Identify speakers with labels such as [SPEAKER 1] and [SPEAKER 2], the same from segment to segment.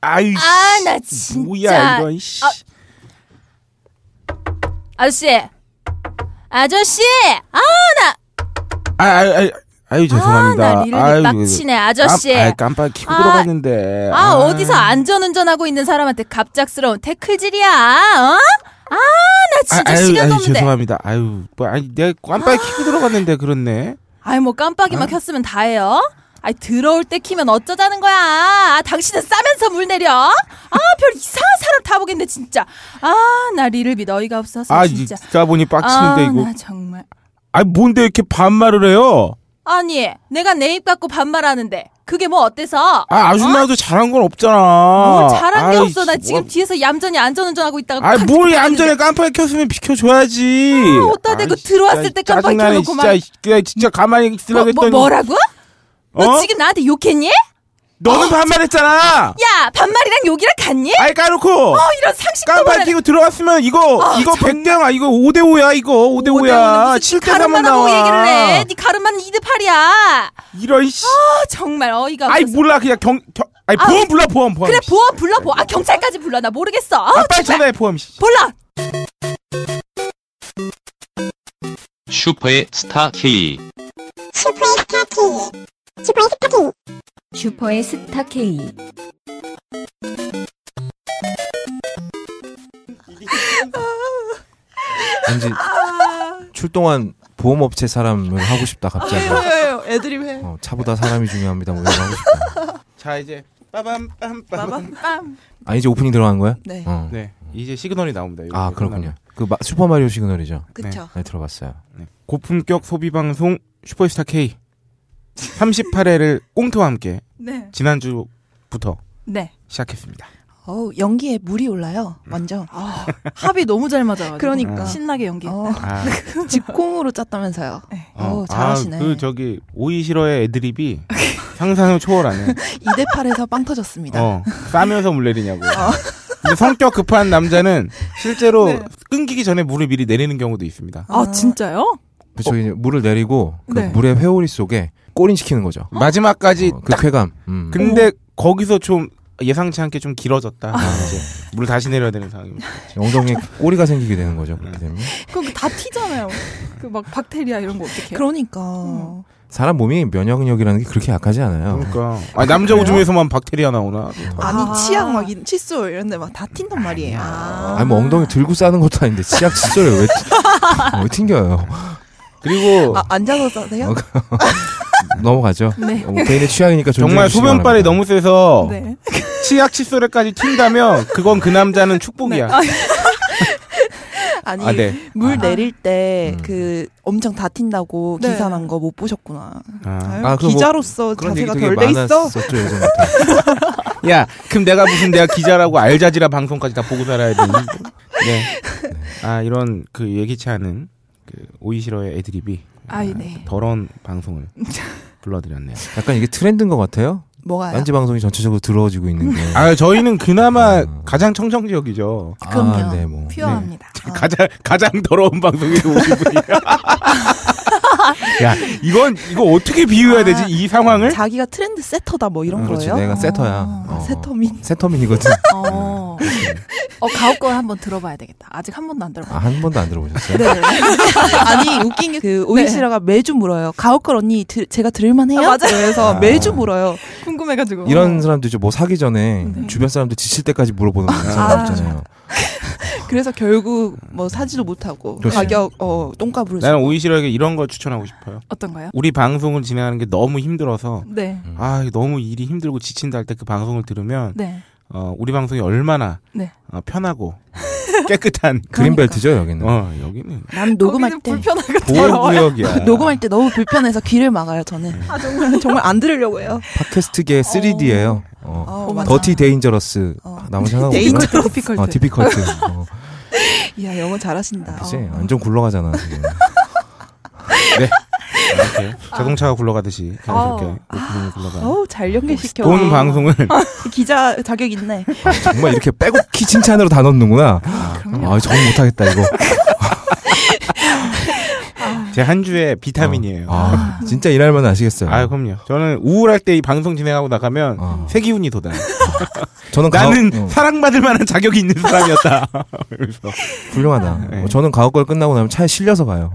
[SPEAKER 1] 아이씨.
[SPEAKER 2] 아, 나 진짜.
[SPEAKER 1] 뭐야 이런 씨.
[SPEAKER 2] 아, 아저씨. 아저씨. 아, 나.
[SPEAKER 1] 아, 아, 아, 아유 죄송합니다.
[SPEAKER 2] 아, 나 리듬이
[SPEAKER 1] 아유,
[SPEAKER 2] 빡치네, 아저씨.
[SPEAKER 1] 깜, 아, 깜빡 키고
[SPEAKER 2] 아,
[SPEAKER 1] 들어갔는데.
[SPEAKER 2] 아, 어디서 안전운전하고 있는 사람한테 갑작스러운 태클질이야. 어? 아, 나 진짜
[SPEAKER 1] 아유,
[SPEAKER 2] 시간도
[SPEAKER 1] 아유,
[SPEAKER 2] 없는데.
[SPEAKER 1] 죄송합니다. 아유, 뭐, 아니 내가 깜빡 키고 들어갔는데 그렇네.
[SPEAKER 2] 아이 뭐 깜빡이만 켰으면 다해요. 아이 들어올 때 키면 어쩌자는 거야. 아, 당신은 싸면서 물 내려. 아 별 이상한 사람 다 보겠네 진짜. 아 나 리를비 너희가 없어서
[SPEAKER 1] 아,
[SPEAKER 2] 진짜.
[SPEAKER 1] 진짜 보니 빡치는데
[SPEAKER 2] 아,
[SPEAKER 1] 이거.
[SPEAKER 2] 나 정말.
[SPEAKER 1] 아, 뭔데 이렇게 반말을 해요?
[SPEAKER 2] 아니 내가 내 입 갖고 반말하는데 그게 뭐 어때서?
[SPEAKER 1] 아, 아줌마도 잘한 건 없잖아.
[SPEAKER 2] 뭘 잘한 게
[SPEAKER 1] 아이,
[SPEAKER 2] 없어. 나 지금
[SPEAKER 1] 뭐,
[SPEAKER 2] 뒤에서 얌전히 안전운전하고 있다가.
[SPEAKER 1] 아,
[SPEAKER 2] 깜짝
[SPEAKER 1] 뭘
[SPEAKER 2] 놀랐는데.
[SPEAKER 1] 얌전히 깜빡 켰으면 비켜줘야지.
[SPEAKER 2] 아, 어디다 대고
[SPEAKER 1] 아이,
[SPEAKER 2] 들어왔을
[SPEAKER 1] 진짜
[SPEAKER 2] 때 깜빡
[SPEAKER 1] 짜증나네,
[SPEAKER 2] 켜놓고 막.
[SPEAKER 1] 진짜, 그냥 진짜 가만히
[SPEAKER 2] 뭐,
[SPEAKER 1] 있으려고
[SPEAKER 2] 뭐,
[SPEAKER 1] 했더니.
[SPEAKER 2] 뭐라고? 너
[SPEAKER 1] 어?
[SPEAKER 2] 지금 나한테 욕했니? 어,
[SPEAKER 1] 너는 반말했잖아!
[SPEAKER 2] 야 반말이랑 욕이랑 같니?
[SPEAKER 1] 아이, 까놓고!
[SPEAKER 2] 어 이런 상식도
[SPEAKER 1] 깜빡
[SPEAKER 2] 모르는.
[SPEAKER 1] 키고 들어갔으면 이거,
[SPEAKER 2] 아,
[SPEAKER 1] 이거
[SPEAKER 2] 정말.
[SPEAKER 1] 100대야, 이거 5대5야, 이거
[SPEAKER 2] 뭐
[SPEAKER 1] 5대5야. 7대3은
[SPEAKER 2] 가르마라고
[SPEAKER 1] 나와.
[SPEAKER 2] 얘기를 해. 네 가르마는 2대 8이야.
[SPEAKER 1] 이런, 씨.
[SPEAKER 2] 아 정말 어이가
[SPEAKER 1] 아이, 뭐.
[SPEAKER 2] 없어.
[SPEAKER 1] 몰라, 그냥 경, 경, 아이,
[SPEAKER 2] 아,
[SPEAKER 1] 보험 불러, 보험, 보험.
[SPEAKER 2] 그래 보험 불러 보아 경찰까지 불러 나 모르겠어.
[SPEAKER 1] 아,
[SPEAKER 2] 아,
[SPEAKER 1] 빨리 전화해, 보험, 씨.
[SPEAKER 2] 불러.
[SPEAKER 3] 슈퍼의 스타 K.
[SPEAKER 4] 슈퍼의 스타 K.
[SPEAKER 5] 왠지 출동한 보험업체 사람을 하고 싶다 갑자기.
[SPEAKER 2] 아, 애드립 해.
[SPEAKER 5] 어, 차보다 사람이 중요합니다. 뭐 이런 거 하고 싶다.
[SPEAKER 1] 자, 이제, 빠밤, 빰빰.
[SPEAKER 2] 빠밤.
[SPEAKER 5] 아 이제 오프닝 들어간 거야?
[SPEAKER 6] 네.
[SPEAKER 5] 어.
[SPEAKER 1] 네. 이제 시그널이 나옵니다. 이렇게
[SPEAKER 5] 아
[SPEAKER 1] 끝나면.
[SPEAKER 5] 그렇군요. 그 마, 슈퍼 마리오 시그널이죠.
[SPEAKER 6] 그쵸.
[SPEAKER 5] 네 들어봤어요.
[SPEAKER 1] 고품격 소비 방송 슈퍼스타 K 38회를 꽁트와 함께
[SPEAKER 2] 네.
[SPEAKER 1] 지난주부터
[SPEAKER 2] 네.
[SPEAKER 1] 시작했습니다.
[SPEAKER 6] 어우, 연기에 물이 올라요. 먼저.
[SPEAKER 2] 아, 합이 너무 잘 맞아.
[SPEAKER 6] 그러니까.
[SPEAKER 2] 신나게 연기.
[SPEAKER 6] 어,
[SPEAKER 1] 아,
[SPEAKER 6] 집콩으로 짰다면서요.
[SPEAKER 2] 네.
[SPEAKER 6] 어, 잘하시네.
[SPEAKER 1] 아, 그 저기 오이시러의 애드립이 상상을 초월하네.
[SPEAKER 6] 2대 8에서 빵 터졌습니다.
[SPEAKER 1] 어, 싸면서 물 내리냐고. 근데 성격 급한 남자는 실제로
[SPEAKER 2] 네.
[SPEAKER 1] 끊기기 전에 물을 미리 내리는 경우도 있습니다.
[SPEAKER 2] 아 진짜요?
[SPEAKER 5] 그래서
[SPEAKER 1] 어.
[SPEAKER 5] 이제 물을 내리고 그
[SPEAKER 2] 네.
[SPEAKER 5] 물의 회오리 속에 꼬린 시키는 거죠.
[SPEAKER 1] 마지막까지
[SPEAKER 5] 어, 그 쾌감. 음.
[SPEAKER 1] 네, 근데 거기서 좀 예상치 않게 좀 길어졌다. 이제 물을 다시 내려야 되는 상황입니다.
[SPEAKER 5] 엉덩이에 꼬리가 생기게 되는 거죠. 그렇게
[SPEAKER 1] 네.
[SPEAKER 5] 되면
[SPEAKER 2] 그럼 다 튀잖아요. 그 막 박테리아 이런 거 어떻게? 해요?
[SPEAKER 6] 그러니까.
[SPEAKER 5] 사람 몸이 면역력이라는 게 그렇게 약하지 않아요.
[SPEAKER 1] 그러니까 아, 남자 오줌에서만 박테리아 나오나?
[SPEAKER 6] 아니,
[SPEAKER 2] 아.
[SPEAKER 6] 치약 막 이- 칫솔 이런 데 막 다 튄단 말이에요.
[SPEAKER 5] 아니 뭐 엉덩이 들고 싸는 것도 아닌데 치약 칫솔을 왜, 튕- 왜 튕겨요?
[SPEAKER 1] 그리고
[SPEAKER 6] 아, 앉아서 싸세요?
[SPEAKER 5] 어, 넘어가죠.
[SPEAKER 2] 네.
[SPEAKER 5] 어, 뭐 개인의 취향이니까
[SPEAKER 1] 정말
[SPEAKER 5] 존중해주시기
[SPEAKER 1] 소변빨이
[SPEAKER 5] 바랍니다.
[SPEAKER 1] 너무
[SPEAKER 5] 뭐.
[SPEAKER 1] 세서
[SPEAKER 2] 네.
[SPEAKER 1] 치약 칫솔에까지 튄다면 그건 그 남자는 축복이야.
[SPEAKER 6] 아니,
[SPEAKER 1] 아, 네.
[SPEAKER 6] 물
[SPEAKER 5] 아.
[SPEAKER 6] 내릴 때
[SPEAKER 5] 음.
[SPEAKER 6] 그 엄청 다 튄다고
[SPEAKER 2] 네.
[SPEAKER 6] 기사 난 거 못 보셨구나.
[SPEAKER 1] 아.
[SPEAKER 6] 아유,
[SPEAKER 5] 아, 그거 뭐
[SPEAKER 6] 기자로서
[SPEAKER 5] 그런 얘기
[SPEAKER 6] 자세가
[SPEAKER 5] 되게
[SPEAKER 6] 덜 돼 있어.
[SPEAKER 5] 많았었죠 예전부터.
[SPEAKER 1] 야, 그럼 내가 무슨 내가 기자라고 알자지라 방송까지 다 보고 살아야 되니? 네. 아, 이런 그 예기치 않은 그 오이시러의 애드립이
[SPEAKER 2] 아이 네.
[SPEAKER 1] 더러운 방송을 불러드렸네요.
[SPEAKER 5] 약간 이게 트렌드인 것 같아요.
[SPEAKER 6] 뭐가요?
[SPEAKER 5] 딴지 방송이 전체적으로 더러워지고 있는 게.
[SPEAKER 1] 아, 저희는 그나마
[SPEAKER 5] 아.
[SPEAKER 1] 가장 청정 지역이죠.
[SPEAKER 5] 아,
[SPEAKER 6] 그럼요.
[SPEAKER 5] 네, 뭐.
[SPEAKER 2] 퓨어합니다.
[SPEAKER 1] 가장 가장 더러운 방송이 오신 분이야. 야, 이건 이거 어떻게 비유해야 되지? 이 상황을?
[SPEAKER 6] 자기가 트렌드 세터다 뭐 이런
[SPEAKER 5] 아, 그렇지,
[SPEAKER 6] 거예요?
[SPEAKER 5] 내가 세터야.
[SPEAKER 6] 아,
[SPEAKER 5] 어.
[SPEAKER 6] 세터민.
[SPEAKER 5] 세터민이거든.
[SPEAKER 2] 어. 어 가옥 걸 한번 들어봐야 되겠다. 아직 한 번도 안 들어봐.
[SPEAKER 5] 아, 한 번도 안
[SPEAKER 6] 네.
[SPEAKER 5] 들어보셨어요?
[SPEAKER 6] 아니 웃긴 게 그 오이시라가 매주 물어요. 가오걸 언니 들- 제가 들을만 해요?
[SPEAKER 2] 맞아요.
[SPEAKER 6] 그래서
[SPEAKER 5] 아.
[SPEAKER 6] 매주 물어요.
[SPEAKER 2] 궁금해가지고.
[SPEAKER 5] 이런 사람도 이제 뭐 사기 전에
[SPEAKER 6] 네.
[SPEAKER 5] 주변 사람들 지칠 때까지 물어보는 사람 있잖아요.
[SPEAKER 6] 그러니까. 그래서 결국 뭐 사지도 못하고
[SPEAKER 5] 그렇지.
[SPEAKER 6] 가격 어 똥값으로
[SPEAKER 1] 나는 오이시러에게 이런 걸 추천하고 싶어요.
[SPEAKER 2] 어떤가요?
[SPEAKER 1] 우리 방송을 진행하는 게 너무 힘들어서
[SPEAKER 2] 네.
[SPEAKER 1] 아 이거 너무 일이 힘들고 지친다 할 때 그 방송을 들으면
[SPEAKER 2] 네.
[SPEAKER 1] 어, 우리 방송이 얼마나
[SPEAKER 2] 네.
[SPEAKER 1] 어, 편하고 깨끗한
[SPEAKER 5] 그린벨트죠, 여기는.
[SPEAKER 1] 어 여기는
[SPEAKER 6] 난 녹음할
[SPEAKER 2] 거기는
[SPEAKER 6] 때
[SPEAKER 2] 불편하고 더러워.
[SPEAKER 1] 보호구역이야.
[SPEAKER 6] 녹음할 때 너무 불편해서 귀를 막아요 저는. 아 정말 정말 안 들으려고 해요.
[SPEAKER 5] 팟캐스트계의 3D예요. 어.
[SPEAKER 6] 어,
[SPEAKER 2] 어,
[SPEAKER 6] 맞아.
[SPEAKER 5] 더티 데인저러스.
[SPEAKER 6] 어.
[SPEAKER 5] 나머지 하나 없나?
[SPEAKER 2] 디피컬트 디피컬트.
[SPEAKER 5] 어, 디피컬트. 어,
[SPEAKER 6] 이야 영어 잘하신다.
[SPEAKER 5] 그치?
[SPEAKER 6] 어.
[SPEAKER 5] 완전 굴러가잖아, 지금.
[SPEAKER 1] 네. 이렇게 자동차가 굴러가듯이
[SPEAKER 2] 어.
[SPEAKER 1] 자연스럽게 녹음이 굴러가.
[SPEAKER 6] 어우 잘 연결시켜.
[SPEAKER 1] 본 아. 방송을
[SPEAKER 6] 기자 자격 있네.
[SPEAKER 5] 아, 정말 이렇게 빼곡히 칭찬으로 다 넣는구나. 아, 적응 못하겠다, 이거.
[SPEAKER 1] 제 한 주에 비타민이에요. 아,
[SPEAKER 5] 아, 진짜 일할만 아시겠어요.
[SPEAKER 1] 그럼요. 저는 우울할 때 이 방송 진행하고 나가면
[SPEAKER 5] 어.
[SPEAKER 1] 새 기운이 돋아요.
[SPEAKER 5] 저는 가옥-
[SPEAKER 1] 나는
[SPEAKER 5] 어,
[SPEAKER 1] 사랑받을 만한 자격이 있는 사람이었다. 이러면서.
[SPEAKER 5] 훌륭하다.
[SPEAKER 1] 네.
[SPEAKER 5] 어, 저는 가옥걸 끝나고 나면 차에 실려서 가요.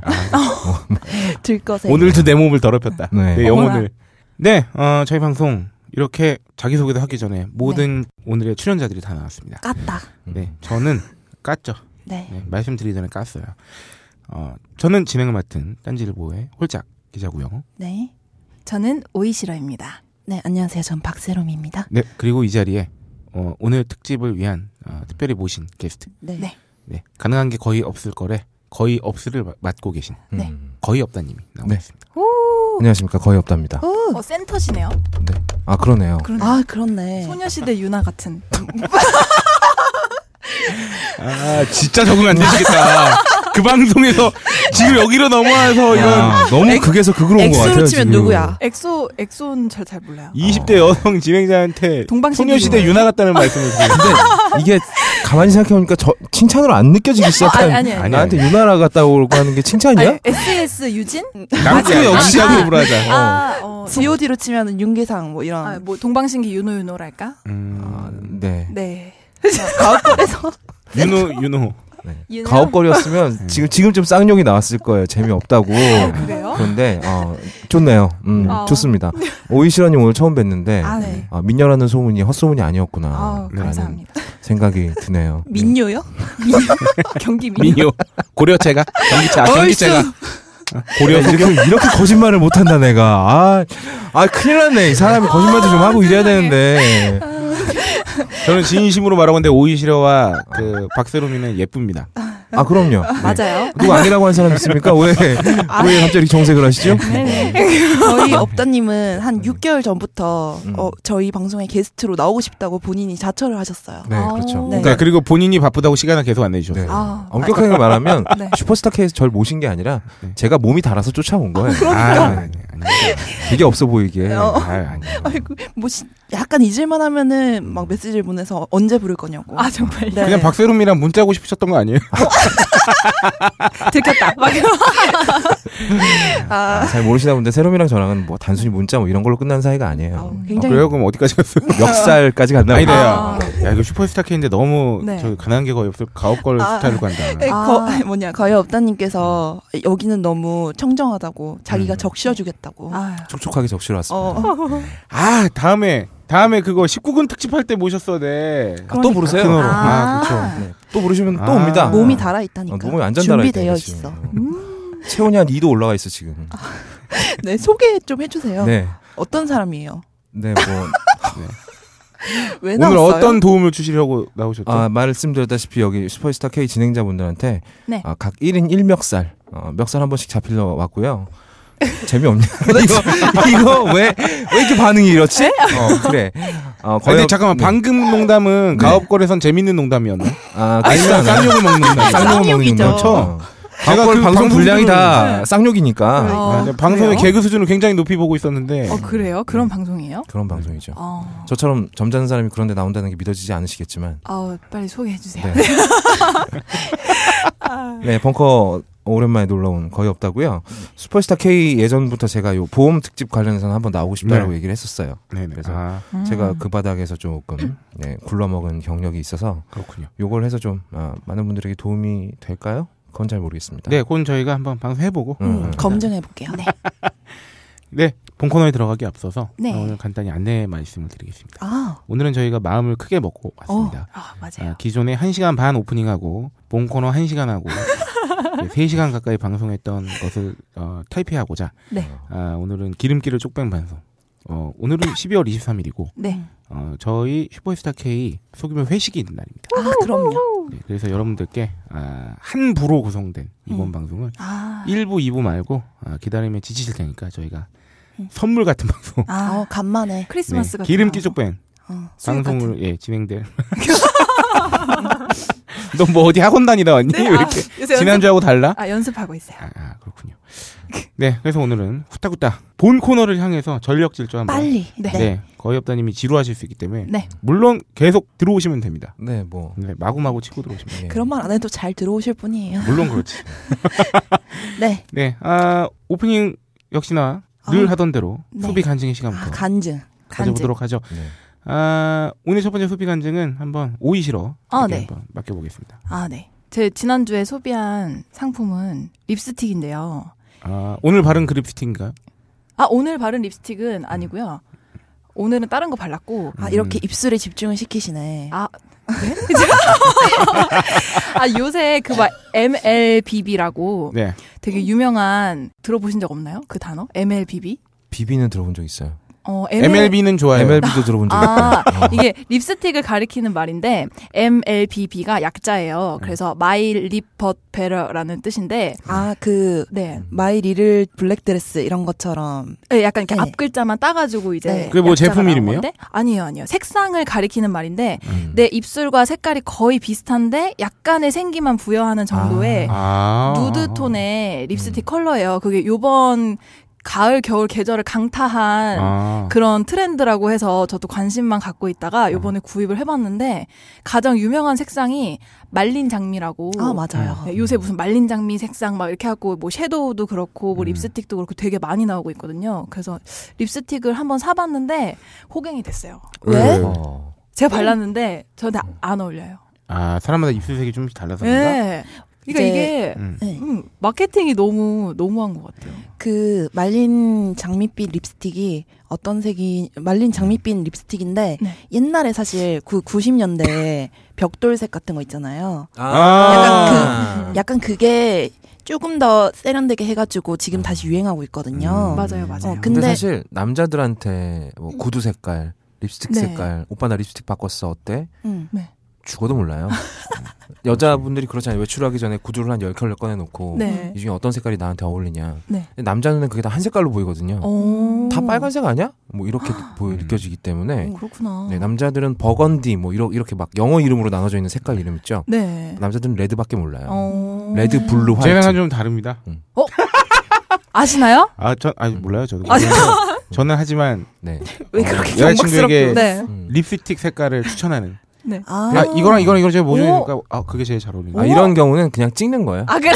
[SPEAKER 2] 네.
[SPEAKER 6] 들것에
[SPEAKER 1] 오늘도 내 몸을 더럽혔다.
[SPEAKER 5] 네.
[SPEAKER 1] 내 영혼을. 네, 어, 저희 방송 이렇게 자기소개도 하기 전에
[SPEAKER 2] 네.
[SPEAKER 1] 모든 오늘의 출연자들이 다 나왔습니다.
[SPEAKER 6] 깠다.
[SPEAKER 5] 음.
[SPEAKER 1] 네, 저는 깠죠.
[SPEAKER 6] 네.
[SPEAKER 1] 네, 말씀드리기 전에 깠어요. 어, 저는 진행을 맡은 딴지일보의 홀짝 기자고요.
[SPEAKER 2] 네. 저는 오이시러입니다.
[SPEAKER 6] 네, 안녕하세요. 전 박세롬입니다.
[SPEAKER 1] 네, 그리고 이 자리에 어, 오늘 특집을 위한 어, 특별히 모신 게스트.
[SPEAKER 6] 네.
[SPEAKER 2] 네.
[SPEAKER 1] 네, 가능한 게 거의 없을 거래. 거의 없을을 마- 맡고 계신
[SPEAKER 2] 네.
[SPEAKER 5] 음.
[SPEAKER 1] 거의 없다님이
[SPEAKER 5] 네.
[SPEAKER 1] 나오셨습니다.
[SPEAKER 5] 안녕하십니까. 거의 없답니다.
[SPEAKER 6] 오,
[SPEAKER 2] 어, 센터시네요.
[SPEAKER 5] 아, 그러네요.
[SPEAKER 2] 그러네.
[SPEAKER 6] 아, 그렇네.
[SPEAKER 2] 소녀시대 유나 같은.
[SPEAKER 1] 아, 진짜 적응 안 되시겠다.
[SPEAKER 5] 아,
[SPEAKER 1] 그 방송에서 지금 여기로 넘어와서 이런
[SPEAKER 5] 야, 너무
[SPEAKER 6] 엑-
[SPEAKER 5] 극에서 극으로 온 것
[SPEAKER 6] 엑스로
[SPEAKER 5] 같아요.
[SPEAKER 6] 치면
[SPEAKER 5] 지금.
[SPEAKER 6] 누구야?
[SPEAKER 2] 엑소 엑소는 잘 잘 몰라요.
[SPEAKER 1] 20대 여성 진행자한테
[SPEAKER 2] 어. 동방신기
[SPEAKER 1] 소녀시대
[SPEAKER 2] 중에.
[SPEAKER 1] 유나 같다는 말씀을 드리는
[SPEAKER 5] 근데 이게 가만히 생각해보니까 저 칭찬으로 안 느껴지기 시작한
[SPEAKER 2] 아니, 아니, 아니.
[SPEAKER 5] 나한테 유나라 같다고 하는 게 칭찬이야?
[SPEAKER 2] 아니, SS 유진?
[SPEAKER 1] 남자의
[SPEAKER 5] 아,
[SPEAKER 1] 역시하고 불하자.
[SPEAKER 2] 아, 어.
[SPEAKER 6] GOD로 치면은 윤계상 뭐 이런
[SPEAKER 2] 아, 뭐 동방신기 윤호윤호랄까?
[SPEAKER 1] 음,
[SPEAKER 5] 아, 네.
[SPEAKER 2] 네.
[SPEAKER 6] 가옥골에서
[SPEAKER 1] 윤호 윤호.
[SPEAKER 2] 윤호?
[SPEAKER 5] 네. 가업거리였으면 지금 지금쯤 쌍욕이 나왔을 거예요. 재미없다고.
[SPEAKER 2] 음. 아, 그래요?
[SPEAKER 5] 그런데 어, 좋네요. 음,
[SPEAKER 2] 어.
[SPEAKER 5] 좋습니다. 오이시라님 오늘 처음 뵀는데
[SPEAKER 2] 아, 네.
[SPEAKER 5] 아, 민녀라는 소문이 헛소문이 아니었구나.
[SPEAKER 2] 아,
[SPEAKER 5] 라는
[SPEAKER 2] 감사합니다.
[SPEAKER 5] 생각이 드네요.
[SPEAKER 6] 네. 민요요?
[SPEAKER 2] 경기 민요.
[SPEAKER 1] 민요 고려체가 경기체 아, 경기체가
[SPEAKER 5] 고려 아, 이렇게, 이렇게 거짓말을 못한다 내가. 아, 아 큰일 났네. 이 사람이 거짓말도 좀 하고 이래야 되는데.
[SPEAKER 1] 저는 진심으로 말하건데 오이시러와 그 박세롬이는 예쁩니다.
[SPEAKER 5] 아 그럼요. 네.
[SPEAKER 2] 맞아요.
[SPEAKER 5] 누구 아니라고 한 사람 있습니까? 왜,
[SPEAKER 2] 아.
[SPEAKER 5] 왜 갑자기 정색을 하시죠?
[SPEAKER 2] 네.
[SPEAKER 6] 저희 업다님은 한 6개월 전부터
[SPEAKER 5] 음.
[SPEAKER 6] 어, 저희 방송에 게스트로 나오고 싶다고 본인이 자처를 하셨어요.
[SPEAKER 5] 네, 그렇죠.
[SPEAKER 2] 네.
[SPEAKER 1] 그러니까 그리고 본인이 바쁘다고 시간을 계속 안 내주셨어요.
[SPEAKER 5] 네.
[SPEAKER 2] 아,
[SPEAKER 5] 엄격하게 말하면
[SPEAKER 2] 네.
[SPEAKER 5] 슈퍼스타 K에서 절 모신 게 아니라
[SPEAKER 1] 네.
[SPEAKER 5] 제가 몸이 달아서 쫓아온 거예요.
[SPEAKER 1] 아,
[SPEAKER 5] 아,
[SPEAKER 1] 아니, 아니,
[SPEAKER 5] 되게 없어 보이게.
[SPEAKER 1] 아,
[SPEAKER 6] 어.
[SPEAKER 1] 아니.
[SPEAKER 6] 아이고, 뭐 시- 약간 잊을만 하면은 막 메시지를 보내서 언제 부를 거냐고.
[SPEAKER 2] 아 정말
[SPEAKER 6] 네.
[SPEAKER 1] 그냥 박세롬이랑 문자고 싶으셨던 거 아니에요?
[SPEAKER 2] 들켰다. 막 이런.
[SPEAKER 5] 아, 잘 모르시나 본데 세롬이랑 저랑은 뭐 단순히 문자 뭐 이런 걸로 끝난 사이가
[SPEAKER 6] 어,
[SPEAKER 5] 아니에요.
[SPEAKER 1] 아,
[SPEAKER 6] 굉장히
[SPEAKER 1] 그래요? 그럼 어디까지 갔어요?
[SPEAKER 5] 역살까지 갔나
[SPEAKER 1] 아니래요. 네.
[SPEAKER 5] 보다.
[SPEAKER 2] 아.
[SPEAKER 1] 야 이거 슈퍼스타 K인데 너무
[SPEAKER 2] 네.
[SPEAKER 1] 저 가난 게 거의 없을 가업걸
[SPEAKER 6] 아.
[SPEAKER 1] 스타일로 간다.
[SPEAKER 6] 에,
[SPEAKER 2] 아.
[SPEAKER 6] 거, 뭐냐 거의 업다님께서 여기는 너무 청정하다고
[SPEAKER 5] 음.
[SPEAKER 6] 자기가 적셔주겠다고.
[SPEAKER 2] 아,
[SPEAKER 5] 촉촉하게 적시러 왔습니다.
[SPEAKER 6] 어.
[SPEAKER 1] 아 다음에 다음에 그거 19금 특집할 때 모셨어야 돼.
[SPEAKER 5] 아, 또 부르세요?
[SPEAKER 1] 그러니까.
[SPEAKER 2] 아.
[SPEAKER 5] 아, 그렇죠. 네. 또 부르시면 또
[SPEAKER 1] 아.
[SPEAKER 5] 옵니다.
[SPEAKER 6] 몸이 달아 있다니까.
[SPEAKER 5] 아, 몸이 완전 달아있다,
[SPEAKER 6] 준비되어
[SPEAKER 5] 지금.
[SPEAKER 6] 있어. 음?
[SPEAKER 5] 어. 체온이 한 2도 올라가 있어 지금.
[SPEAKER 6] 네 소개 좀 해주세요.
[SPEAKER 5] 네,
[SPEAKER 6] 어떤 사람이에요?
[SPEAKER 5] 네 뭐.
[SPEAKER 6] 왜
[SPEAKER 1] 오늘
[SPEAKER 6] 나왔어요?
[SPEAKER 1] 어떤 도움을 주시려고 나오셨죠?
[SPEAKER 5] 아, 말씀드렸다시피 여기 슈퍼스타 K 진행자분들한테
[SPEAKER 2] 네.
[SPEAKER 5] 아, 각 1인 1멱살 어, 멱살 한 번씩 잡히러 왔고요. 재미없냐? 이거 이거 왜 왜 이렇게 반응이 이렇지? 어, 그래. 어,
[SPEAKER 1] 아니, 근데
[SPEAKER 5] 거의-
[SPEAKER 1] 잠깐만
[SPEAKER 5] 네.
[SPEAKER 1] 방금 농담은
[SPEAKER 5] 네.
[SPEAKER 1] 가업걸에선 재밌는 농담이었나?
[SPEAKER 5] 아,
[SPEAKER 1] 아니면 쌍욕을 먹는 농담.
[SPEAKER 5] 쌍욕 먹는
[SPEAKER 6] 쌍욕이죠.
[SPEAKER 5] 거.
[SPEAKER 1] 그렇죠. 네.
[SPEAKER 5] 제가 그 방송 분량이 다 쌍욕이니까
[SPEAKER 2] 어,
[SPEAKER 1] 아, 제가 방송의
[SPEAKER 2] 그래요?
[SPEAKER 1] 개그 수준을 굉장히 높이 보고 있었는데
[SPEAKER 2] 어 그래요? 그런 방송이에요?
[SPEAKER 5] 그런 방송이죠.
[SPEAKER 2] 어.
[SPEAKER 5] 저처럼 점잖은 사람이 그런데 나온다는 게 믿어지지 않으시겠지만
[SPEAKER 2] 아 빨리 소개해 주세요.
[SPEAKER 5] 네. 네, 벙커 오랜만에 놀러 온 거의 없다고요. 슈퍼스타 K 예전부터 제가 요 보험 특집 관련해서는 한번 나오고 싶다라고
[SPEAKER 1] 네.
[SPEAKER 5] 얘기를 했었어요.
[SPEAKER 1] 네네.
[SPEAKER 5] 그래서
[SPEAKER 1] 아,
[SPEAKER 2] 음.
[SPEAKER 5] 제가 그 바닥에서 조금 네, 굴러먹은 경력이 있어서
[SPEAKER 1] 그렇군요.
[SPEAKER 5] 요걸 해서 좀 아, 많은 분들에게 도움이 될까요? 그건 잘 모르겠습니다.
[SPEAKER 1] 네, 그건 저희가 한번 방송해보고
[SPEAKER 5] 음, 음.
[SPEAKER 6] 검증해 볼게요. 네.
[SPEAKER 1] 네, 본 코너에 들어가기 앞서서
[SPEAKER 2] 네.
[SPEAKER 1] 오늘 간단히 안내 말씀을 드리겠습니다.
[SPEAKER 6] 아,
[SPEAKER 1] 오늘은 저희가 마음을 크게 먹고 왔습니다.
[SPEAKER 2] 아
[SPEAKER 1] 아,
[SPEAKER 2] 맞아요.
[SPEAKER 1] 기존에 1시간 반 오프닝하고 본 코너 1시간하고 네, 3시간 가까이 방송했던 것을 어, 타이핑하고자
[SPEAKER 2] 네.
[SPEAKER 1] 아, 오늘은 기름기를 쪽뱅 방송 어, 오늘은 12월 23일이고
[SPEAKER 2] 네.
[SPEAKER 1] 어, 저희 슈퍼스타 K 소규모 회식이 있는 날입니다.
[SPEAKER 6] 아 그럼요.
[SPEAKER 1] 네, 그래서 여러분들께 아, 한 부로 구성된 이번
[SPEAKER 6] 음.
[SPEAKER 1] 방송을
[SPEAKER 2] 아.
[SPEAKER 1] 1부, 2부 말고 아, 기다림에 지치실 테니까 저희가 선물 같은 방송 네,
[SPEAKER 2] 아.
[SPEAKER 6] 어, 간만에.
[SPEAKER 2] 음. 크리스마스 같은
[SPEAKER 1] 기름기 쪽뱅
[SPEAKER 6] 어,
[SPEAKER 2] 수육
[SPEAKER 1] 방송을 예, 진행될 너 뭐 어디 학원 다니다 왔니? 왜 이렇게
[SPEAKER 2] 요새 연습-
[SPEAKER 1] 지난주하고 달라?
[SPEAKER 2] 아 연습하고 있어요.
[SPEAKER 1] 아, 아, 그렇군요. 네, 그래서 오늘은 후딱후딱 본 코너를 향해서 전력 질주 한번.
[SPEAKER 6] 빨리.
[SPEAKER 2] 네.
[SPEAKER 1] 네. 거의 없다님이 지루하실 수 있기 때문에
[SPEAKER 2] 네.
[SPEAKER 1] 물론 계속 들어오시면 됩니다.
[SPEAKER 5] 네, 뭐.
[SPEAKER 1] 네, 마구마구 치고 들어오시면.
[SPEAKER 5] 예.
[SPEAKER 6] 그런 말 안 해도 잘 들어오실 분이에요.
[SPEAKER 1] 물론 그렇지.
[SPEAKER 6] 네.
[SPEAKER 1] 네, 아 오프닝 역시나 늘
[SPEAKER 6] 아,
[SPEAKER 1] 하던 대로
[SPEAKER 6] 네.
[SPEAKER 1] 소비 간증의
[SPEAKER 6] 아,
[SPEAKER 1] 시간부터
[SPEAKER 6] 간증. 간증.
[SPEAKER 1] 가져보도록 하죠.
[SPEAKER 5] 네.
[SPEAKER 1] 아 오늘 첫 번째 소비 간증은 한번 오이시러
[SPEAKER 2] 아,
[SPEAKER 1] 이렇게
[SPEAKER 2] 네.
[SPEAKER 1] 한번 맡겨보겠습니다.
[SPEAKER 2] 아, 네. 제 지난주에 소비한 상품은 립스틱인데요.
[SPEAKER 1] 아 오늘 바른 그립스틱인가
[SPEAKER 2] 아, 오늘 바른 립스틱은 아니고요. 오늘은 다른 거 발랐고.
[SPEAKER 5] 음.
[SPEAKER 6] 아, 이렇게 입술에 집중을 시키시네.
[SPEAKER 2] 아, 아, 요새 그 막 MLBB라고
[SPEAKER 1] 네.
[SPEAKER 2] 되게 유명한 들어보신 적 없나요? 그 단어? MLBB?
[SPEAKER 5] 비비는 들어본 적 있어요.
[SPEAKER 2] 어,
[SPEAKER 1] MLB는 좋아요.
[SPEAKER 5] MLB도 들어본 적
[SPEAKER 2] 아,
[SPEAKER 5] 있어요. 어.
[SPEAKER 2] 이게 립스틱을 가리키는 말인데 MLBB가 약자예요.
[SPEAKER 1] 네.
[SPEAKER 2] 그래서 My Lip But Better라는 뜻인데
[SPEAKER 6] 아, 그
[SPEAKER 2] 네.
[SPEAKER 6] 마이 리를 블랙드레스 이런 것처럼
[SPEAKER 2] 네, 약간 이렇게
[SPEAKER 6] 네.
[SPEAKER 2] 앞 글자만 따가지고 이제
[SPEAKER 6] 네.
[SPEAKER 1] 그게 뭐
[SPEAKER 2] 약자가
[SPEAKER 1] 제품
[SPEAKER 2] 나온
[SPEAKER 1] 이름이에요?
[SPEAKER 2] 건데? 아니에요, 아니에요. 색상을 가리키는 말인데
[SPEAKER 5] 음.
[SPEAKER 2] 내 입술과 색깔이 거의 비슷한데 약간의 생기만 부여하는 정도의
[SPEAKER 1] 아
[SPEAKER 2] 누드 톤의 립스틱 컬러예요. 그게 요번 가을 겨울 계절을 강타한
[SPEAKER 1] 아.
[SPEAKER 2] 그런 트렌드라고 해서 저도 관심만 갖고
[SPEAKER 1] 음.
[SPEAKER 2] 있다가 요번에 구입을 해봤는데 가장 유명한 색상이 말린 장미라고.
[SPEAKER 6] 아, 맞아요.
[SPEAKER 2] 네, 요새 무슨 말린 장미 색상 막 이렇게 하고 뭐 섀도우도 그렇고 뭐
[SPEAKER 1] 음.
[SPEAKER 2] 립스틱도 그렇고 되게 많이 나오고 있거든요. 그래서 립스틱을 한번 사봤는데 호갱이 됐어요.
[SPEAKER 6] 왜?
[SPEAKER 5] 어.
[SPEAKER 2] 제가 발랐는데 저한테 안 어울려요.
[SPEAKER 1] 아 사람마다 입술색이 좀씩 달라서 그런가?
[SPEAKER 2] 네. 그러니까
[SPEAKER 6] 이제-
[SPEAKER 2] 이게
[SPEAKER 1] 음.
[SPEAKER 6] 네.
[SPEAKER 2] 음, 마케팅이 너무 너무한 것 같아요.
[SPEAKER 6] 그 말린 장밋빛 립스틱이 어떤 색이 말린 장밋빛 립스틱인데
[SPEAKER 2] 네.
[SPEAKER 6] 옛날에 사실 그 90년대 벽돌색 같은 거 있잖아요.
[SPEAKER 5] 음.
[SPEAKER 2] 약간 그
[SPEAKER 6] 약간 그게 조금 더 세련되게 해가지고 지금 다시 유행하고
[SPEAKER 5] 음.
[SPEAKER 6] 있거든요.
[SPEAKER 2] 맞아요, 맞아요.
[SPEAKER 6] 어,
[SPEAKER 5] 근데,
[SPEAKER 6] 근데-
[SPEAKER 5] 사실 남자들한테 뭐 구두 색깔, 립스틱
[SPEAKER 2] 음. 네.
[SPEAKER 5] 색깔, 오빠 나 립스틱 바꿨어 어때?
[SPEAKER 6] 음.
[SPEAKER 5] 죽어도 몰라요. 음. 여자분들이 그렇잖아요. 외출하기 전에 구두를 한 10켤레 꺼내놓고
[SPEAKER 2] 네.
[SPEAKER 5] 이 중에 어떤 색깔이 나한테 어울리냐.
[SPEAKER 2] 네.
[SPEAKER 5] 근데 남자 눈엔 그게 다 한 색깔로 보이거든요.
[SPEAKER 2] 어.
[SPEAKER 5] 음. 다 빨간색 아니야? 뭐 이렇게 보여 느껴지기 때문에
[SPEAKER 6] 음.
[SPEAKER 2] 그렇구나.
[SPEAKER 5] 네, 남자들은 버건디 뭐 이러, 이렇게 막 영어 이름으로 나눠져 있는 색깔 이름 있죠.
[SPEAKER 2] 네.
[SPEAKER 5] 남자들은 레드밖에 몰라요.
[SPEAKER 2] 어.
[SPEAKER 5] 레드, 블루,
[SPEAKER 1] 음. 제 생각은
[SPEAKER 5] 화이트.
[SPEAKER 1] 좀 다릅니다.
[SPEAKER 2] 아시나요?
[SPEAKER 1] 아전 아니 몰라요 저도.
[SPEAKER 2] 아,
[SPEAKER 1] 저는 하지만
[SPEAKER 5] 네.
[SPEAKER 6] 왜 그렇게
[SPEAKER 1] 여자친구에게
[SPEAKER 6] 경박스럽게?
[SPEAKER 2] 네.
[SPEAKER 5] 음.
[SPEAKER 1] 립스틱 색깔을 추천하는.
[SPEAKER 2] 네.
[SPEAKER 6] 아,
[SPEAKER 1] 야 이거랑 이거랑 이거랑 제가 뭐
[SPEAKER 2] 오.
[SPEAKER 1] 중이니까 아 그게 제일 잘 어울린다.
[SPEAKER 5] 아, 이런 경우는 그냥 찍는 거예요.
[SPEAKER 2] 아, 그래.
[SPEAKER 5] 어,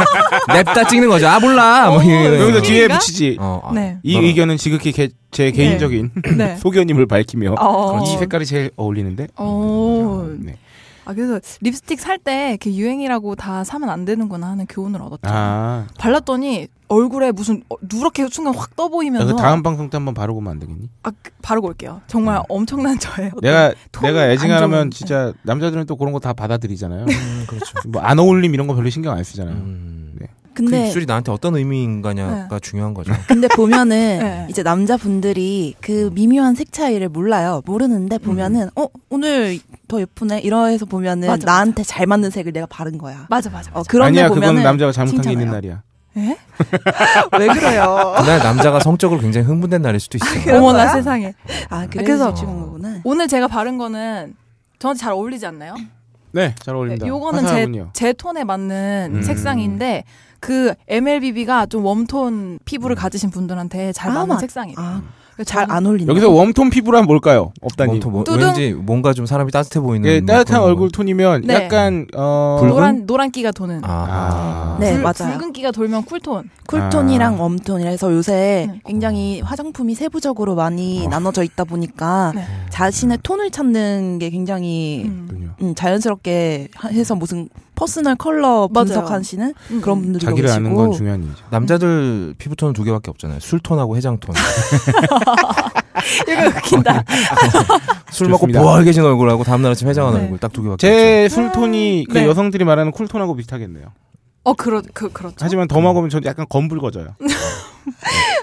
[SPEAKER 5] 냅다 찍는 거죠. 아 몰라.
[SPEAKER 2] 오,
[SPEAKER 5] 뭐 이런.
[SPEAKER 2] 여기서
[SPEAKER 1] 여기서 뒤에
[SPEAKER 2] 게임인가?
[SPEAKER 1] 붙이지.
[SPEAKER 5] 어, 아,
[SPEAKER 2] 네.
[SPEAKER 1] 이
[SPEAKER 5] 너는-
[SPEAKER 1] 의견은 지극히 개- 제 개인적인
[SPEAKER 2] 네.
[SPEAKER 1] 소견임을 밝히며
[SPEAKER 2] 어.
[SPEAKER 1] 이 색깔이 제일 어울리는데.
[SPEAKER 2] 어.
[SPEAKER 1] 네.
[SPEAKER 2] 아, 그래서 립스틱 살 때 이렇게 유행이라고 다 사면 안 되는구나 하는 교훈을 얻었죠.
[SPEAKER 1] 아,
[SPEAKER 2] 발랐더니 얼굴에 무슨 어, 누렇게 순간 확 떠
[SPEAKER 1] 야,
[SPEAKER 2] 보이면서
[SPEAKER 1] 그 다음 방송 때 한번 바르고 오면 안 되겠니?
[SPEAKER 2] 아, 그- 바르고 올게요. 정말 엄청난 저예요.
[SPEAKER 1] 내가
[SPEAKER 2] 어, 톤이
[SPEAKER 1] 내가
[SPEAKER 2] 안
[SPEAKER 1] 애증하면
[SPEAKER 2] 좋은데.
[SPEAKER 1] 진짜 남자들은 또 그런 거 다 받아들이잖아요.
[SPEAKER 5] 음, 그렇죠.
[SPEAKER 1] 뭐 안 어울림 이런 거 별로 신경 안 쓰잖아요.
[SPEAKER 5] 음.
[SPEAKER 1] 네.
[SPEAKER 5] 그
[SPEAKER 6] 근데
[SPEAKER 5] 입술이 나한테 어떤 의미인가냐가 중요한 거죠.
[SPEAKER 6] 근데 보면은
[SPEAKER 2] 네.
[SPEAKER 6] 이제 남자분들이 그 미묘한 색 차이를 몰라요. 모르는데 보면은 어 오늘 더 예쁘네 이러해서
[SPEAKER 2] 음.
[SPEAKER 6] 보면은
[SPEAKER 2] 맞아, 맞아.
[SPEAKER 6] 나한테 잘 맞는 색을 내가 바른 거야.
[SPEAKER 2] 맞아, 맞아.
[SPEAKER 6] 어
[SPEAKER 2] 맞아.
[SPEAKER 6] 그런
[SPEAKER 1] 아니야,
[SPEAKER 6] 날 보면은
[SPEAKER 1] 그건 남자가 잘못한 게 있는
[SPEAKER 6] 칭찬해요.
[SPEAKER 1] 날이야.
[SPEAKER 2] 예?
[SPEAKER 6] 왜 그래요?
[SPEAKER 5] 그날 남자가 성적으로 굉장히 흥분된 날일 수도 있어요.
[SPEAKER 2] 어머나 세상에.
[SPEAKER 6] 아
[SPEAKER 2] 그래서-
[SPEAKER 6] 그래서 지금 거구나.
[SPEAKER 2] 오늘 제가 바른 거는 저한테 잘 어울리지 않나요?
[SPEAKER 1] 네, 잘 어울립니다.
[SPEAKER 2] 네, 요거는 제,
[SPEAKER 1] 화사하군요.
[SPEAKER 2] 제 톤에 맞는
[SPEAKER 1] 음.
[SPEAKER 2] 색상인데 그 MLBB가 좀 웜톤 피부를
[SPEAKER 1] 음.
[SPEAKER 2] 가지신 분들한테 잘
[SPEAKER 6] 아,
[SPEAKER 2] 맞는
[SPEAKER 6] 맞-
[SPEAKER 2] 색상이에요. 그러니까
[SPEAKER 6] 아잘
[SPEAKER 2] 그래서 저는-
[SPEAKER 6] 안 어울리네.
[SPEAKER 1] 음. 여기서 웜톤 피부란 뭘까요? 없다니.
[SPEAKER 5] 뭔가 뭐-
[SPEAKER 2] 뚜둥.
[SPEAKER 5] 왠지 뭔가 좀 사람이 따뜻해 보이는
[SPEAKER 1] 예, 따뜻한
[SPEAKER 5] 그런 거.
[SPEAKER 1] 얼굴 톤이면
[SPEAKER 2] 네.
[SPEAKER 1] 약간 어
[SPEAKER 5] 붉은?
[SPEAKER 2] 노란 노란기가 도는
[SPEAKER 5] 아,
[SPEAKER 6] 네.
[SPEAKER 2] 붉-
[SPEAKER 6] 맞아요.
[SPEAKER 2] 붉은기가 돌면 쿨톤.
[SPEAKER 6] 쿨톤이랑
[SPEAKER 1] 아.
[SPEAKER 6] 웜톤이라서 요새
[SPEAKER 2] 네.
[SPEAKER 6] 굉장히 화장품이 세부적으로 많이
[SPEAKER 1] 어.
[SPEAKER 6] 나눠져 있다 보니까
[SPEAKER 2] 네.
[SPEAKER 6] 자신의 톤을 찾는 게 굉장히
[SPEAKER 2] 음.
[SPEAKER 1] 그렇군요.
[SPEAKER 6] 음, 자연스럽게 하- 해서 무슨 퍼스널 컬러
[SPEAKER 2] 맞아요.
[SPEAKER 6] 분석하시는
[SPEAKER 2] 음.
[SPEAKER 6] 네. 그런 분들이
[SPEAKER 1] 자기를
[SPEAKER 6] 계시고
[SPEAKER 1] 아는 건 중요한 일이죠.
[SPEAKER 5] 남자들 피부톤은 두 개밖에 없잖아요. 술톤하고 해장톤.
[SPEAKER 2] 이거 웃긴다.
[SPEAKER 5] 술 먹고
[SPEAKER 1] 좋습니다.
[SPEAKER 5] 보활개진 얼굴하고 다음날 아침 해장한
[SPEAKER 2] 네.
[SPEAKER 5] 얼굴 딱 두 개밖에
[SPEAKER 1] 제
[SPEAKER 6] 음,
[SPEAKER 1] 술톤이 그
[SPEAKER 2] 네.
[SPEAKER 1] 여성들이 말하는 쿨톤하고 비슷하겠네요.
[SPEAKER 2] 어 그렇 그 그렇죠.
[SPEAKER 1] 하지만
[SPEAKER 6] 아,
[SPEAKER 1] 더
[SPEAKER 6] 음.
[SPEAKER 1] 먹으면 전 약간 검붉어져요.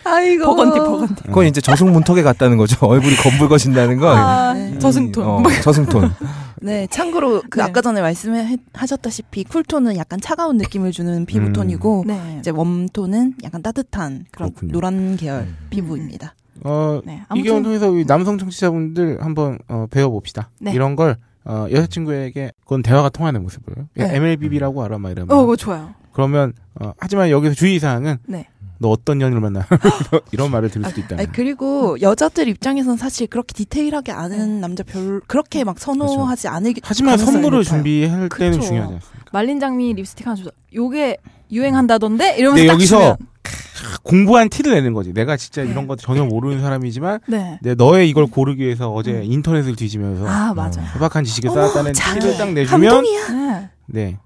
[SPEAKER 6] 아이고
[SPEAKER 2] 버건디 버건디.
[SPEAKER 5] 없어요. 그건 이제 저승문턱에 갔다는 거죠. 얼굴이 검붉어진다는 건.
[SPEAKER 2] 아,
[SPEAKER 6] 네.
[SPEAKER 2] 저승톤.
[SPEAKER 5] 어, 저승톤.
[SPEAKER 6] 네 참고로 그
[SPEAKER 2] 네.
[SPEAKER 6] 아까 전에 말씀하셨다시피 쿨톤은 약간 차가운 느낌을 주는 피부톤이고
[SPEAKER 2] 네.
[SPEAKER 6] 이제 웜톤은 약간 따뜻한 그런
[SPEAKER 1] 그렇군요.
[SPEAKER 6] 노란 계열
[SPEAKER 5] 음.
[SPEAKER 6] 피부입니다.
[SPEAKER 1] 어,
[SPEAKER 2] 네.
[SPEAKER 1] 이게
[SPEAKER 2] 아무튼
[SPEAKER 1] 통해서 우리 남성 청취자분들 한번 어, 배워봅시다.
[SPEAKER 2] 네.
[SPEAKER 1] 이런 걸 어, 여자친구에게 그건 대화가 통하는 모습을 예,
[SPEAKER 2] 네.
[SPEAKER 6] 어,
[SPEAKER 1] MLBB라고 알아 막 이러면
[SPEAKER 2] 어 그거 좋아요.
[SPEAKER 1] 그러면 어, 하지만 여기서 주의사항은
[SPEAKER 2] 네.
[SPEAKER 1] 너 어떤 연인을 만나? 뭐 이런 말을 들을 수도 있다.
[SPEAKER 6] 아니, 그리고 여자들 입장에선 사실 그렇게 디테일하게 아는 남자 별 그렇게 막 선호하지 않으기
[SPEAKER 1] 하지만
[SPEAKER 6] 가능성이
[SPEAKER 1] 선물을
[SPEAKER 6] 높아요.
[SPEAKER 1] 준비할 때는
[SPEAKER 6] 그쵸.
[SPEAKER 1] 중요하지 않습니까?
[SPEAKER 2] 말린 장미 립스틱 하나 주자. 요게 유행한다던데 이러면서
[SPEAKER 1] 근데
[SPEAKER 2] 딱
[SPEAKER 1] 네, 여기서
[SPEAKER 2] 주면.
[SPEAKER 1] 캬, 아, 공부한 티를 내는 거지. 내가 진짜
[SPEAKER 6] 네.
[SPEAKER 1] 이런 거 전혀 모르는 사람이지만
[SPEAKER 2] 네.
[SPEAKER 1] 내 너의 이걸 고르기 위해서 어제 인터넷을 뒤지면서
[SPEAKER 2] 아 맞아.
[SPEAKER 1] 소박한 지식을
[SPEAKER 6] 음. 어머,
[SPEAKER 1] 쌓았다는
[SPEAKER 6] 자기
[SPEAKER 1] 티를 딱 내주면
[SPEAKER 6] 감동이야.
[SPEAKER 2] 네.
[SPEAKER 1] 네.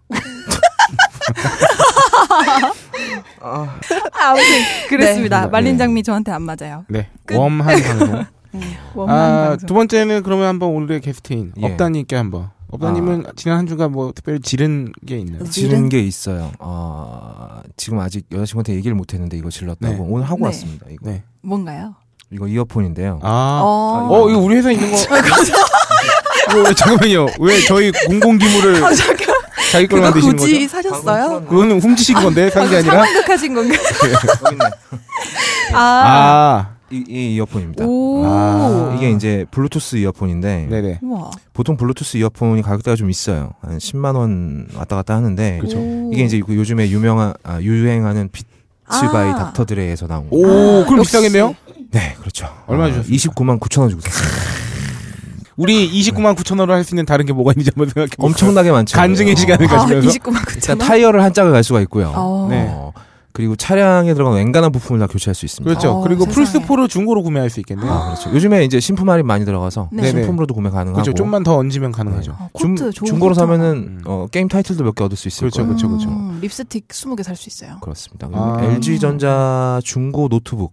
[SPEAKER 2] 아무튼 그랬습니다.
[SPEAKER 1] 네.
[SPEAKER 2] 말린
[SPEAKER 1] 네.
[SPEAKER 2] 장미 저한테 안 맞아요.
[SPEAKER 1] 네.
[SPEAKER 2] 끝.
[SPEAKER 1] 웜한 방송.
[SPEAKER 2] 원만
[SPEAKER 1] 아,
[SPEAKER 2] 방송.
[SPEAKER 1] 두 번째는 그러면 한번 오늘의 게스트인
[SPEAKER 5] 예. 아.
[SPEAKER 1] 업다님께 한번. 업다님은 지난 한 주간 뭐 특별히 지른 게 있나요?
[SPEAKER 5] 지른 게 있어요. 아 지금 아직 여자친구한테 얘기를 못했는데 이거 질렀다고
[SPEAKER 1] 네.
[SPEAKER 5] 오늘 하고
[SPEAKER 2] 네.
[SPEAKER 5] 왔습니다. 이거
[SPEAKER 1] 네.
[SPEAKER 2] 뭔가요?
[SPEAKER 5] 이거 이어폰인데요.
[SPEAKER 1] 아.
[SPEAKER 2] 어.
[SPEAKER 1] 어, 이거 우리 회사에 있는 거. 어, 왜, 잠깐만요. 왜 저희 공공기물을
[SPEAKER 6] 아, 잠깐.
[SPEAKER 1] 자기 걸로
[SPEAKER 6] 그거
[SPEAKER 1] 만드시는
[SPEAKER 6] 굳이
[SPEAKER 1] 거죠?
[SPEAKER 6] 사셨어요?
[SPEAKER 1] 그거는 훔치신 건데, 산 게 아니라?
[SPEAKER 2] 생각하신 건가?
[SPEAKER 5] 여기 있네.
[SPEAKER 2] 아.
[SPEAKER 1] 아,
[SPEAKER 5] 이, 이 이어폰입니다.
[SPEAKER 2] 오.
[SPEAKER 1] 아.
[SPEAKER 5] 이게 이제 블루투스 이어폰인데
[SPEAKER 1] 네네.
[SPEAKER 6] 아.
[SPEAKER 2] 우와.
[SPEAKER 5] 보통 블루투스 이어폰이 가격대가 좀 있어요. 한 10만 원 왔다 갔다 하는데
[SPEAKER 1] 그쵸.
[SPEAKER 2] 오.
[SPEAKER 5] 이게 이제 그 요즘에 유명한 아, 유행하는 비츠바이
[SPEAKER 2] 아.
[SPEAKER 5] 닥터드레에서 나온 거.
[SPEAKER 1] 오, 그럼
[SPEAKER 6] 역시.
[SPEAKER 1] 비싸겠네요?
[SPEAKER 5] 네, 그렇죠.
[SPEAKER 1] 얼마
[SPEAKER 5] 아,
[SPEAKER 1] 주셨습니까?
[SPEAKER 5] 29만 9천 원 주고 샀어요.
[SPEAKER 1] 우리 29만 9천 원으로 할 수 있는 다른 게 뭐가 있는지 한번 생각해 보세요.
[SPEAKER 5] 엄청나게 많죠. 어.
[SPEAKER 1] 간증의 시간을
[SPEAKER 2] 아,
[SPEAKER 1] 가지면서.
[SPEAKER 2] 29만
[SPEAKER 5] 일단
[SPEAKER 2] 9천 원.
[SPEAKER 5] 타이어를 한 짝을 갈 수가 있고요.
[SPEAKER 2] 어.
[SPEAKER 1] 네.
[SPEAKER 5] 어, 그리고 차량에 들어간 웬간한 부품을 다 교체할 수 있습니다.
[SPEAKER 1] 그렇죠.
[SPEAKER 2] 어,
[SPEAKER 1] 그리고
[SPEAKER 2] 세상에.
[SPEAKER 1] 플스4를 중고로 구매할 수 있겠네요.
[SPEAKER 5] 아, 그렇죠. 요즘에 이제 신품 할인 많이 들어가서
[SPEAKER 2] 네.
[SPEAKER 5] 신품으로도 구매 가능하고 네.
[SPEAKER 1] 그렇죠. 좀만 더 얹으면 가능하죠.
[SPEAKER 2] 어,
[SPEAKER 5] 중,
[SPEAKER 2] 코트 좋은
[SPEAKER 5] 중고로
[SPEAKER 2] 코트.
[SPEAKER 5] 사면은 어, 게임 타이틀도 몇 개 얻을 수 있을
[SPEAKER 1] 그렇죠,
[SPEAKER 5] 거예요.
[SPEAKER 1] 그렇죠, 그렇죠.
[SPEAKER 2] 음, 립스틱 20개 살 수 있어요.
[SPEAKER 5] 그렇습니다.
[SPEAKER 1] 아.
[SPEAKER 5] LG 전자 중고 노트북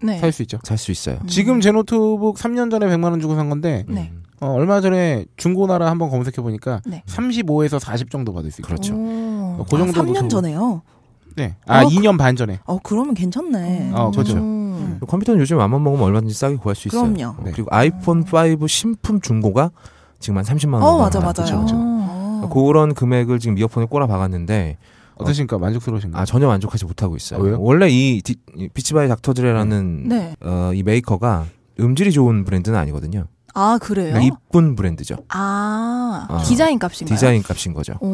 [SPEAKER 2] 네. 음.
[SPEAKER 1] 살 수 있죠.
[SPEAKER 5] 살 수 있어요.
[SPEAKER 1] 지금 제 노트북 3년 전에 100만 원 주고 산 건데
[SPEAKER 2] 네.
[SPEAKER 1] 어, 얼마 전에 중고나라 한번 검색해 보니까
[SPEAKER 2] 네.
[SPEAKER 1] 35에서 40 정도 받을 수 있고
[SPEAKER 5] 그렇죠.
[SPEAKER 2] 오.
[SPEAKER 1] 그 정도
[SPEAKER 6] 아, 3년 전에요.
[SPEAKER 1] 네. 아,
[SPEAKER 6] 어,
[SPEAKER 1] 2년 반 전에.
[SPEAKER 6] 어 그러면 괜찮네.
[SPEAKER 2] 아,
[SPEAKER 1] 어, 그렇죠.
[SPEAKER 2] 음.
[SPEAKER 5] 컴퓨터는 요즘 맘만 먹으면 얼마든지 싸게 구할 수 있어요.
[SPEAKER 6] 그럼요.
[SPEAKER 1] 네.
[SPEAKER 5] 어, 그리고 아이폰 5 신품 중고가 지금 한 30만 원.
[SPEAKER 6] 어, 맞아,
[SPEAKER 5] 그렇죠,
[SPEAKER 6] 맞아요.
[SPEAKER 5] 그렇죠.
[SPEAKER 6] 어.
[SPEAKER 5] 그런 금액을 지금 이어폰에 꼬라 박았는데
[SPEAKER 1] 어떠십니까? 만족스러우신가요?
[SPEAKER 5] 아 전혀 만족하지 못하고 있어요.
[SPEAKER 1] 아, 왜요?
[SPEAKER 5] 원래 이 디- 이 비치바이 닥터드레라는
[SPEAKER 2] 네.
[SPEAKER 5] 어, 이 메이커가 음질이 좋은 브랜드는 아니거든요.
[SPEAKER 2] 아 그래요?
[SPEAKER 5] 그러니까 이쁜 브랜드죠.
[SPEAKER 2] 아,
[SPEAKER 5] 아,
[SPEAKER 2] 디자인 값인가요?
[SPEAKER 5] 디자인 값인 거죠.
[SPEAKER 2] 오.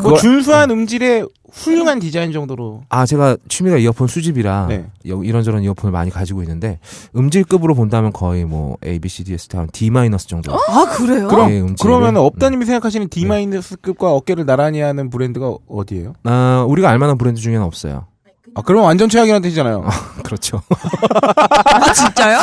[SPEAKER 1] 그 준수한 음질에 훌륭한 디자인 정도로
[SPEAKER 5] 아 제가 취미가 이어폰 수집이라
[SPEAKER 1] 네.
[SPEAKER 5] 여- 이런저런 이어폰을 많이 가지고 있는데 음질급으로 본다면 거의 뭐 A, B, C, D, S 다운 D 마이너스 정도.
[SPEAKER 2] 아 그래요?
[SPEAKER 5] 그럼- 예,
[SPEAKER 1] 그럼
[SPEAKER 5] 음질을.
[SPEAKER 1] 그러면 업다님이 생각하시는 D-급과 어깨를 나란히 하는 브랜드가 어디예요?
[SPEAKER 5] 아, 우리가 알만한 브랜드 중에는 없어요.
[SPEAKER 1] 아, 그러면 완전 최악이라는 뜻이잖아요.
[SPEAKER 5] 그렇죠.
[SPEAKER 6] 아 진짜요?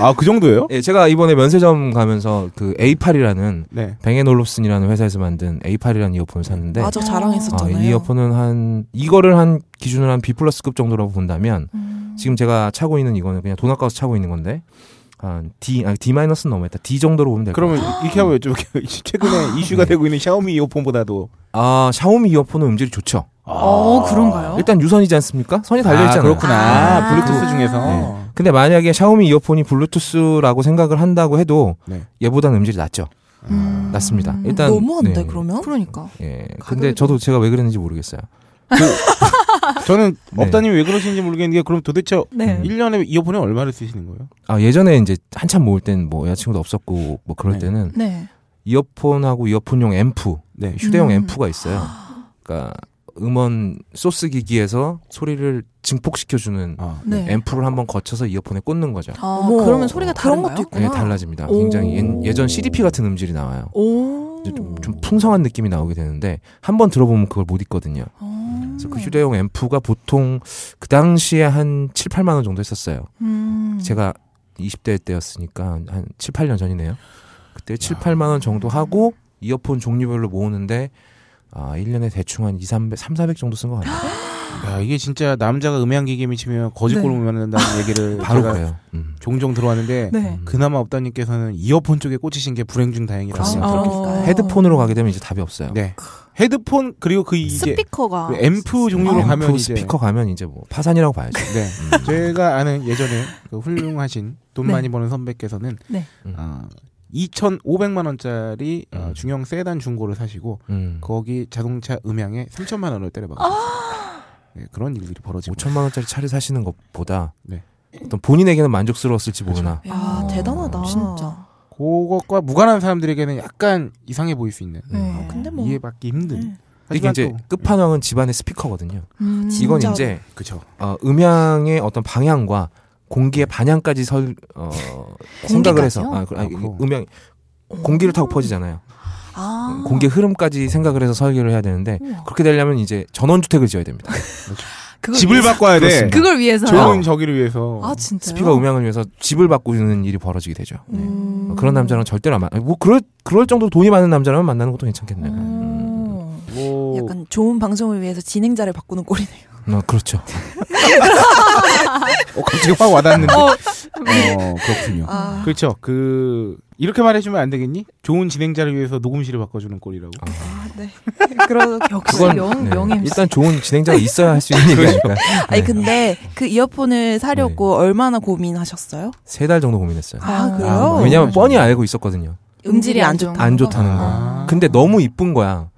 [SPEAKER 1] 아, 그 정도예요?
[SPEAKER 5] 예, 제가 이번에 면세점 가면서 그 A8이라는
[SPEAKER 1] 네.
[SPEAKER 5] 뱅앤올롭슨이라는 회사에서 만든 A8이라는 이어폰을 샀는데
[SPEAKER 6] 맞아
[SPEAKER 5] 아,
[SPEAKER 6] 자랑했었잖아요. 음,
[SPEAKER 5] 이 이어폰은 한 이거를 한 기준으로 한 B 플러스급 정도라고 본다면
[SPEAKER 2] 음.
[SPEAKER 5] 지금 제가 차고 있는 이거는 그냥 돈 아까워서 차고 있는 건데 한 D 아 D 마이너스 넘어했다 D 정도로 보면 될것
[SPEAKER 1] 네, 그러면
[SPEAKER 5] 같아요.
[SPEAKER 1] 이렇게 한번 여쭤볼게요. 최근에 이슈가
[SPEAKER 5] 네.
[SPEAKER 1] 되고 있는 샤오미 이어폰보다도
[SPEAKER 5] 아 샤오미 이어폰은 음질이 좋죠.
[SPEAKER 2] 어 그런가요?
[SPEAKER 5] 일단 유선이지 않습니까? 선이 달려 있잖아요.
[SPEAKER 1] 아, 그렇구나.
[SPEAKER 2] 아.
[SPEAKER 1] 블루투스 중에서.
[SPEAKER 5] 네. 근데 만약에 샤오미 이어폰이 블루투스라고 생각을 한다고 해도
[SPEAKER 1] 네.
[SPEAKER 5] 얘보다는 음질이 낮죠.
[SPEAKER 2] 음.
[SPEAKER 5] 낮습니다. 일단
[SPEAKER 6] 너무한데
[SPEAKER 5] 네.
[SPEAKER 6] 그러면? 아,
[SPEAKER 2] 그러니까.
[SPEAKER 5] 예. 근데
[SPEAKER 2] 가격이
[SPEAKER 5] 저도 제가 왜 그랬는지 모르겠어요.
[SPEAKER 1] 저는
[SPEAKER 5] 네.
[SPEAKER 1] 업다님이 왜 그러시는지 모르겠는 게 그럼 도대체
[SPEAKER 2] 네.
[SPEAKER 5] 음.
[SPEAKER 1] 1년에 이어폰에 얼마를 쓰시는 거예요?
[SPEAKER 5] 아 예전에 이제 한참 모을 땐 뭐 여자친구도 없었고 뭐 그럴
[SPEAKER 1] 네.
[SPEAKER 5] 때는
[SPEAKER 2] 네.
[SPEAKER 5] 이어폰하고 이어폰용 앰프
[SPEAKER 1] 네.
[SPEAKER 5] 휴대용
[SPEAKER 2] 음.
[SPEAKER 5] 앰프가 있어요. 그러니까 음원 소스 기기에서 소리를 증폭시켜주는
[SPEAKER 1] 아,
[SPEAKER 2] 네.
[SPEAKER 5] 앰프를 한번 거쳐서 이어폰에 꽂는 거죠.
[SPEAKER 2] 아
[SPEAKER 6] 어머,
[SPEAKER 2] 그러면 소리가
[SPEAKER 6] 그런
[SPEAKER 2] 다른가요?
[SPEAKER 6] 것도
[SPEAKER 5] 예,
[SPEAKER 6] 있구나.
[SPEAKER 5] 달라집니다.
[SPEAKER 2] 오.
[SPEAKER 5] 굉장히 예, 예전 CDP 같은 음질이 나와요.
[SPEAKER 2] 오.
[SPEAKER 5] 이제 좀, 좀 풍성한 느낌이 나오게 되는데 한번 들어보면 그걸 못 잊거든요.
[SPEAKER 2] 어.
[SPEAKER 6] 음.
[SPEAKER 5] 그래서 그 휴대용 앰프가 보통 그 당시에 한 7, 8만 원 정도 했었어요.
[SPEAKER 2] 음.
[SPEAKER 5] 제가 20대 때였으니까 한- 한 7, 8년 전이네요. 그때 7, 8만 원 정도 하고 이어폰 종류별로 모으는데 아, 1년에 대충 한 2, 300, 3, 400 정도 쓴 것 같아요.
[SPEAKER 1] 야, 이게 진짜 남자가 음향기기에 미치면 거짓골을
[SPEAKER 2] 네.
[SPEAKER 1] 만든다는 얘기를
[SPEAKER 5] 바로
[SPEAKER 1] 제가
[SPEAKER 5] 그래요. 음.
[SPEAKER 1] 종종 들어왔는데
[SPEAKER 2] 네.
[SPEAKER 1] 그나마 업다님께서는 이어폰 쪽에 꽂히신 게 불행 중
[SPEAKER 5] 그렇습니다.
[SPEAKER 1] 다행이라고.
[SPEAKER 6] 어,
[SPEAKER 5] 아,
[SPEAKER 2] 그러니까요.
[SPEAKER 5] 헤드폰으로 가게 되면 이제 답이 없어요.
[SPEAKER 1] 네. 헤드폰 그리고 그 이제
[SPEAKER 2] 스피커가.
[SPEAKER 1] 그 앰프 종류로
[SPEAKER 5] 앰프,
[SPEAKER 1] 가면 이제
[SPEAKER 5] 스피커 가면 이제 뭐 파산이라고 봐야죠.
[SPEAKER 1] 네. 제가 아는 예전에 그 훌륭하신 돈
[SPEAKER 2] 네.
[SPEAKER 1] 많이 버는 선배께서는
[SPEAKER 2] 네.
[SPEAKER 1] 아, 2,500만 원짜리 어,
[SPEAKER 5] 음.
[SPEAKER 1] 중형 세단 중고를 사시고
[SPEAKER 6] 그
[SPEAKER 5] 음.
[SPEAKER 1] 거기 자동차 음향에 3천만 원을 때려박았어요. 네, 그런 일들이 벌어지고
[SPEAKER 5] 5천만 원짜리 차를 사시는 것보다
[SPEAKER 1] 네. 그렇죠.
[SPEAKER 5] 어떤 본인에게는 만족스러웠을지 모르나
[SPEAKER 2] 야,
[SPEAKER 6] 아 대단하다.
[SPEAKER 2] 진짜.
[SPEAKER 1] 그것과 무관한 사람들에게는 약간 이상해 보일 수 있는
[SPEAKER 2] 네.
[SPEAKER 6] 근데 뭐
[SPEAKER 1] 이해받기 힘든
[SPEAKER 6] 네.
[SPEAKER 5] 이게
[SPEAKER 1] 하지만
[SPEAKER 5] 이제
[SPEAKER 1] 또-
[SPEAKER 5] 끝판왕은 집안의 스피커거든요.
[SPEAKER 2] 음,
[SPEAKER 5] 이건
[SPEAKER 6] 진짜로.
[SPEAKER 5] 이제
[SPEAKER 1] 그쵸.
[SPEAKER 5] 어, 음향의 어떤 방향과
[SPEAKER 1] 네.
[SPEAKER 5] 공기의 반향까지 설 어, 생각을 해서
[SPEAKER 6] 공기까지요?
[SPEAKER 5] 아, 그- 아니,
[SPEAKER 1] 그렇고.
[SPEAKER 5] 음향 공기를 타고 퍼지잖아요.
[SPEAKER 6] 아.
[SPEAKER 5] 공기의 흐름까지 생각을 해서 설계를 해야 되는데
[SPEAKER 6] 우와.
[SPEAKER 5] 그렇게 되려면 이제 전원주택을 지어야 됩니다.
[SPEAKER 2] 그걸
[SPEAKER 1] 집을
[SPEAKER 2] 위해서,
[SPEAKER 1] 바꿔야 돼.
[SPEAKER 5] 그렇습니다.
[SPEAKER 2] 그걸 위해서
[SPEAKER 1] 좋은 저기를 위해서.
[SPEAKER 2] 아 진짜요?
[SPEAKER 5] 스피커 음향을 위해서 집을 바꾸는 일이 벌어지게 되죠. 네.
[SPEAKER 6] 음.
[SPEAKER 5] 그런 남자는 절대로 안 만. 뭐 그럴 그럴 정도로 돈이 많은 남자라면 만나는 것도 괜찮겠네요. 음.
[SPEAKER 6] 오.
[SPEAKER 1] 뭐
[SPEAKER 6] 약간 좋은 방송을 위해서 진행자를 바꾸는 꼴이네요.
[SPEAKER 5] 어, 그렇죠.
[SPEAKER 1] 어, 갑자기 확 와닿는데. 어, 그렇군요. 그렇죠. 그 이렇게 말해주면 안 되겠니? 좋은 진행자를 위해서 녹음실을 바꿔주는 꼴이라고.
[SPEAKER 6] 아, 네.
[SPEAKER 2] 그러 역시
[SPEAKER 5] 그건-
[SPEAKER 2] 명
[SPEAKER 5] 네.
[SPEAKER 2] 명 MC.
[SPEAKER 5] 일단 좋은 진행자가 있어야 할 수 있는
[SPEAKER 1] 그렇죠.
[SPEAKER 5] 얘기니까. 네.
[SPEAKER 6] 아니 근데 그 이어폰을 사려고 얼마나 고민하셨어요?
[SPEAKER 5] 세 달 정도 고민했어요.
[SPEAKER 6] 아, 그래요?
[SPEAKER 5] 아,
[SPEAKER 1] 음.
[SPEAKER 5] 왜냐면 뻔히 알고 있었거든요.
[SPEAKER 2] 음질이 안 좋은
[SPEAKER 6] 좋다.
[SPEAKER 5] 안 좋다는 거.
[SPEAKER 1] 아.
[SPEAKER 5] 근데 너무 이쁜 거야.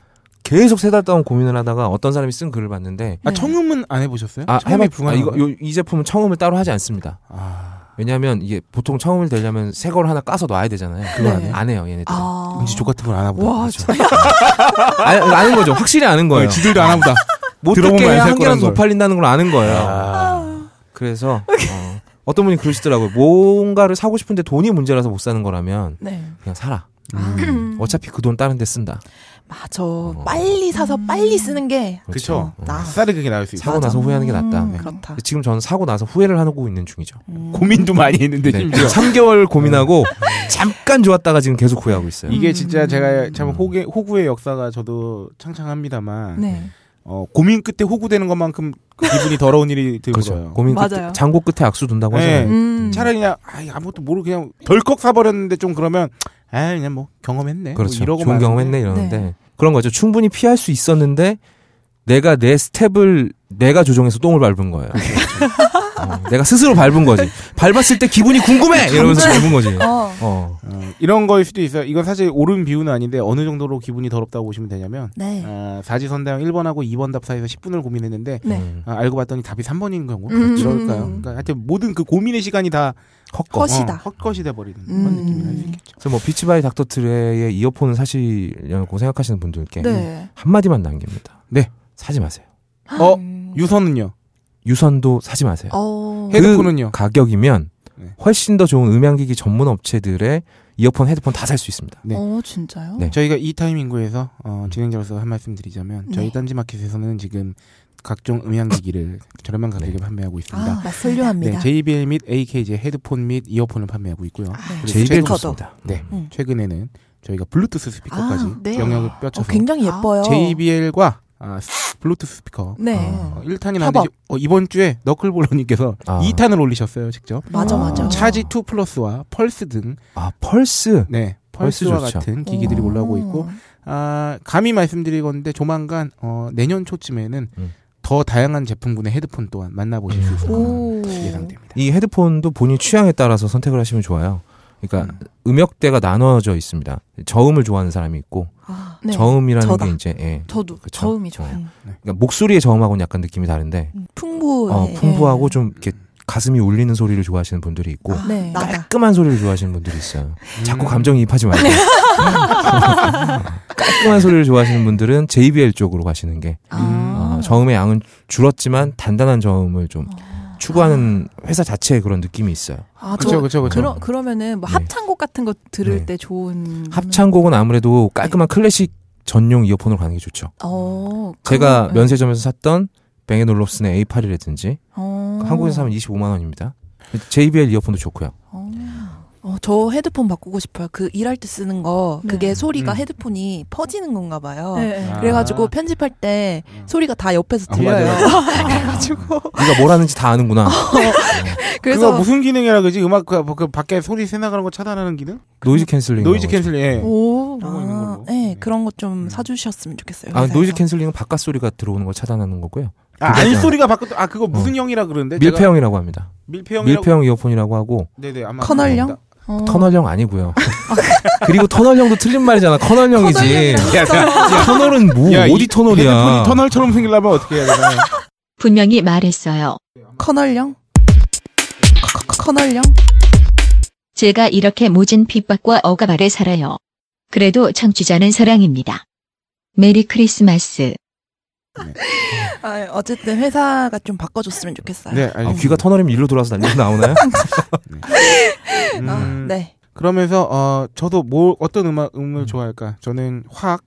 [SPEAKER 5] 계속 세 달 동안 고민을 하다가 어떤 사람이 쓴 글을 봤는데
[SPEAKER 1] 아
[SPEAKER 6] 네.
[SPEAKER 1] 청음은 안 해보셨어요?
[SPEAKER 5] 아,
[SPEAKER 1] 청음이
[SPEAKER 5] 해봐-
[SPEAKER 1] 붕한
[SPEAKER 5] 아, 이거
[SPEAKER 1] 거예요?
[SPEAKER 5] 요, 이 제품은 청음을 따로 하지 않습니다.
[SPEAKER 1] 아,
[SPEAKER 5] 왜냐하면 이게 보통 청음을 내려면 새 걸 하나 까서 놔야 되잖아요. 그거 안 해요? 안 해요, 얘네들. 은
[SPEAKER 6] 아.
[SPEAKER 1] 음지 족 같은 걸 안 하보다.
[SPEAKER 6] 와,
[SPEAKER 1] 그렇죠.
[SPEAKER 5] 아, 는 거죠. 확실히 아는
[SPEAKER 1] 네,
[SPEAKER 5] 거예요.
[SPEAKER 1] 지들도 안 하보다.
[SPEAKER 5] 못
[SPEAKER 1] 들어보면
[SPEAKER 5] 듣게 해야
[SPEAKER 1] 안살
[SPEAKER 5] 한 개라도
[SPEAKER 1] 거라는
[SPEAKER 5] 더
[SPEAKER 1] 걸.
[SPEAKER 5] 팔린다는 걸 아는 거예요.
[SPEAKER 1] 아,
[SPEAKER 5] 그래서 어, 어떤 분이 그러시더라고요. 뭔가를 사고 싶은데 돈이 문제라서 못 사는 거라면
[SPEAKER 6] 네.
[SPEAKER 5] 그냥 사라.
[SPEAKER 1] 음.
[SPEAKER 5] 어차피 그 돈 다른 데 쓴다.
[SPEAKER 6] 맞아. 빨리 사서
[SPEAKER 2] 음.
[SPEAKER 6] 빨리 쓰는 게
[SPEAKER 1] 그렇죠. 그
[SPEAKER 5] 어.
[SPEAKER 6] 나.
[SPEAKER 1] 싸르게 나올 수 있어.
[SPEAKER 5] 사고 나서 후회하는 게 낫다.
[SPEAKER 6] 음,
[SPEAKER 5] 네.
[SPEAKER 6] 그렇다.
[SPEAKER 5] 지금 저는 사고 나서 후회를 하고 있는 중이죠.
[SPEAKER 1] 음. 고민도 많이 했는데
[SPEAKER 5] 네.
[SPEAKER 1] 심지어
[SPEAKER 5] 3개월 고민하고 잠깐 좋았다가 지금 계속 후회하고 있어요.
[SPEAKER 1] 이게 진짜 제가 참 호구의, 호구의 역사가 저도 창창합니다만
[SPEAKER 2] 네.
[SPEAKER 1] 어, 고민 끝에 호구되는 것만큼 그 기분이 더러운 일이
[SPEAKER 5] 그렇죠.
[SPEAKER 1] 들고요.
[SPEAKER 5] 고민
[SPEAKER 2] 맞아요.
[SPEAKER 5] 끝 장고 끝에 악수 둔다고
[SPEAKER 1] 네.
[SPEAKER 5] 하잖아요.
[SPEAKER 2] 음.
[SPEAKER 1] 차라리 그냥 아이, 아무것도 모르고 그냥 덜컥 사버렸는데 좀 그러면 아 그냥 뭐 경험했네.
[SPEAKER 5] 그렇죠.
[SPEAKER 1] 뭐 이러고
[SPEAKER 5] 좋은
[SPEAKER 1] 마는데.
[SPEAKER 5] 경험했네 이러는데 그런 거죠. 충분히 피할 수 있었는데 내가 내 스텝을 내가 조정해서 똥을 밟은 거예요.
[SPEAKER 1] 그렇죠.
[SPEAKER 5] 어, 내가 스스로 밟은 거지. 밟았을 때 기분이 궁금해 이러면서 밟은 거지.
[SPEAKER 2] 아,
[SPEAKER 6] 어.
[SPEAKER 5] 어.
[SPEAKER 1] 어, 이런 거일 수도 있어요. 이건 사실 옳은 비유는 아닌데 어느 정도로 기분이 더럽다고 보시면 되냐면
[SPEAKER 6] 네.
[SPEAKER 1] 아, 사지선다형 1번하고 2번 답 사이에서 10분을 고민했는데
[SPEAKER 2] 네.
[SPEAKER 5] 음,
[SPEAKER 1] 아, 알고 봤더니 답이 3번인 경우
[SPEAKER 2] 음.
[SPEAKER 1] 이럴까요? 그러니까 하여튼 모든 그 고민의 시간이 다
[SPEAKER 5] 헛거.
[SPEAKER 6] 헛- 헛것이다.
[SPEAKER 1] 어, 헛것이 돼버리는 그런
[SPEAKER 2] 음.
[SPEAKER 1] 느낌이 날수 있겠죠.
[SPEAKER 5] 그래서 뭐 비치바이 닥터 트레의 이어폰은 사실이라고 생각하시는 분들께
[SPEAKER 6] 네.
[SPEAKER 5] 한 마디만 남깁니다.
[SPEAKER 1] 네.
[SPEAKER 5] 사지 마세요.
[SPEAKER 1] 어 유선은요?
[SPEAKER 5] 유선도 사지 마세요.
[SPEAKER 6] 어.
[SPEAKER 1] 헤- 헤드폰은요?
[SPEAKER 5] 그 가격이면
[SPEAKER 1] 네.
[SPEAKER 5] 훨씬 더 좋은 음향기기 전문 업체들의 이어폰, 헤드폰 다 살 수 있습니다.
[SPEAKER 1] 네.
[SPEAKER 2] 어 진짜요?
[SPEAKER 5] 네. 음.
[SPEAKER 1] 저희가 이 타임 인구에서 어, 진행자로서 한 말씀 드리자면 저희
[SPEAKER 2] 네.
[SPEAKER 1] 딴지마켓에서는 지금 각종 음향기기를 저렴한 가격에
[SPEAKER 5] 네.
[SPEAKER 1] 판매하고 있습니다.
[SPEAKER 6] 아, 맞습니다.
[SPEAKER 1] 네,
[SPEAKER 6] 훌륭합니다.
[SPEAKER 1] JBL 및 AKG 헤드폰 및 이어폰을 판매하고 있고요.
[SPEAKER 6] 아.
[SPEAKER 1] 그리고
[SPEAKER 5] 제일
[SPEAKER 1] 최근-
[SPEAKER 6] 스피커도.
[SPEAKER 5] 좋습니다.
[SPEAKER 1] 네,
[SPEAKER 6] 음.
[SPEAKER 1] 최근에는 저희가 블루투스 스피커까지
[SPEAKER 6] 아, 네.
[SPEAKER 1] 영역을
[SPEAKER 6] 어,
[SPEAKER 1] 뼈쳐서
[SPEAKER 6] 굉장히 예뻐요.
[SPEAKER 1] JBL과 아, 스- 블루투스
[SPEAKER 6] 음.
[SPEAKER 1] 스피커
[SPEAKER 2] 네.
[SPEAKER 5] 아.
[SPEAKER 1] 어, 1탄이
[SPEAKER 6] 협업.
[SPEAKER 1] 나왔는데 어, 이번 주에 너클볼러님께서
[SPEAKER 5] 아.
[SPEAKER 1] 2탄을 올리셨어요 직접.
[SPEAKER 6] 맞아
[SPEAKER 5] 아,
[SPEAKER 6] 맞아.
[SPEAKER 1] 차지 2 플러스와 펄스 등
[SPEAKER 5] 아 펄스
[SPEAKER 1] 네,
[SPEAKER 5] 펄스
[SPEAKER 1] 펄스와
[SPEAKER 5] 좋죠.
[SPEAKER 1] 같은 기기들이
[SPEAKER 5] 어.
[SPEAKER 1] 올라오고 있고 아, 감히 말씀드리건데 조만간 어, 내년 초쯤에는
[SPEAKER 5] 음.
[SPEAKER 1] 더 다양한 제품군의 헤드폰 또한 만나보실 수
[SPEAKER 6] 음.
[SPEAKER 1] 있을 거라
[SPEAKER 2] 오.
[SPEAKER 1] 예상됩니다.
[SPEAKER 5] 이 헤드폰도 본인 취향에 따라서 선택을 하시면 좋아요. 그러니까 음. 역대가 나눠져 있습니다. 저음을 좋아하는 사람이 있고
[SPEAKER 6] 아,
[SPEAKER 2] 네.
[SPEAKER 5] 저음이라는
[SPEAKER 6] 저다.
[SPEAKER 5] 게 이제 예.
[SPEAKER 2] 저도
[SPEAKER 5] 그쵸?
[SPEAKER 2] 저음이 좋아요.
[SPEAKER 5] 어.
[SPEAKER 1] 네.
[SPEAKER 5] 그러니까 목소리의 저음하고는 약간 느낌이 다른데
[SPEAKER 6] 풍부. 네.
[SPEAKER 5] 어, 풍부하고 좀 이렇게 가슴이 울리는 소리를 좋아하시는 분들이 있고
[SPEAKER 6] 아,
[SPEAKER 2] 네.
[SPEAKER 6] 나다.
[SPEAKER 5] 깔끔한 소리를 좋아하시는 분들이 있어요.
[SPEAKER 1] 음.
[SPEAKER 5] 자꾸 감정이입하지 말고 깔끔한 소리를 좋아하시는 분들은 JBL 쪽으로 가시는 게
[SPEAKER 6] 아.
[SPEAKER 5] 어, 저음의 양은 줄었지만 단단한 저음을 좀 추구하는 회사 자체의 그런 느낌이 있어요.
[SPEAKER 2] 아,
[SPEAKER 1] 그렇죠, 그렇죠, 그렇죠.
[SPEAKER 2] 그러, 그러면은 뭐
[SPEAKER 5] 네.
[SPEAKER 2] 합창곡 같은 거 들을
[SPEAKER 5] 네.
[SPEAKER 2] 때 좋은
[SPEAKER 5] 합창곡은 아무래도 깔끔한 클래식 전용 이어폰으로 가는 게 좋죠.
[SPEAKER 2] 어,
[SPEAKER 5] 제가
[SPEAKER 2] 그거-
[SPEAKER 5] 면세점에서 샀던 뱅앤올롭슨의 A8이라든지
[SPEAKER 2] 어.
[SPEAKER 5] 한국에서 사면 25만 원입니다. JBL 이어폰도 좋고요.
[SPEAKER 2] 어.
[SPEAKER 6] 어, 저 헤드폰 바꾸고 싶어요. 그 일할 때 쓰는 거
[SPEAKER 2] 네.
[SPEAKER 6] 그게 소리가
[SPEAKER 1] 음.
[SPEAKER 6] 헤드폰이 퍼지는 건가 봐요.
[SPEAKER 2] 네.
[SPEAKER 1] 아.
[SPEAKER 6] 그래가지고 편집할 때 소리가 다 옆에서
[SPEAKER 1] 아,
[SPEAKER 6] 들려요.
[SPEAKER 1] 맞아,
[SPEAKER 6] 그래가지고
[SPEAKER 5] 네가 뭘 하는지 다 아는구나. 네.
[SPEAKER 1] 그거
[SPEAKER 6] 그래서
[SPEAKER 1] 무슨 기능이라 그러지? 음악 그, 그 밖에 소리 새 나가는 거 차단하는 기능?
[SPEAKER 5] 노이즈 캔슬링.
[SPEAKER 1] 노이즈 캔슬 예.
[SPEAKER 2] 오.
[SPEAKER 1] 하고 있는 걸로.
[SPEAKER 6] 네,
[SPEAKER 1] 네.
[SPEAKER 6] 그런 것 좀
[SPEAKER 1] 음.
[SPEAKER 6] 사주셨으면 좋겠어요.
[SPEAKER 5] 아, 노이즈
[SPEAKER 6] 회사에서.
[SPEAKER 5] 캔슬링은 바깥 소리가 들어오는 걸 차단하는 거고요.
[SPEAKER 1] 아,
[SPEAKER 5] 그거죠.
[SPEAKER 1] 안 소리가 바꿔 아 그거 무슨 형이라 그러는데? 네, 제가
[SPEAKER 5] 밀폐형이라고 합니다.
[SPEAKER 1] 밀폐형이라고.
[SPEAKER 5] 밀폐형 이어폰이라고 하고
[SPEAKER 1] 네네 아마
[SPEAKER 6] 커널형?
[SPEAKER 1] 그겁니다.
[SPEAKER 2] 어.
[SPEAKER 5] 터널형 아니고요. 그리고 터널형도 틀린 말이잖아. 커널형이지.
[SPEAKER 1] 야, 야,
[SPEAKER 5] 터널은 뭐
[SPEAKER 1] 야,
[SPEAKER 5] 어디
[SPEAKER 1] 이
[SPEAKER 5] 터널이야?
[SPEAKER 1] 헤드폰이 터널처럼 생기려면 어떻게 해야 되나?
[SPEAKER 3] 분명히 말했어요.
[SPEAKER 6] 커널형? 커- 커- 커널형?
[SPEAKER 3] 제가 이렇게 모진 핍박과 억압 아래 살아요. 그래도 청취자는 사랑입니다. 메리 크리스마스.
[SPEAKER 6] 아, 어쨌든 회사가 좀 바꿔줬으면 좋겠어요.
[SPEAKER 1] 네, 알겠습니다.
[SPEAKER 5] 아, 귀가 터널이면 일로 돌아서 날려 나오나요?
[SPEAKER 1] 음,
[SPEAKER 6] 아, 네.
[SPEAKER 1] 그러면서 어 저도 뭐 어떤 음악 음을 좋아할까? 저는 확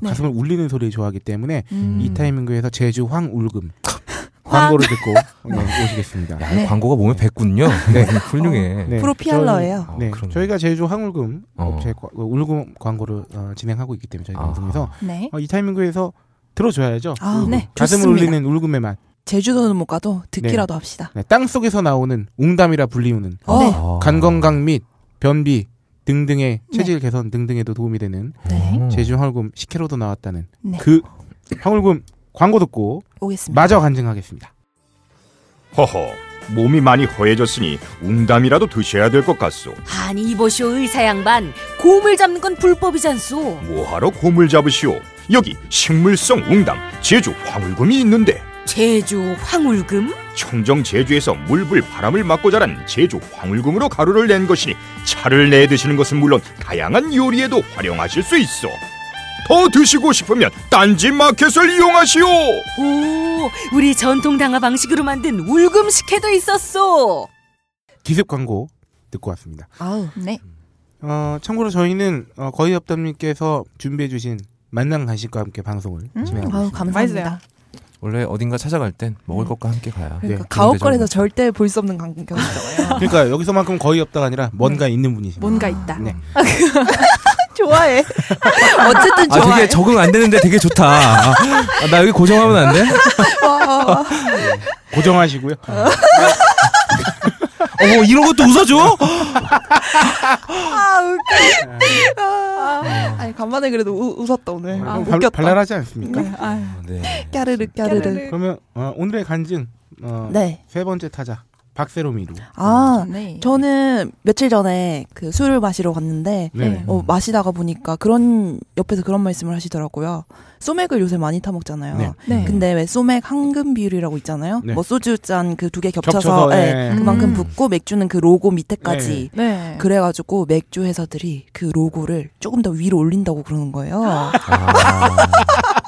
[SPEAKER 6] 네.
[SPEAKER 1] 가슴을 울리는 소리 좋아하기 때문에
[SPEAKER 5] 음.
[SPEAKER 1] 이 타이밍에서 제주 황울금
[SPEAKER 2] 황.
[SPEAKER 1] 광고를 듣고 네, 오시겠습니다.
[SPEAKER 5] 야,
[SPEAKER 6] 아, 네.
[SPEAKER 5] 광고가 몸에 뱉군요.
[SPEAKER 1] 네.
[SPEAKER 5] 훌륭해.
[SPEAKER 1] 네,
[SPEAKER 6] 프로피알러예요.
[SPEAKER 5] 아,
[SPEAKER 1] 네,
[SPEAKER 5] 그러네.
[SPEAKER 1] 저희가 제주 황울금
[SPEAKER 5] 어.
[SPEAKER 1] 업체 과- 어, 울금 광고를 어, 진행하고 있기 때문에 저희
[SPEAKER 5] 아.
[SPEAKER 1] 방송에서
[SPEAKER 2] 네.
[SPEAKER 1] 어, 이 타이밍에서 들어줘야죠.
[SPEAKER 6] 아,
[SPEAKER 2] 네.
[SPEAKER 1] 가슴을
[SPEAKER 6] 좋습니다.
[SPEAKER 1] 울리는 울금의 맛,
[SPEAKER 6] 제주도는 못 가도
[SPEAKER 1] 네.
[SPEAKER 6] 듣기라도 합시다.
[SPEAKER 1] 땅 속에서 나오는 웅담이라 불리우는
[SPEAKER 6] 어,
[SPEAKER 2] 네.
[SPEAKER 5] 아.
[SPEAKER 1] 간 건강 및 변비 등등의
[SPEAKER 6] 네.
[SPEAKER 1] 체질 개선 등등에도 도움이 되는
[SPEAKER 2] 네.
[SPEAKER 5] 어.
[SPEAKER 1] 제주 황울금 10kg도 나왔다는
[SPEAKER 2] 네.
[SPEAKER 1] 그 황울금 광고 듣고
[SPEAKER 6] 오겠습니다.
[SPEAKER 1] 마저 간증하겠습니다.
[SPEAKER 4] 허허, 몸이 많이 허해졌으니 웅담이라도 드셔야 될 것 같소.
[SPEAKER 7] 아니 이보시오 의사 양반 곰을 잡는 건 불법이잖소
[SPEAKER 4] 뭐하러 곰을 잡으시오? 여기 식물성 웅담 제주 황울금이 있는데
[SPEAKER 7] 제주 황울금
[SPEAKER 4] 청정 제주에서 물불 바람을 맞고 자란 제주 황울금으로 가루를 낸 것이니 차를 내 드시는 것은 물론 다양한 요리에도 활용하실 수 있어. 더 드시고 싶으면 딴지 마켓을 이용하시오.
[SPEAKER 7] 오 우리 전통 당화 방식으로 만든 울금 식혜도 있었소
[SPEAKER 1] 기습 광고 듣고 왔습니다.
[SPEAKER 6] 아우.
[SPEAKER 2] 네.
[SPEAKER 1] 어, 참고로 저희는 어, 거의 업담님께서 준비해주신 만난 간식과 함께 방송을 진행하고
[SPEAKER 6] 음, 아우,
[SPEAKER 1] 있습니다.
[SPEAKER 6] 감사합니다.
[SPEAKER 5] 원래 어딘가 찾아갈 땐 먹을 것과 함께 가야.
[SPEAKER 1] 네.
[SPEAKER 6] 음. 그러니까 가옥거리에서
[SPEAKER 5] 기름대접을.
[SPEAKER 6] 절대 볼 수 없는 광경이잖아요.
[SPEAKER 1] 그러니까 여기서만큼 거의 없다가 아니라 뭔가 있는 분이십니다.
[SPEAKER 2] 뭔가 있다.
[SPEAKER 1] 네.
[SPEAKER 6] 좋아해. 어쨌든
[SPEAKER 5] 아,
[SPEAKER 6] 좋아해.
[SPEAKER 5] 되게 적응 안 되는데 되게 좋다. 아, 아, 나 여기 고정하면 안 돼?
[SPEAKER 6] 와,
[SPEAKER 1] 고정하시고요.
[SPEAKER 6] 아,
[SPEAKER 5] 어, 이런 것도 웃어줘?
[SPEAKER 6] 아, 웃겨. 아, 아니 간만에 그래도 우- 웃었다 오늘.
[SPEAKER 1] 네. 아, 발,
[SPEAKER 6] 웃겼다. 네.
[SPEAKER 1] 발랄하지 않습니까?
[SPEAKER 2] 아,
[SPEAKER 5] 어, 네.
[SPEAKER 6] 까르르 까르르.
[SPEAKER 1] 그러면 어, 오늘의 간증 어,
[SPEAKER 6] 네.
[SPEAKER 1] 세 번째 타자 박세로미로.
[SPEAKER 6] 아,
[SPEAKER 2] 네.
[SPEAKER 6] 저는 며칠 전에 그 술을 마시러 갔는데
[SPEAKER 1] 네.
[SPEAKER 6] 어, 마시다가 보니까 그런 옆에서 그런 말씀을 하시더라고요. 소맥을 요새 많이 타 먹잖아요.
[SPEAKER 1] 네.
[SPEAKER 2] 네.
[SPEAKER 6] 근데 왜 소맥 황금 비율이라고 있잖아요.
[SPEAKER 1] 네.
[SPEAKER 6] 뭐 소주 잔 그 두 개 겹쳐서,
[SPEAKER 1] 겹쳐서
[SPEAKER 6] 예,
[SPEAKER 1] 예.
[SPEAKER 6] 그만큼
[SPEAKER 2] 음.
[SPEAKER 6] 붓고 맥주는 그 로고 밑에까지.
[SPEAKER 2] 네.
[SPEAKER 6] 그래가지고 맥주 회사들이 그 로고를 조금 더 위로 올린다고 그러는 거예요.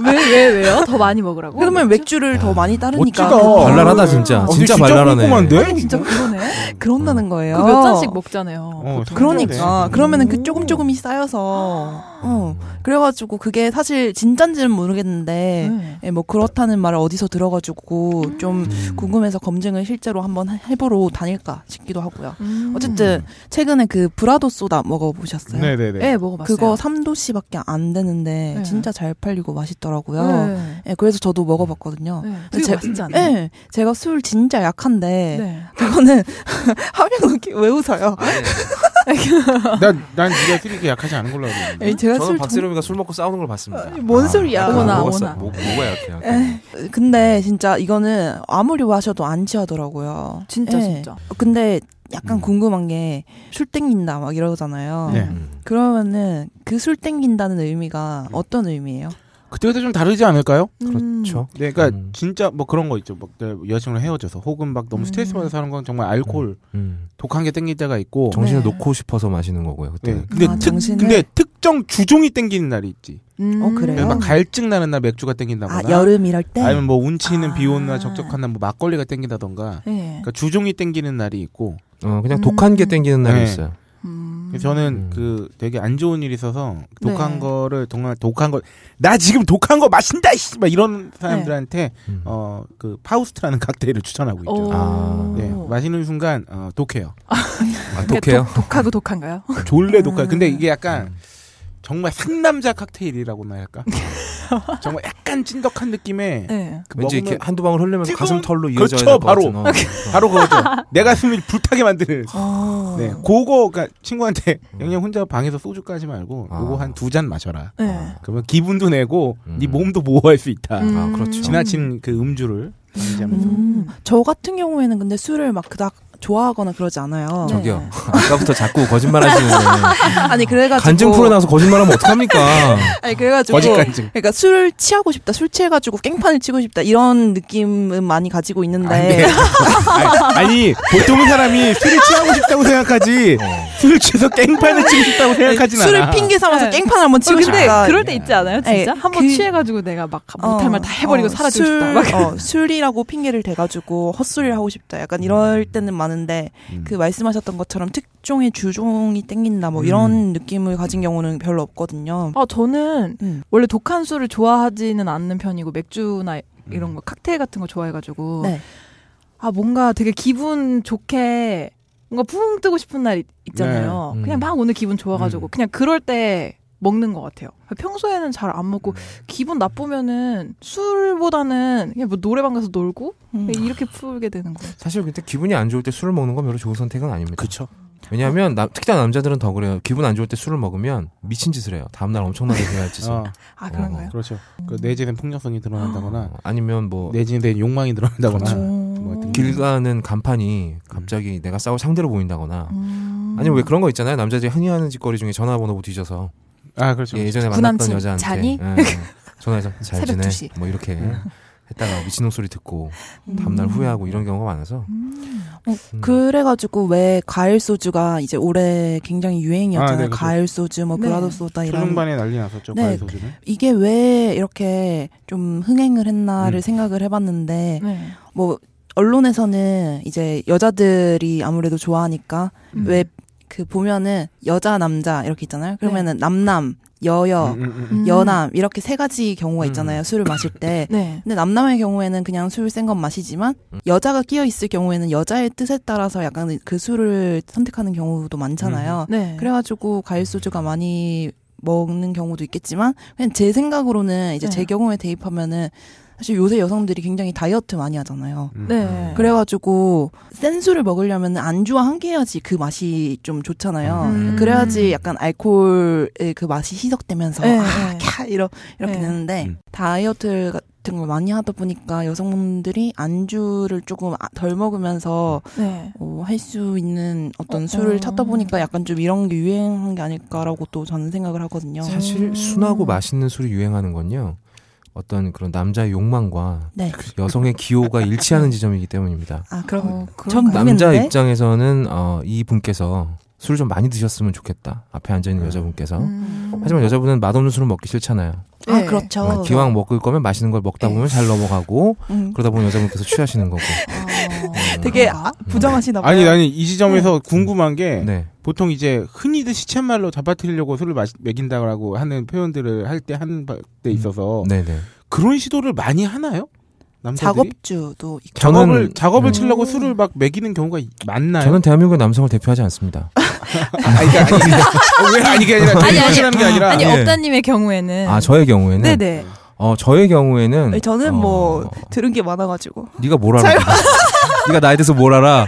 [SPEAKER 2] 왜 왜 왜요? 더 많이 먹으라고?
[SPEAKER 6] 그러면 맥주를 더 많이 따르니까
[SPEAKER 1] 멋지다.
[SPEAKER 6] 그런-
[SPEAKER 5] 발랄하다,
[SPEAKER 6] 아,
[SPEAKER 5] 진짜.
[SPEAKER 1] 어,
[SPEAKER 5] 진짜,
[SPEAKER 1] 진짜
[SPEAKER 5] 발랄하네.
[SPEAKER 1] 꼼꼼한데?
[SPEAKER 2] 아니, 진짜
[SPEAKER 5] 뭐?
[SPEAKER 2] 그러네.
[SPEAKER 6] 그런다는 거예요.
[SPEAKER 2] 그몇 잔씩 먹잖아요.
[SPEAKER 1] 어,
[SPEAKER 2] 보통.
[SPEAKER 6] 그러니까 그러면은 그
[SPEAKER 2] 음.
[SPEAKER 6] 조금 조금이 쌓여서 어 그래가지고 그게 사실 진짠지는 모르겠는데
[SPEAKER 2] 네. 음.
[SPEAKER 6] 예, 뭐 그렇다는 말을 어디서 들어가지고 좀 궁금해서 검증을 실제로 한번 해- 해보러 다닐까 싶기도 하고요.
[SPEAKER 2] 음.
[SPEAKER 6] 어쨌든 최근에 그 브라더 소다 먹어보셨어요?
[SPEAKER 1] 네네네.
[SPEAKER 2] 네, 먹어봤어요.
[SPEAKER 6] 그거 3도씨밖에 안 되는데
[SPEAKER 2] 네.
[SPEAKER 6] 진짜 잘 팔리고 맛있더라고요.
[SPEAKER 2] 네.
[SPEAKER 6] 예, 그래서 저도 먹어봤거든요.
[SPEAKER 2] 네.
[SPEAKER 6] 근데
[SPEAKER 2] 되게
[SPEAKER 6] 제-
[SPEAKER 2] 맛있지 않아요?
[SPEAKER 6] 예, 제가 술 진짜 약한데
[SPEAKER 2] 네.
[SPEAKER 6] 그거는 하면 웃기, 왜 웃어요?
[SPEAKER 1] 난난 네가 쓰리게 약하지 않은 걸로 알고
[SPEAKER 2] 아,
[SPEAKER 1] 있는데.
[SPEAKER 6] 예, 제가
[SPEAKER 5] 저는
[SPEAKER 6] 술 정-
[SPEAKER 5] 박세롬이가 술 먹고 싸우는 걸 봤습니다.
[SPEAKER 6] 아니, 뭔 소리야.
[SPEAKER 2] 어머나,
[SPEAKER 5] 뭐가,
[SPEAKER 2] 어머나.
[SPEAKER 5] 뭐, 뭐가 약해. 약간.
[SPEAKER 6] 근데 진짜 이거는 아무리 마셔도 안 취하더라고요.
[SPEAKER 2] 진짜
[SPEAKER 6] 예.
[SPEAKER 2] 진짜.
[SPEAKER 6] 근데 약간
[SPEAKER 5] 음.
[SPEAKER 6] 궁금한 게 술 땡긴다 막 이러잖아요.
[SPEAKER 1] 네.
[SPEAKER 5] 음.
[SPEAKER 6] 그러면은 그 술 땡긴다는
[SPEAKER 1] 음.
[SPEAKER 6] 의미가 어떤 의미예요?
[SPEAKER 1] 그때그때 좀 다르지 않을까요?
[SPEAKER 2] 음.
[SPEAKER 5] 그렇죠.
[SPEAKER 1] 네, 그러니까
[SPEAKER 5] 음.
[SPEAKER 1] 진짜 뭐 그런 거 있죠. 막 여자친구랑 헤어져서 혹은 막 너무 스트레스 받아서 하는 건 정말 알코올
[SPEAKER 5] 음.
[SPEAKER 1] 독한 게 땡길 때가 있고.
[SPEAKER 5] 어, 정신을
[SPEAKER 6] 네.
[SPEAKER 5] 놓고 싶어서 마시는 거고요. 그때.
[SPEAKER 1] 네. 근데,
[SPEAKER 6] 아,
[SPEAKER 1] 특,
[SPEAKER 6] 정신을?
[SPEAKER 1] 근데 특정 주종이 땡기는 날이 있지. 그러니까
[SPEAKER 2] 음.
[SPEAKER 6] 어, 그래요?
[SPEAKER 1] 막 갈증 나는 날 맥주가 땡긴다거나.
[SPEAKER 6] 아 여름 이럴 때.
[SPEAKER 1] 아니면 뭐 운치 있는
[SPEAKER 2] 아.
[SPEAKER 1] 비 오는 날 적적한 날 뭐 막걸리가 땡기다던가.
[SPEAKER 2] 네.
[SPEAKER 1] 그러니까 주종이 땡기는 날이 있고.
[SPEAKER 5] 어, 그냥
[SPEAKER 2] 음.
[SPEAKER 5] 독한 게 땡기는 날이
[SPEAKER 1] 네.
[SPEAKER 5] 있어요.
[SPEAKER 2] 음.
[SPEAKER 1] 그래서 저는
[SPEAKER 5] 음.
[SPEAKER 1] 그 되게 안 좋은 일이 있어서 독한
[SPEAKER 2] 네.
[SPEAKER 1] 거를 정말 독한 걸 나 지금 독한 거 마신다 씨! 막 이런
[SPEAKER 2] 네.
[SPEAKER 1] 사람들한테
[SPEAKER 5] 음.
[SPEAKER 1] 어 그 파우스트라는 칵테일을 추천하고 있죠.
[SPEAKER 2] 오.
[SPEAKER 5] 아,
[SPEAKER 1] 네, 마시는 순간 어, 독해요.
[SPEAKER 5] 아, 독해요?
[SPEAKER 2] 독, 독하고 독한가요?
[SPEAKER 5] 음.
[SPEAKER 1] 졸래 독해.
[SPEAKER 2] 음.
[SPEAKER 1] 근데 이게 약간 정말 상남자 칵테일이라고나 할까? 정말 약간 찐덕한 느낌의
[SPEAKER 2] 네.
[SPEAKER 1] 그
[SPEAKER 5] 왠지 이렇게
[SPEAKER 1] 먹으면
[SPEAKER 5] 한두 방울 흘리면서
[SPEAKER 1] 지금-
[SPEAKER 5] 가슴 털로 이어져야
[SPEAKER 1] 그렇죠,
[SPEAKER 5] 될것 같은
[SPEAKER 1] 바로.
[SPEAKER 5] 어.
[SPEAKER 1] 바로 그거죠. 내 가슴을 불타게 만드는.
[SPEAKER 2] 어.
[SPEAKER 1] 네, 그거 그러니까 친구한테 영영 혼자 방에서 소주까지 말고
[SPEAKER 5] 음. 아.
[SPEAKER 1] 요거 한 두 잔 마셔라.
[SPEAKER 2] 네.
[SPEAKER 1] 그러면 기분도 내고
[SPEAKER 5] 음.
[SPEAKER 1] 네 몸도 보호할 수 있다.
[SPEAKER 2] 음.
[SPEAKER 5] 아, 그렇죠.
[SPEAKER 1] 지나친 그 음주를 방지하면서.
[SPEAKER 6] 음, 저 같은 경우에는 근데 술을 막 그닥 좋아하거나 그러지 않아요.
[SPEAKER 2] 네.
[SPEAKER 5] 저기요. 아까부터 자꾸 거짓말 하시는데.
[SPEAKER 6] 아니 그래가지고
[SPEAKER 5] 간증 프로 나와서 거짓말하면 어떡합니까?
[SPEAKER 6] 아니 그래가지고
[SPEAKER 1] 거짓 간증.
[SPEAKER 6] 그러니까 술 취하고 싶다, 술 취해가지고 깽판을 치고 싶다 이런 느낌은 많이 가지고 있는데
[SPEAKER 1] 아, 네. 아니, 아니, 보통 사람이 술을 취하고 싶다고 생각하지
[SPEAKER 5] 어.
[SPEAKER 1] 술을 취해서 깽판을 치고 싶다고 생각하진 않아.
[SPEAKER 6] 술을 핑계 삼아서
[SPEAKER 2] 네.
[SPEAKER 6] 깽판을 한번 치고
[SPEAKER 2] 근데
[SPEAKER 6] 싶다.
[SPEAKER 2] 그럴 때 있지 않아요? 진짜
[SPEAKER 6] 예,
[SPEAKER 2] 한 번
[SPEAKER 6] 그-
[SPEAKER 2] 취해가지고 내가 막
[SPEAKER 6] 어,
[SPEAKER 2] 아, 못할 말 다 해버리고
[SPEAKER 6] 어,
[SPEAKER 2] 사라지고
[SPEAKER 6] 술,
[SPEAKER 2] 싶다. 막
[SPEAKER 6] 어, 술이라고 핑계를 대가지고 헛소리를 하고 싶다. 약간 이럴 때는 많은데
[SPEAKER 1] 음.
[SPEAKER 6] 그 말씀하셨던 것처럼 특종의 주종이 땡긴다 뭐
[SPEAKER 2] 음.
[SPEAKER 6] 이런 느낌을 가진 경우는 별로 없거든요.
[SPEAKER 2] 아, 저는
[SPEAKER 6] 음.
[SPEAKER 2] 원래 독한 술을 좋아하지는 않는 편이고 맥주나 이런 거 칵테일 같은 거 좋아해가지고
[SPEAKER 6] 음. 네.
[SPEAKER 2] 아 뭔가 되게 기분 좋게 뭔가 붕 뜨고 싶은 날 있- 있잖아요.
[SPEAKER 5] 네. 음.
[SPEAKER 2] 그냥 막 오늘 기분 좋아가지고
[SPEAKER 1] 음.
[SPEAKER 2] 그냥 그럴 때 먹는 것 같아요. 평소에는 잘 안 먹고
[SPEAKER 6] 음.
[SPEAKER 2] 기분 나쁘면은 술보다는 그냥 뭐 노래방 가서 놀고
[SPEAKER 6] 음.
[SPEAKER 2] 그냥 이렇게 풀게 되는 거. 같아요.
[SPEAKER 5] 사실 그때 기분이 안 좋을 때 술을 먹는 건 별로 좋은 선택은 아닙니다.
[SPEAKER 1] 그쵸.
[SPEAKER 5] 왜냐하면 나- 특히나 남자들은 더 그래요. 기분 안 좋을 때 술을 먹으면 미친 짓을 해요. 다음날 엄청나게 후회할 짓을.
[SPEAKER 1] 어,
[SPEAKER 2] 아 그런가요?
[SPEAKER 1] 그렇죠. 그 내재된 폭력성이 드러난다거나
[SPEAKER 5] 어, 아니면 뭐 길
[SPEAKER 1] 내재된 욕망이 드러난다거나
[SPEAKER 5] 그렇죠.
[SPEAKER 1] 뭐
[SPEAKER 2] 오.
[SPEAKER 1] 하여튼
[SPEAKER 5] 가는 간판이
[SPEAKER 1] 음.
[SPEAKER 5] 갑자기 내가 싸울 상대로 보인다거나
[SPEAKER 2] 음.
[SPEAKER 5] 아니면 왜 그런 거 있잖아요. 남자들이 흔히 하는 짓거리 중에 전화번호 뒤져서
[SPEAKER 1] 아 그렇죠.
[SPEAKER 5] 예, 예전에
[SPEAKER 2] 구남친
[SPEAKER 5] 만났던 여자한테
[SPEAKER 2] 자니?
[SPEAKER 5] 예, 예. 전화해서 잘
[SPEAKER 2] 새벽
[SPEAKER 5] 지내
[SPEAKER 2] 두 시.
[SPEAKER 5] 뭐 이렇게
[SPEAKER 1] 네.
[SPEAKER 5] 했다가 미친놈 소리 듣고
[SPEAKER 6] 음.
[SPEAKER 5] 다음날 후회하고 이런 경우가 많아서
[SPEAKER 2] 어,
[SPEAKER 5] 음.
[SPEAKER 6] 그래가지고 왜 가을 소주가 이제 올해 굉장히
[SPEAKER 1] 아, 네,
[SPEAKER 6] 유행이었잖아요.
[SPEAKER 1] 그죠.
[SPEAKER 6] 가을 소주, 뭐
[SPEAKER 2] 네.
[SPEAKER 6] 브라더 소다 이런
[SPEAKER 1] 초중반에 난리 났었죠.
[SPEAKER 6] 네.
[SPEAKER 1] 과외 소주는.
[SPEAKER 6] 이게 왜 이렇게 좀 흥행을 했나를
[SPEAKER 1] 음.
[SPEAKER 6] 생각을 해봤는데
[SPEAKER 2] 네.
[SPEAKER 6] 뭐 언론에서는 이제 여자들이 아무래도 좋아하니까
[SPEAKER 2] 음.
[SPEAKER 6] 왜 그 보면은 여자 남자 이렇게 있잖아요. 그러면은 남남 여여
[SPEAKER 1] 음, 음, 음.
[SPEAKER 2] 음.
[SPEAKER 6] 여남 이렇게 세 가지 경우가
[SPEAKER 1] 음.
[SPEAKER 6] 있잖아요. 술을 마실 때.
[SPEAKER 2] 네.
[SPEAKER 6] 근데 남남의 경우에는 그냥 술 센 건 마시지만
[SPEAKER 1] 음.
[SPEAKER 6] 여자가 끼어 있을 경우에는 여자의 뜻에 따라서 약간 그 술을 선택하는 경우도 많잖아요.
[SPEAKER 2] 네.
[SPEAKER 6] 그래가지고 과일 소주가 많이 먹는 경우도 있겠지만 그냥 제 생각으로는 이제 제
[SPEAKER 2] 네.
[SPEAKER 6] 경우에 대입하면은 사실 요새 여성들이 굉장히 다이어트 많이 하잖아요.
[SPEAKER 1] 음.
[SPEAKER 2] 네.
[SPEAKER 6] 그래가지고 센 술을 먹으려면 안주와 함께해야지 그 맛이 좀 좋잖아요.
[SPEAKER 2] 음.
[SPEAKER 6] 그래야지 약간 알코올의 그 맛이 희석되면서
[SPEAKER 2] 네,
[SPEAKER 6] 아,
[SPEAKER 2] 네.
[SPEAKER 6] 캬 이러 이렇게
[SPEAKER 2] 네.
[SPEAKER 6] 되는데
[SPEAKER 1] 음.
[SPEAKER 6] 다이어트 같은 걸 많이 하다 보니까 여성분들이 안주를 조금 아- 덜 먹으면서
[SPEAKER 2] 네.
[SPEAKER 6] 어, 할 수 있는 어떤
[SPEAKER 2] 어,
[SPEAKER 6] 술을
[SPEAKER 2] 어.
[SPEAKER 6] 찾다 보니까 약간 좀 이런 게 유행한 게 아닐까라고 또 저는 생각을 하거든요.
[SPEAKER 5] 사실 순하고 맛있는 술이 유행하는 건요. 어떤 그런 남자의 욕망과
[SPEAKER 6] 네.
[SPEAKER 5] 여성의 기호가 일치하는 지점이기 때문입니다.
[SPEAKER 6] 아 그럼
[SPEAKER 2] 어, 그런가요?
[SPEAKER 6] 전 모르겠는데?
[SPEAKER 5] 남자 입장에서는 어, 이 분께서 술을 좀 많이 드셨으면 좋겠다. 앞에 앉아 있는 여자분께서.
[SPEAKER 2] 음.
[SPEAKER 5] 하지만 여자분은 맛없는 술은 먹기 싫잖아요.
[SPEAKER 6] 아
[SPEAKER 2] 네.
[SPEAKER 6] 그렇죠.
[SPEAKER 5] 어, 기왕 먹을 거면 맛있는 걸 먹다 보면 잘 넘어가고
[SPEAKER 6] 음.
[SPEAKER 5] 그러다 보면 여자분께서 취하시는 거고.
[SPEAKER 2] 어.
[SPEAKER 6] 되게 아, 부정하시나 봐요.
[SPEAKER 1] 아니 나는 이 지점에서 궁금한 게
[SPEAKER 5] 네.
[SPEAKER 1] 보통 이제 흔히들 시쳇말로 잡아뜨리려고 술을 마시, 먹인다고 하는 표현들을 할 때 한 때 있어서
[SPEAKER 5] 네, 네.
[SPEAKER 1] 그런 시도를 많이 하나요? 남자들이?
[SPEAKER 6] 작업주도 있고.
[SPEAKER 1] 작업을 작업을
[SPEAKER 5] 음,
[SPEAKER 1] 치려고 술을 막 먹이는 경우가 이-
[SPEAKER 6] 아.
[SPEAKER 1] 많나요?
[SPEAKER 5] 저는 대한민국의 남성을 대표하지 않습니다.
[SPEAKER 1] 아니 그러니까 아니, 아니, 왜 아니 게 아니라
[SPEAKER 2] 아니,
[SPEAKER 1] 아니
[SPEAKER 2] 아니.
[SPEAKER 1] 아니 하는 게 아니라
[SPEAKER 2] 아니
[SPEAKER 5] 예.
[SPEAKER 2] 업다님의 경우에는
[SPEAKER 5] 아, 저의 경우에는
[SPEAKER 2] 네네
[SPEAKER 5] 어, 저의 경우에는
[SPEAKER 6] 네. 아니, 저는
[SPEAKER 5] 어,
[SPEAKER 6] 뭐 들은 게 많아가지고.
[SPEAKER 5] 네가 뭘 알아? 네가 나에 대해서 뭘 알아? 어,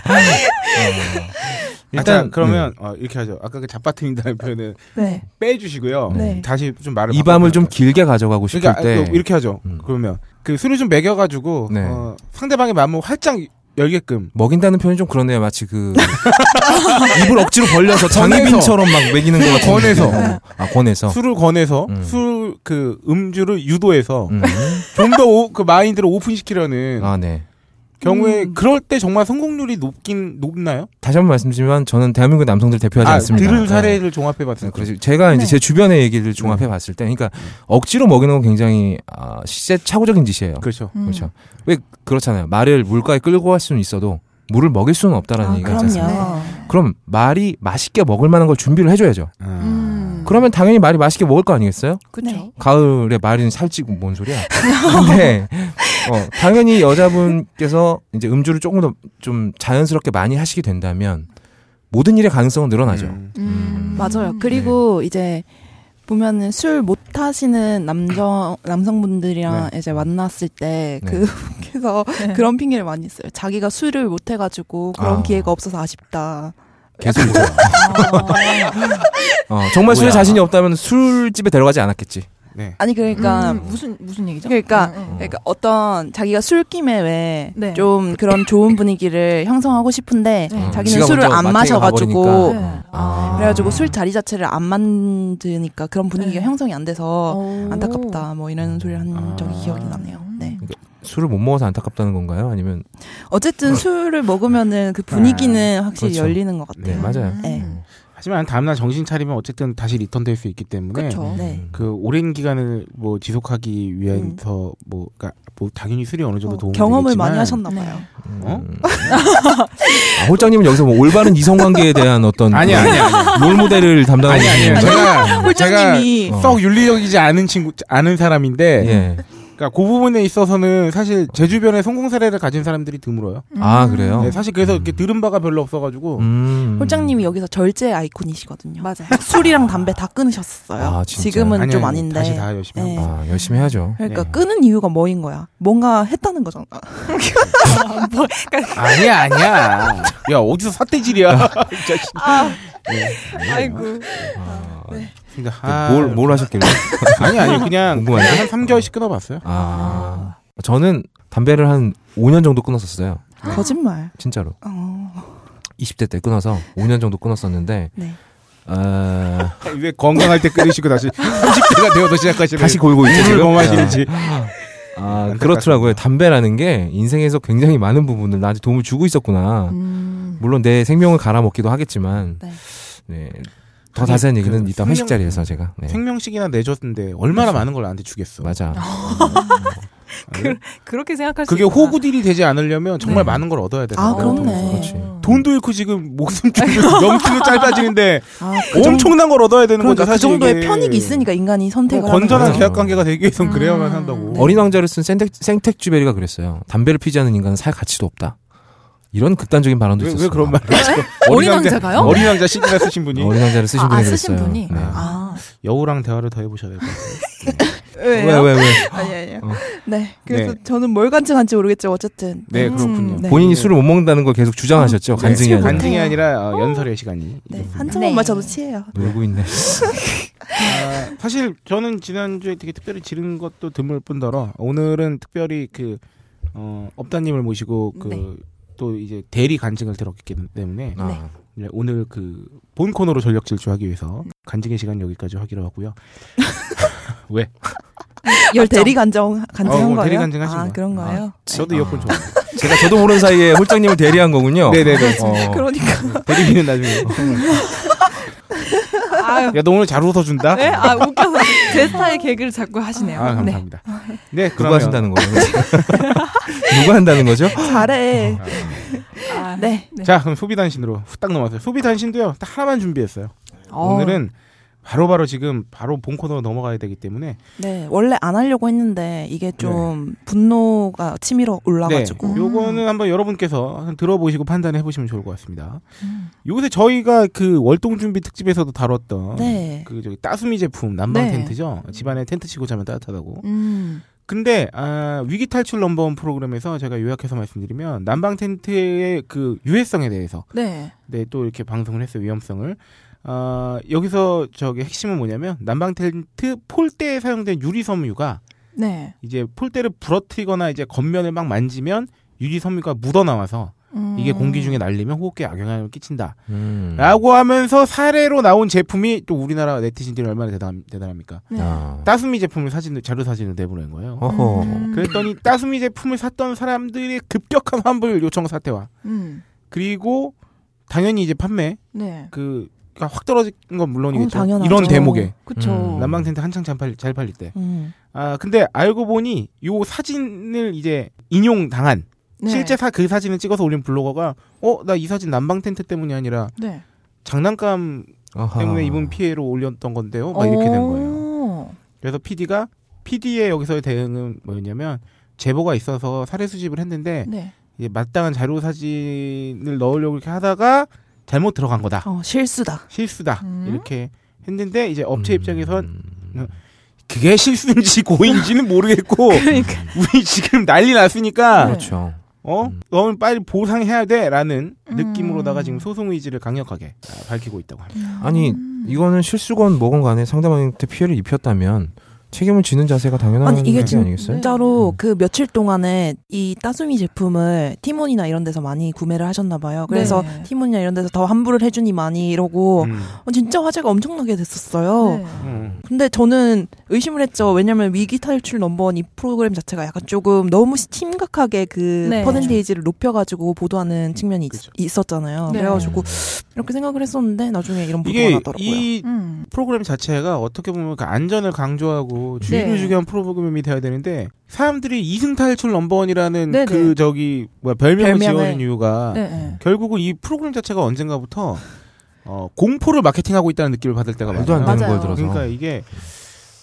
[SPEAKER 1] 일단
[SPEAKER 5] 음,
[SPEAKER 1] 그러면 어, 이렇게 하죠. 아까 그 잡아뜨린다는 표현은
[SPEAKER 6] 네.
[SPEAKER 1] 빼주시고요.
[SPEAKER 6] 네.
[SPEAKER 1] 다시 좀 말을
[SPEAKER 5] 음. 이 밤을 좀 길게 가져가고 싶을
[SPEAKER 1] 그러니까
[SPEAKER 5] 때
[SPEAKER 1] 그, 이렇게 하죠.
[SPEAKER 5] 음.
[SPEAKER 1] 그러면 그 술을 좀 먹여가지고
[SPEAKER 5] 네.
[SPEAKER 1] 어, 상대방의 마음을 활짝 열게끔
[SPEAKER 5] 먹인다는 표현이 좀 그러네요. 마치 그 입을 억지로 벌려서 장희빈처럼 막 먹이는 것 같은
[SPEAKER 1] 권해서.
[SPEAKER 5] 느낌. 어, 아 권해서
[SPEAKER 1] 술을 권해서
[SPEAKER 5] 음.
[SPEAKER 1] 술 그 음주를 유도해서
[SPEAKER 5] 음.
[SPEAKER 1] 좀 더 그 마인드를 오픈시키려는
[SPEAKER 5] 아 네.
[SPEAKER 1] 경우에
[SPEAKER 6] 음.
[SPEAKER 1] 그럴 때 정말 성공률이 높긴 높나요?
[SPEAKER 5] 다시 한 번 말씀드리지만 저는 대한민국 남성들 대표하지
[SPEAKER 1] 아,
[SPEAKER 5] 않습니다.
[SPEAKER 1] 들을
[SPEAKER 5] 네.
[SPEAKER 1] 사례를
[SPEAKER 5] 네,
[SPEAKER 1] 종합해봤어요.
[SPEAKER 5] 그래서 제가 이제
[SPEAKER 2] 네.
[SPEAKER 5] 제 주변의 얘기를 종합해 봤을 때, 그러니까 억지로 먹이는 건 굉장히 아, 시제착오적인 짓이에요.
[SPEAKER 1] 그렇죠.
[SPEAKER 2] 음.
[SPEAKER 5] 그렇죠. 왜 그렇잖아요. 말을 물가에 끌고 갈 수는 있어도 물을 먹일 수는 없다라는
[SPEAKER 6] 아,
[SPEAKER 5] 얘기가 있지 않습니까?
[SPEAKER 6] 그럼요.
[SPEAKER 5] 그럼 말이 맛있게 먹을 만한 걸 준비를 해줘야죠.
[SPEAKER 1] 아.
[SPEAKER 2] 음.
[SPEAKER 5] 그러면 당연히 말이 맛있게 먹을 거 아니겠어요?
[SPEAKER 6] 그렇죠.
[SPEAKER 5] 가을에 말은 살찌고 뭔 소리야? 근데 어, 당연히 여자분께서 이제 음주를 조금 더 좀 자연스럽게 많이 하시게 된다면 모든 일의 가능성은 늘어나죠.
[SPEAKER 1] 음.
[SPEAKER 2] 음.
[SPEAKER 6] 맞아요. 그리고 이제 보면은 술 못 하시는 남정 남성분들이랑 이제 만났을 때
[SPEAKER 5] 네.
[SPEAKER 6] 그분께서 그런 핑계를 많이 써요. 자기가 술을 못 해가지고 그런
[SPEAKER 5] 아.
[SPEAKER 6] 기회가 없어서 아쉽다.
[SPEAKER 5] 계속 이제 어, 정말 술에 자신이 없다면 술집에 데려가지 않았겠지.
[SPEAKER 1] 네.
[SPEAKER 6] 아니 그러니까
[SPEAKER 2] 음, 무슨 무슨 얘기죠? 음,
[SPEAKER 6] 그러니까-
[SPEAKER 2] 응, 응.
[SPEAKER 6] 그러니까 어떤 자기가 술김에
[SPEAKER 2] 네.
[SPEAKER 6] 왜 좀 그런 좋은 분위기를 형성하고 싶은데
[SPEAKER 2] 네.
[SPEAKER 6] 자기는
[SPEAKER 5] 음, 지가
[SPEAKER 6] 술을
[SPEAKER 5] 먼저
[SPEAKER 6] 안
[SPEAKER 5] 맞대기가
[SPEAKER 6] 마셔가지고
[SPEAKER 5] 가버리니까.
[SPEAKER 2] 네.
[SPEAKER 5] 아.
[SPEAKER 6] 그래가지고 술 자리 자체를 안 만드니까 그런 분위기가
[SPEAKER 2] 네.
[SPEAKER 6] 형성이 안 돼서
[SPEAKER 2] 오.
[SPEAKER 6] 어, 안타깝다 뭐 이런 소리를 한
[SPEAKER 1] 아.
[SPEAKER 6] 적이 기억이 나네요.
[SPEAKER 2] 음.
[SPEAKER 6] 네.
[SPEAKER 5] 술을 못 먹어서 안타깝다는 건가요? 아니면
[SPEAKER 6] 어쨌든 술을 먹으면은 그 분위기는 확실히
[SPEAKER 5] 그렇죠.
[SPEAKER 6] 열리는 것 같아요.
[SPEAKER 5] 네 맞아요.
[SPEAKER 6] 네.
[SPEAKER 1] 하지만 다음날 정신 차리면 어쨌든 다시 리턴될 수 있기 때문에
[SPEAKER 6] 그렇죠. 네.
[SPEAKER 5] 음,
[SPEAKER 1] 그 오랜 기간을 뭐 지속하기 위해서 뭐, 그러니까 뭐 당연히 술이 어느 정도
[SPEAKER 6] 음. 어,
[SPEAKER 1] 도움이
[SPEAKER 6] 경험을
[SPEAKER 1] 되겠지만
[SPEAKER 6] 많이 하셨나
[SPEAKER 2] 네.
[SPEAKER 6] 봐요.
[SPEAKER 1] 어?
[SPEAKER 5] 음. 아, 홀장님은 여기서 뭐 올바른 이성관계에 대한 어떤
[SPEAKER 1] 아니야,
[SPEAKER 5] 그런
[SPEAKER 1] 아니야, 아니야.
[SPEAKER 5] 롤 모델을 담당하는
[SPEAKER 1] 아니 아니요.
[SPEAKER 5] 분이에요?
[SPEAKER 1] 제가 제가
[SPEAKER 6] 홀장님이
[SPEAKER 5] 어.
[SPEAKER 1] 썩 윤리적이지 않은 친구 않은 사람인데
[SPEAKER 5] 예.
[SPEAKER 1] 그러니까 그 부분에 있어서는 사실 제 주변에 성공 사례를 가진 사람들이 드물어요.
[SPEAKER 5] 아 그래요.
[SPEAKER 1] 네, 사실 그래서 이렇게 들은 바가 별로 없어가지고
[SPEAKER 5] 음.
[SPEAKER 6] 음. 홀장님이 여기서 절제 아이콘이시거든요.
[SPEAKER 2] 맞아요.
[SPEAKER 6] 술이랑 담배 다 끊으셨어요.
[SPEAKER 5] 아, 진짜요?
[SPEAKER 6] 지금은
[SPEAKER 1] 아니,
[SPEAKER 6] 좀
[SPEAKER 1] 아니,
[SPEAKER 6] 아닌데.
[SPEAKER 1] 다시 다 열심히
[SPEAKER 6] 네.
[SPEAKER 1] 하고
[SPEAKER 5] 아 열심히 해야죠.
[SPEAKER 6] 그러니까
[SPEAKER 1] 네.
[SPEAKER 6] 끊은 이유가 뭐인 거야? 뭔가 했다는 거잖아.
[SPEAKER 1] 아니야 아니야 야 어디서 사태질이야 이 자식.
[SPEAKER 2] 아이고.
[SPEAKER 5] 아,
[SPEAKER 1] 그러니까 아,
[SPEAKER 5] 뭘, 뭘 하셨길래?
[SPEAKER 1] 아니 아니 그냥
[SPEAKER 5] 궁금하네.
[SPEAKER 1] 그냥 한 3개월씩 끊어봤어요
[SPEAKER 5] 아, 저는 담배를 한 5년 정도 끊었었어요.
[SPEAKER 6] 거짓말.
[SPEAKER 5] 진짜로.
[SPEAKER 6] 어.
[SPEAKER 5] 20대 때 끊어서 5년 정도 끊었었는데,
[SPEAKER 6] 네.
[SPEAKER 5] 어,
[SPEAKER 1] 왜 건강할 때 끊으시고 다시 30대가 되어서 시작하시는 네,
[SPEAKER 5] 다시 골고 있죠,
[SPEAKER 1] 물을
[SPEAKER 5] 지금? 예.
[SPEAKER 1] 범하시는지
[SPEAKER 5] 아, 그렇더라고요. 담배라는 게 인생에서 굉장히 많은 부분을 나한테 도움을 주고 있었구나.
[SPEAKER 2] 음.
[SPEAKER 5] 물론 내 생명을 갈아먹기도 하겠지만,
[SPEAKER 6] 네.
[SPEAKER 5] 네. 더
[SPEAKER 1] 아니,
[SPEAKER 5] 자세한 얘기는
[SPEAKER 1] 그
[SPEAKER 5] 이따
[SPEAKER 1] 생명-
[SPEAKER 5] 회식 자리에서 제가. 네.
[SPEAKER 1] 생명식이나 내줬는데 얼마나 많은 걸 나한테 주겠어
[SPEAKER 5] 맞아.
[SPEAKER 1] 그,
[SPEAKER 7] 그렇게 생각할
[SPEAKER 1] 그게
[SPEAKER 7] 수 있구나.
[SPEAKER 1] 호구딜이 되지 않으려면 정말
[SPEAKER 5] 네.
[SPEAKER 1] 많은 걸 얻어야 돼
[SPEAKER 6] 아,
[SPEAKER 1] 그런
[SPEAKER 6] 그렇네.
[SPEAKER 1] 통해서.
[SPEAKER 5] 그렇지.
[SPEAKER 1] 돈도 잃고 지금 목숨 줄도 넘기고 짧아지는데
[SPEAKER 6] 아,
[SPEAKER 1] 엄청난 걸 얻어야 되는
[SPEAKER 6] 그러니까
[SPEAKER 1] 거죠
[SPEAKER 6] 그
[SPEAKER 1] 사실
[SPEAKER 6] 정도의
[SPEAKER 1] 이게.
[SPEAKER 6] 편익이 있으니까 인간이 선택을
[SPEAKER 1] 뭐
[SPEAKER 6] 하는
[SPEAKER 1] 건전한
[SPEAKER 5] 거죠.
[SPEAKER 1] 계약 관계가 되기 위해선 그래야만
[SPEAKER 2] 음.
[SPEAKER 1] 한다고
[SPEAKER 5] 어린 왕자를 쓴 생텍, 생텍 주베리가 그랬어요. 담배를 피지 않은 인간은 살 가치도 없다. 이런 극단적인 발언도
[SPEAKER 1] 왜,
[SPEAKER 5] 있었어요.
[SPEAKER 1] 왜 그런 말을 하죠?
[SPEAKER 2] 어린 왕자가요?
[SPEAKER 1] 어린 왕자 시기나 쓰신 분이
[SPEAKER 5] 어린 왕자를 쓰신
[SPEAKER 2] 아,
[SPEAKER 5] 분이
[SPEAKER 2] 아,
[SPEAKER 5] 그랬어요.
[SPEAKER 2] 쓰신 분이?
[SPEAKER 5] 네.
[SPEAKER 2] 아.
[SPEAKER 1] 여우랑 대화를 더 해보셔야 될 것 같아요.
[SPEAKER 6] 왜요?
[SPEAKER 5] 왜, 왜, 왜?
[SPEAKER 6] 아니 아니요.
[SPEAKER 5] 어.
[SPEAKER 6] 네. 그래서 저는 뭘 간증한지 모르겠지만 어쨌든
[SPEAKER 1] 네, 그렇군요.
[SPEAKER 6] 네.
[SPEAKER 5] 본인이 술을 못 먹는다는 걸 계속 주장하셨죠. 간증이 아니라.
[SPEAKER 1] 간증이 아니라 어, 연설의 시간이.
[SPEAKER 6] 네.
[SPEAKER 1] 있었습니다.
[SPEAKER 6] 한
[SPEAKER 2] 네.
[SPEAKER 6] 잔만 마셔도 취해요.
[SPEAKER 5] 놀고 있네.
[SPEAKER 1] 아, 사실 저는 지난주에 되게 특별히 지른 것도 드물 뿐더러 오늘은 특별히 그 어, 업다님을 모시고 그
[SPEAKER 7] 네.
[SPEAKER 1] 또 이제 대리 간증을 들었기 때문에
[SPEAKER 5] 아,
[SPEAKER 1] 네, 오늘 그 본 코너로 전력 질주하기 위해서 간증의 시간 여기까지 하기로 하고요. 왜?
[SPEAKER 6] 열 대리 간정
[SPEAKER 1] 어,
[SPEAKER 6] 간증한
[SPEAKER 1] 뭐
[SPEAKER 6] 거예요?
[SPEAKER 1] 대리 간증하신
[SPEAKER 6] 아
[SPEAKER 1] 거예요.
[SPEAKER 6] 그런 거예요.
[SPEAKER 1] 저도 이어폰 좋아.
[SPEAKER 5] 제가 저도 모르는 사이에 홀장님을 대리한 거군요.
[SPEAKER 1] 네네네.
[SPEAKER 5] 어,
[SPEAKER 6] 그러니까
[SPEAKER 1] 대리비는 나중에.
[SPEAKER 2] 아유.
[SPEAKER 1] 야, 너 오늘 잘 웃어준다.
[SPEAKER 2] 네? 아 웃겨서 제 스타일 개그를 자꾸 하시네요.
[SPEAKER 1] 아,
[SPEAKER 2] 네.
[SPEAKER 1] 감사합니다. 네,
[SPEAKER 5] 누가
[SPEAKER 1] 그러면
[SPEAKER 5] 하신다는 거예요? 누가 한다는 거죠?
[SPEAKER 6] 잘해.
[SPEAKER 1] 어.
[SPEAKER 2] 아,
[SPEAKER 6] 네.
[SPEAKER 1] 자, 그럼 소비 단신으로 후딱 넘어왔어요. 소비 단신도요. 딱 하나만 준비했어요. 오늘은 바로바로 지금 바로 본 코너로 넘어가야 되기 때문에
[SPEAKER 6] 네. 원래 안 하려고 했는데 이게 좀 분노가 치밀어 올라가지고 음.
[SPEAKER 1] 네, 요거는 한번 여러분께서 들어보시고 판단해 보시면 좋을 것 같습니다.
[SPEAKER 6] 음.
[SPEAKER 1] 요새 저희가 그 월동 준비 특집에서도 다뤘던
[SPEAKER 6] 네.
[SPEAKER 1] 그 저기 따수미 제품 난방
[SPEAKER 2] 네.
[SPEAKER 1] 텐트죠. 집안에 텐트 치고 자면 따뜻하다고.
[SPEAKER 2] 음.
[SPEAKER 1] 근데 아, 위기 탈출 넘버원 프로그램에서 제가 요약해서 말씀드리면 난방 텐트의 그 유해성에 대해서
[SPEAKER 2] 네.
[SPEAKER 1] 네, 또 이렇게 방송을 했어요. 위험성을. 아, 여기서 저기 핵심은 뭐냐면 난방 텐트 폴대에 사용된 유리 섬유가
[SPEAKER 2] 네.
[SPEAKER 1] 이제 폴대를 부러뜨리거나 이제 겉면을 막 만지면 유리 섬유가 묻어 나와서
[SPEAKER 2] 음.
[SPEAKER 1] 이게 공기 중에 날리면 호흡기에 악영향을 끼친다.
[SPEAKER 5] 음.
[SPEAKER 1] 라고 하면서 사례로 나온 제품이 또 우리나라 네티즌들이 얼마나 대단, 대단합니까?
[SPEAKER 2] 네.
[SPEAKER 5] 아.
[SPEAKER 1] 따수미 제품을 사진을 자료 사진을 내보낸 거예요.
[SPEAKER 5] 어허.
[SPEAKER 2] 음.
[SPEAKER 1] 그랬더니 따수미 제품을 샀던 사람들의 급격한 환불 요청 사태와
[SPEAKER 2] 음.
[SPEAKER 1] 그리고 당연히 이제 판매
[SPEAKER 2] 네.
[SPEAKER 1] 그, 그러니까 확 떨어진 건
[SPEAKER 6] 어,
[SPEAKER 1] 물론이겠죠.
[SPEAKER 6] 당연하죠. 어.
[SPEAKER 1] 이런 대목에
[SPEAKER 5] 음.
[SPEAKER 2] 그쵸.
[SPEAKER 1] 난방 텐트 한창 잘, 팔, 잘 팔릴 때.
[SPEAKER 6] 음.
[SPEAKER 1] 아 근데 알고 보니 요 사진을 이제 인용 당한
[SPEAKER 2] 네.
[SPEAKER 1] 실제 사, 그 사진을 찍어서 올린 블로거가 어 나 이 사진 난방 텐트 때문이 아니라
[SPEAKER 2] 네.
[SPEAKER 1] 장난감
[SPEAKER 5] 아하.
[SPEAKER 1] 때문에 입은 피해로 올렸던 건데요. 어, 막 이렇게 된
[SPEAKER 6] 어.
[SPEAKER 1] 거예요.
[SPEAKER 2] 오.
[SPEAKER 1] 그래서 PD가 PD의 여기서의 대응은 뭐였냐면 제보가 있어서 사례 수집을 했는데
[SPEAKER 2] 네.
[SPEAKER 1] 이제 마땅한 자료 사진을 넣으려고 이렇게 하다가 잘못 들어간 거다.
[SPEAKER 6] 어, 실수다.
[SPEAKER 1] 실수다
[SPEAKER 2] 음.
[SPEAKER 1] 이렇게 했는데 이제 업체 입장에선
[SPEAKER 5] 음.
[SPEAKER 1] 그게 실수인지 고인지는 모르겠고
[SPEAKER 2] 그러니까. 네.
[SPEAKER 1] 우리 지금 난리 났으니까
[SPEAKER 5] 그렇죠.
[SPEAKER 1] 어
[SPEAKER 5] 음.
[SPEAKER 1] 너는 빨리 보상해야 돼라는
[SPEAKER 2] 음.
[SPEAKER 1] 느낌으로다가 지금 소송 의지를 강력하게 밝히고 있다고 합니다.
[SPEAKER 5] 아니, 이거는 실수건 뭐건 간에 상대방한테 피해를 입혔다면 책임을 지는 자세가 당연한
[SPEAKER 6] 아니, 이게
[SPEAKER 5] 게
[SPEAKER 6] 진-
[SPEAKER 5] 아니겠어요?
[SPEAKER 6] 진짜로
[SPEAKER 5] 음.
[SPEAKER 6] 그 며칠 동안에 이 따수미 제품을 티몬이나 이런 데서 많이 구매를 하셨나 봐요. 그래서
[SPEAKER 2] 네.
[SPEAKER 6] 티몬이나 이런 데서 더 환불을 해주니 많이
[SPEAKER 2] 뭐.
[SPEAKER 6] 이러고
[SPEAKER 1] 음.
[SPEAKER 6] 어, 진짜 화제가 엄청나게 됐었어요.
[SPEAKER 2] 네.
[SPEAKER 1] 음.
[SPEAKER 6] 근데 저는 의심을 했죠. 왜냐면 위기 탈출 넘버원 이 프로그램 자체가 약간 조금 너무 심각하게 그
[SPEAKER 2] 네.
[SPEAKER 6] 퍼센테이지를 높여가지고 보도하는 측면이 있,
[SPEAKER 1] 그죠.
[SPEAKER 6] 있었잖아요.
[SPEAKER 2] 네.
[SPEAKER 6] 그래가지고 이렇게 생각을 했었는데 나중에 이런 보도가
[SPEAKER 1] 이게
[SPEAKER 6] 나더라고요.
[SPEAKER 1] 이
[SPEAKER 2] 음.
[SPEAKER 1] 프로그램 자체가 어떻게 보면 그 안전을 강조하고 주의를
[SPEAKER 2] 네.
[SPEAKER 1] 주게 한 프로그램이 되어야 되는데 사람들이 이승 탈출 넘버원이라는
[SPEAKER 2] 네,
[SPEAKER 1] 그
[SPEAKER 2] 네.
[SPEAKER 1] 저기 뭐야 별명을
[SPEAKER 6] 별명을-
[SPEAKER 1] 지어준 이유가
[SPEAKER 2] 네, 네.
[SPEAKER 1] 결국은 이 프로그램 자체가 언젠가부터 어, 공포를 마케팅하고 있다는 느낌을 받을 때가
[SPEAKER 5] 말도 안
[SPEAKER 1] 많아요.
[SPEAKER 5] 되는
[SPEAKER 2] 맞아요.
[SPEAKER 5] 걸 들어서.
[SPEAKER 1] 네. 그러니까 이게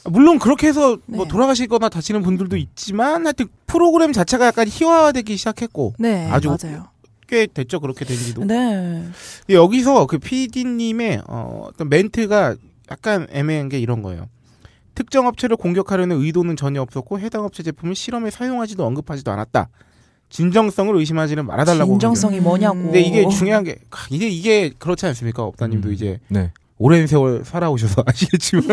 [SPEAKER 1] 물론 그렇게 해서 뭐
[SPEAKER 2] 네.
[SPEAKER 1] 돌아가시거나 다치는 분들도 있지만 하여튼 프로그램 자체가 약간 희화화되기 시작했고
[SPEAKER 2] 네,
[SPEAKER 1] 아주-
[SPEAKER 2] 맞아요.
[SPEAKER 1] 꽤 됐죠 그렇게 된지도.
[SPEAKER 6] 네.
[SPEAKER 1] 근데 여기서 그 PD님의 어, 어떤 멘트가 약간 애매한 게 이런 거예요. 특정 업체를 공격하려는 의도는 전혀 없었고 해당 업체 제품을 실험에 사용하지도 언급하지도 않았다. 진정성을 의심하지는 말아달라고.
[SPEAKER 6] 진정성이
[SPEAKER 2] 그러죠.
[SPEAKER 6] 뭐냐고.
[SPEAKER 1] 근데 이게 중요한 게 하, 이게 이게 그렇지 않습니까? 업다님도
[SPEAKER 5] 음.
[SPEAKER 1] 이제
[SPEAKER 5] 네.
[SPEAKER 1] 오랜 세월 살아오셔서 아시겠지만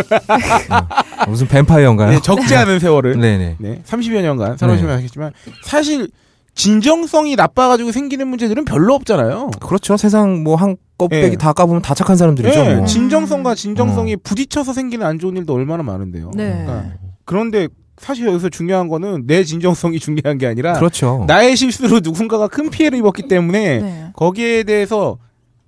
[SPEAKER 5] 아, 무슨 뱀파이어인가요?
[SPEAKER 1] 네, 적지 않은 세월을
[SPEAKER 5] 네, 네.
[SPEAKER 1] 네, 30여 년간 살아오시면 아시겠지만 사실 진정성이 나빠가지고 생기는 문제들은 별로 없잖아요.
[SPEAKER 5] 그렇죠. 세상 뭐 한 껍데기
[SPEAKER 1] 네.
[SPEAKER 5] 다 까보면 다 착한 사람들이죠.
[SPEAKER 1] 네,
[SPEAKER 5] 뭐. 어.
[SPEAKER 1] 진정성과 진정성이 부딪혀서 생기는 안 좋은 일도 얼마나 많은데요.
[SPEAKER 2] 음. 네.
[SPEAKER 1] 그러니까 그런데 사실 여기서 중요한 거는 내 진정성이 중요한 게 아니라
[SPEAKER 5] 그렇죠.
[SPEAKER 1] 나의 실수로 누군가가 큰 피해를 입었기 때문에
[SPEAKER 2] 네.
[SPEAKER 1] 거기에 대해서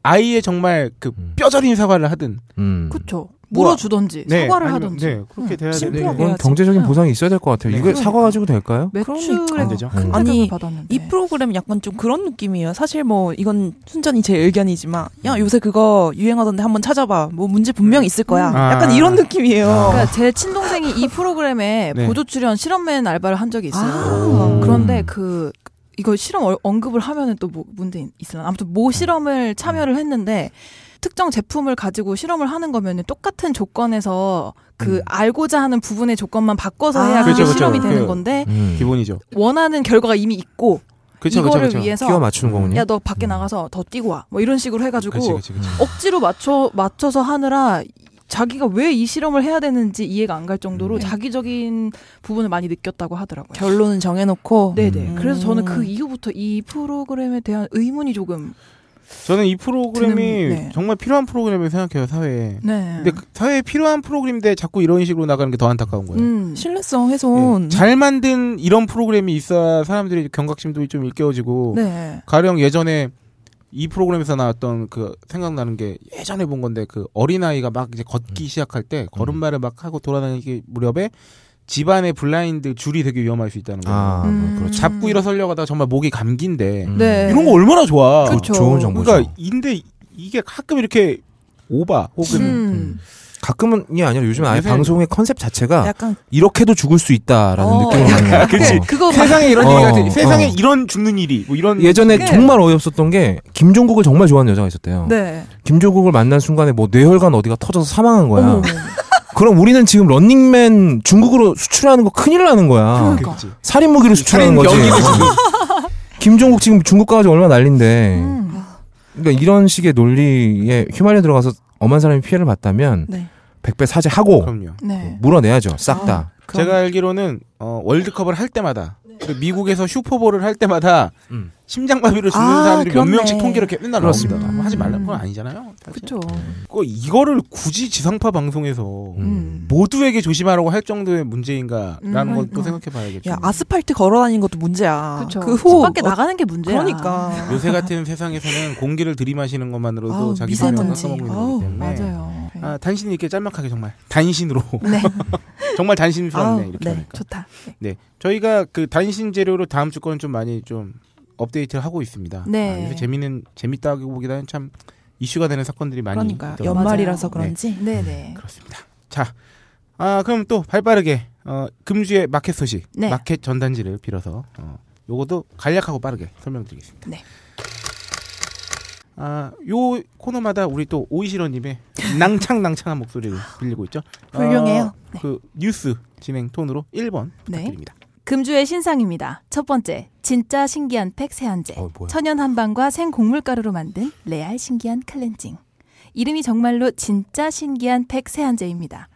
[SPEAKER 1] 아이의 정말 그
[SPEAKER 5] 음.
[SPEAKER 1] 뼈저린 사과를 하든
[SPEAKER 5] 음.
[SPEAKER 2] 그쵸.
[SPEAKER 1] 뭐야.
[SPEAKER 2] 물어주던지
[SPEAKER 1] 네,
[SPEAKER 2] 사과를
[SPEAKER 1] 아니면-
[SPEAKER 2] 하던지.
[SPEAKER 1] 네, 그렇게
[SPEAKER 2] 응.
[SPEAKER 1] 돼야 되는데
[SPEAKER 5] 근데
[SPEAKER 6] 심플하게
[SPEAKER 5] 이건
[SPEAKER 6] 해야지.
[SPEAKER 5] 경제적인
[SPEAKER 2] 응.
[SPEAKER 5] 보상이 있어야 될 것 같아요.
[SPEAKER 1] 네.
[SPEAKER 5] 이걸
[SPEAKER 1] 그러니까.
[SPEAKER 5] 사과 가지고 될까요?
[SPEAKER 2] 그러니까
[SPEAKER 5] 음.
[SPEAKER 2] 매출에서
[SPEAKER 1] 되죠.
[SPEAKER 2] 큰
[SPEAKER 5] 아니,
[SPEAKER 2] 타격을 받았는데.
[SPEAKER 6] 이 프로그램 약간 좀 그런 느낌이에요. 사실 뭐 이건 순전히 제 의견이지만
[SPEAKER 1] 음.
[SPEAKER 6] 야 요새 그거 유행하던데 한번 찾아봐. 뭐 문제 분명 있을 거야.
[SPEAKER 1] 음.
[SPEAKER 6] 약간
[SPEAKER 1] 아.
[SPEAKER 6] 이런 느낌이에요.
[SPEAKER 2] 그러니까 제 친동생이 이 프로그램에
[SPEAKER 1] 네.
[SPEAKER 2] 보조 출연 실험맨 알바를 한 적이 있어요.
[SPEAKER 6] 아.
[SPEAKER 2] 그런데 그 이거 실험 얼- 언급을 하면은 또 뭐 문제 있으나 아무튼 모 실험을 참여를 했는데 특정 제품을 가지고 실험을 하는 거면은 똑같은 조건에서 그 알고자 하는 부분의 조건만 바꿔서 해야
[SPEAKER 6] 아.
[SPEAKER 2] 그게
[SPEAKER 6] 그쵸, 그쵸.
[SPEAKER 2] 실험이 되는
[SPEAKER 1] 그-
[SPEAKER 2] 건데
[SPEAKER 5] 음.
[SPEAKER 1] 기본이죠.
[SPEAKER 2] 원하는 결과가 이미 있고
[SPEAKER 1] 그렇죠,
[SPEAKER 2] 이거를
[SPEAKER 1] 그렇죠, 그렇죠.
[SPEAKER 2] 위해서
[SPEAKER 5] 끼워 맞추는 거군요.
[SPEAKER 2] 야 너 밖에 나가서 더 뛰고 와 뭐 이런 식으로 해가지고
[SPEAKER 1] 그렇지, 그렇지, 그렇지.
[SPEAKER 2] 억지로 맞춰 맞춰서 하느라 자기가 왜 이 실험을 해야 되는지 이해가 안 갈 정도로
[SPEAKER 6] 음.
[SPEAKER 2] 자기적인 부분을 많이 느꼈다고 하더라고요.
[SPEAKER 6] 결론은 정해놓고
[SPEAKER 2] 네네.
[SPEAKER 6] 음.
[SPEAKER 2] 그래서 저는 그 이후부터 이 프로그램에 대한 의문이 조금
[SPEAKER 1] 저는 이 프로그램이
[SPEAKER 2] 드는- 네.
[SPEAKER 1] 정말 필요한 프로그램을 생각해요 사회에.
[SPEAKER 2] 네.
[SPEAKER 1] 근데 그 사회에 필요한 프로그램인데 자꾸 이런 식으로 나가는 게 더 안타까운 거예요.
[SPEAKER 2] 음.
[SPEAKER 6] 신뢰성
[SPEAKER 1] 예,
[SPEAKER 6] 훼손.
[SPEAKER 1] 잘 만든 이런 프로그램이 있어야 사람들이 경각심도 좀 일깨워지고
[SPEAKER 2] 네.
[SPEAKER 1] 가령 예전에 이 프로그램에서 나왔던 그 생각나는 게 예전에 본 건데 그 어린아이가 막 이제 걷기 시작할 때 걸음마를 막 하고 돌아다니기 무렵에 집안의 블라인드 줄이 되게 위험할 수 있다는 거예요.
[SPEAKER 5] 아,
[SPEAKER 2] 음.
[SPEAKER 5] 뭐 그렇죠.
[SPEAKER 1] 잡고 일어서려가다가 정말 목이 감긴데
[SPEAKER 5] 음.
[SPEAKER 2] 네.
[SPEAKER 1] 이런 거 얼마나 좋아.
[SPEAKER 2] 그쵸.
[SPEAKER 5] 좋은 정보.
[SPEAKER 1] 그러니까 인데 이게 가끔 이렇게 오바 혹은
[SPEAKER 2] 음.
[SPEAKER 5] 가끔은이 아니라 요즘 아예
[SPEAKER 1] 요새-
[SPEAKER 5] 방송의 컨셉 자체가
[SPEAKER 6] 약간
[SPEAKER 5] 이렇게도 죽을 수 있다라는
[SPEAKER 2] 어,
[SPEAKER 5] 느낌을 받는 거예요.
[SPEAKER 1] 그치.
[SPEAKER 5] 어.
[SPEAKER 2] 그거 막-
[SPEAKER 1] 세상에 이런
[SPEAKER 5] 어,
[SPEAKER 1] 일이 같은
[SPEAKER 5] 어.
[SPEAKER 1] 세상에 이런 죽는 일이 뭐 이런
[SPEAKER 5] 예전에
[SPEAKER 2] 그게-
[SPEAKER 5] 정말 어이없었던 게 김종국을 정말 좋아하는 여자가 있었대요.
[SPEAKER 2] 네.
[SPEAKER 5] 김종국을 만난 순간에 뭐 뇌혈관 어디가 터져서 사망한 거야.
[SPEAKER 6] 어머, 어머.
[SPEAKER 5] 그럼 우리는 지금 런닝맨 중국으로 수출하는 거 큰일 나는 거야.
[SPEAKER 2] 그러니까.
[SPEAKER 1] 그치.
[SPEAKER 5] 살인 무기로 수출하는 거지.
[SPEAKER 1] 살인 병이지, 지금.
[SPEAKER 5] 김종국 지금 중국 가가지고 얼마 난린데.
[SPEAKER 2] 음.
[SPEAKER 5] 그러니까 이런 식의 논리에 휘말려 들어가서 엄한 사람이 피해를 봤다면
[SPEAKER 6] 네.
[SPEAKER 5] 백배 사죄하고
[SPEAKER 1] 그럼요.
[SPEAKER 2] 네.
[SPEAKER 5] 물어내야죠. 싹 다.
[SPEAKER 2] 아.
[SPEAKER 6] 그런-
[SPEAKER 1] 제가 알기로는 어, 월드컵을 할 때마다
[SPEAKER 2] 네.
[SPEAKER 1] 그 미국에서 슈퍼볼을 할 때마다
[SPEAKER 5] 음.
[SPEAKER 1] 심장마비로 죽는
[SPEAKER 6] 아,
[SPEAKER 1] 사람들이
[SPEAKER 6] 그렇네.
[SPEAKER 1] 몇 명씩 통계로 이렇게 맨날
[SPEAKER 5] 그렇습니다.
[SPEAKER 1] 나옵니다. 뭐 하지 말라는 건 아니잖아요. 사실.
[SPEAKER 2] 음. 그쵸.
[SPEAKER 1] 그거 이거를 굳이 지상파 방송에서
[SPEAKER 2] 음.
[SPEAKER 1] 모두에게 조심하라고 할 정도의 문제인가라는
[SPEAKER 2] 음,
[SPEAKER 1] 걸 또
[SPEAKER 2] 음.
[SPEAKER 1] 생각해 봐야겠죠.
[SPEAKER 6] 야 아스팔트 걸어다니는 것도 문제야.
[SPEAKER 2] 그쵸.
[SPEAKER 6] 그
[SPEAKER 2] 집
[SPEAKER 6] 호.
[SPEAKER 2] 밖에
[SPEAKER 6] 어,
[SPEAKER 2] 나가는 게 문제야.
[SPEAKER 6] 그러니까.
[SPEAKER 1] 요새 같은 세상에서는 공기를 들이마시는 것만으로도
[SPEAKER 6] 아우,
[SPEAKER 1] 자기
[SPEAKER 6] 미세먼지.
[SPEAKER 1] 방향을 먹는
[SPEAKER 6] 아우,
[SPEAKER 1] 거기 때문에
[SPEAKER 2] 맞아요. 네.
[SPEAKER 1] 아, 단신 있게 짤막하게 정말 단신으로
[SPEAKER 2] 네.
[SPEAKER 1] 정말 단신스럽네
[SPEAKER 6] 아우,
[SPEAKER 1] 이렇게
[SPEAKER 6] 네.
[SPEAKER 1] 하니까.
[SPEAKER 2] 좋다.
[SPEAKER 1] 네, 저희가 그 단신 재료로 다음 주 거는 좀 많이 좀 업데이트를 하고 있습니다.
[SPEAKER 2] 네.
[SPEAKER 1] 아, 요새 재미는 재밌다고 보기보다는 참 이슈가 되는 사건들이 많이
[SPEAKER 6] 그러니까
[SPEAKER 1] 있더라고요.
[SPEAKER 6] 연말이라서
[SPEAKER 2] 맞아요.
[SPEAKER 6] 그런지.
[SPEAKER 2] 네, 네.
[SPEAKER 1] 그렇습니다. 자, 아 그럼 또 발빠르게 어, 금주의 마켓 소식,
[SPEAKER 2] 네.
[SPEAKER 1] 마켓 전단지를 빌어서 어, 요것도 간략하고 빠르게 설명드리겠습니다.
[SPEAKER 2] 네.
[SPEAKER 1] 아, 요 코너마다 우리 또 오이시러님의 낭창낭창한 목소리를 빌리고 있죠.
[SPEAKER 6] 훌륭해요.
[SPEAKER 1] 어, 그 뉴스 진행 톤으로 1번
[SPEAKER 2] 네.
[SPEAKER 1] 부탁드립니다.
[SPEAKER 2] 금주의 신상입니다. 첫 번째, 진짜 신기한 팩 세안제.
[SPEAKER 5] 어, 뭐야.
[SPEAKER 2] 천연 한방과 생곡물 가루로 만든 레알 신기한 클렌징. 이름이 정말로 진짜 신기한 백세한제입니다.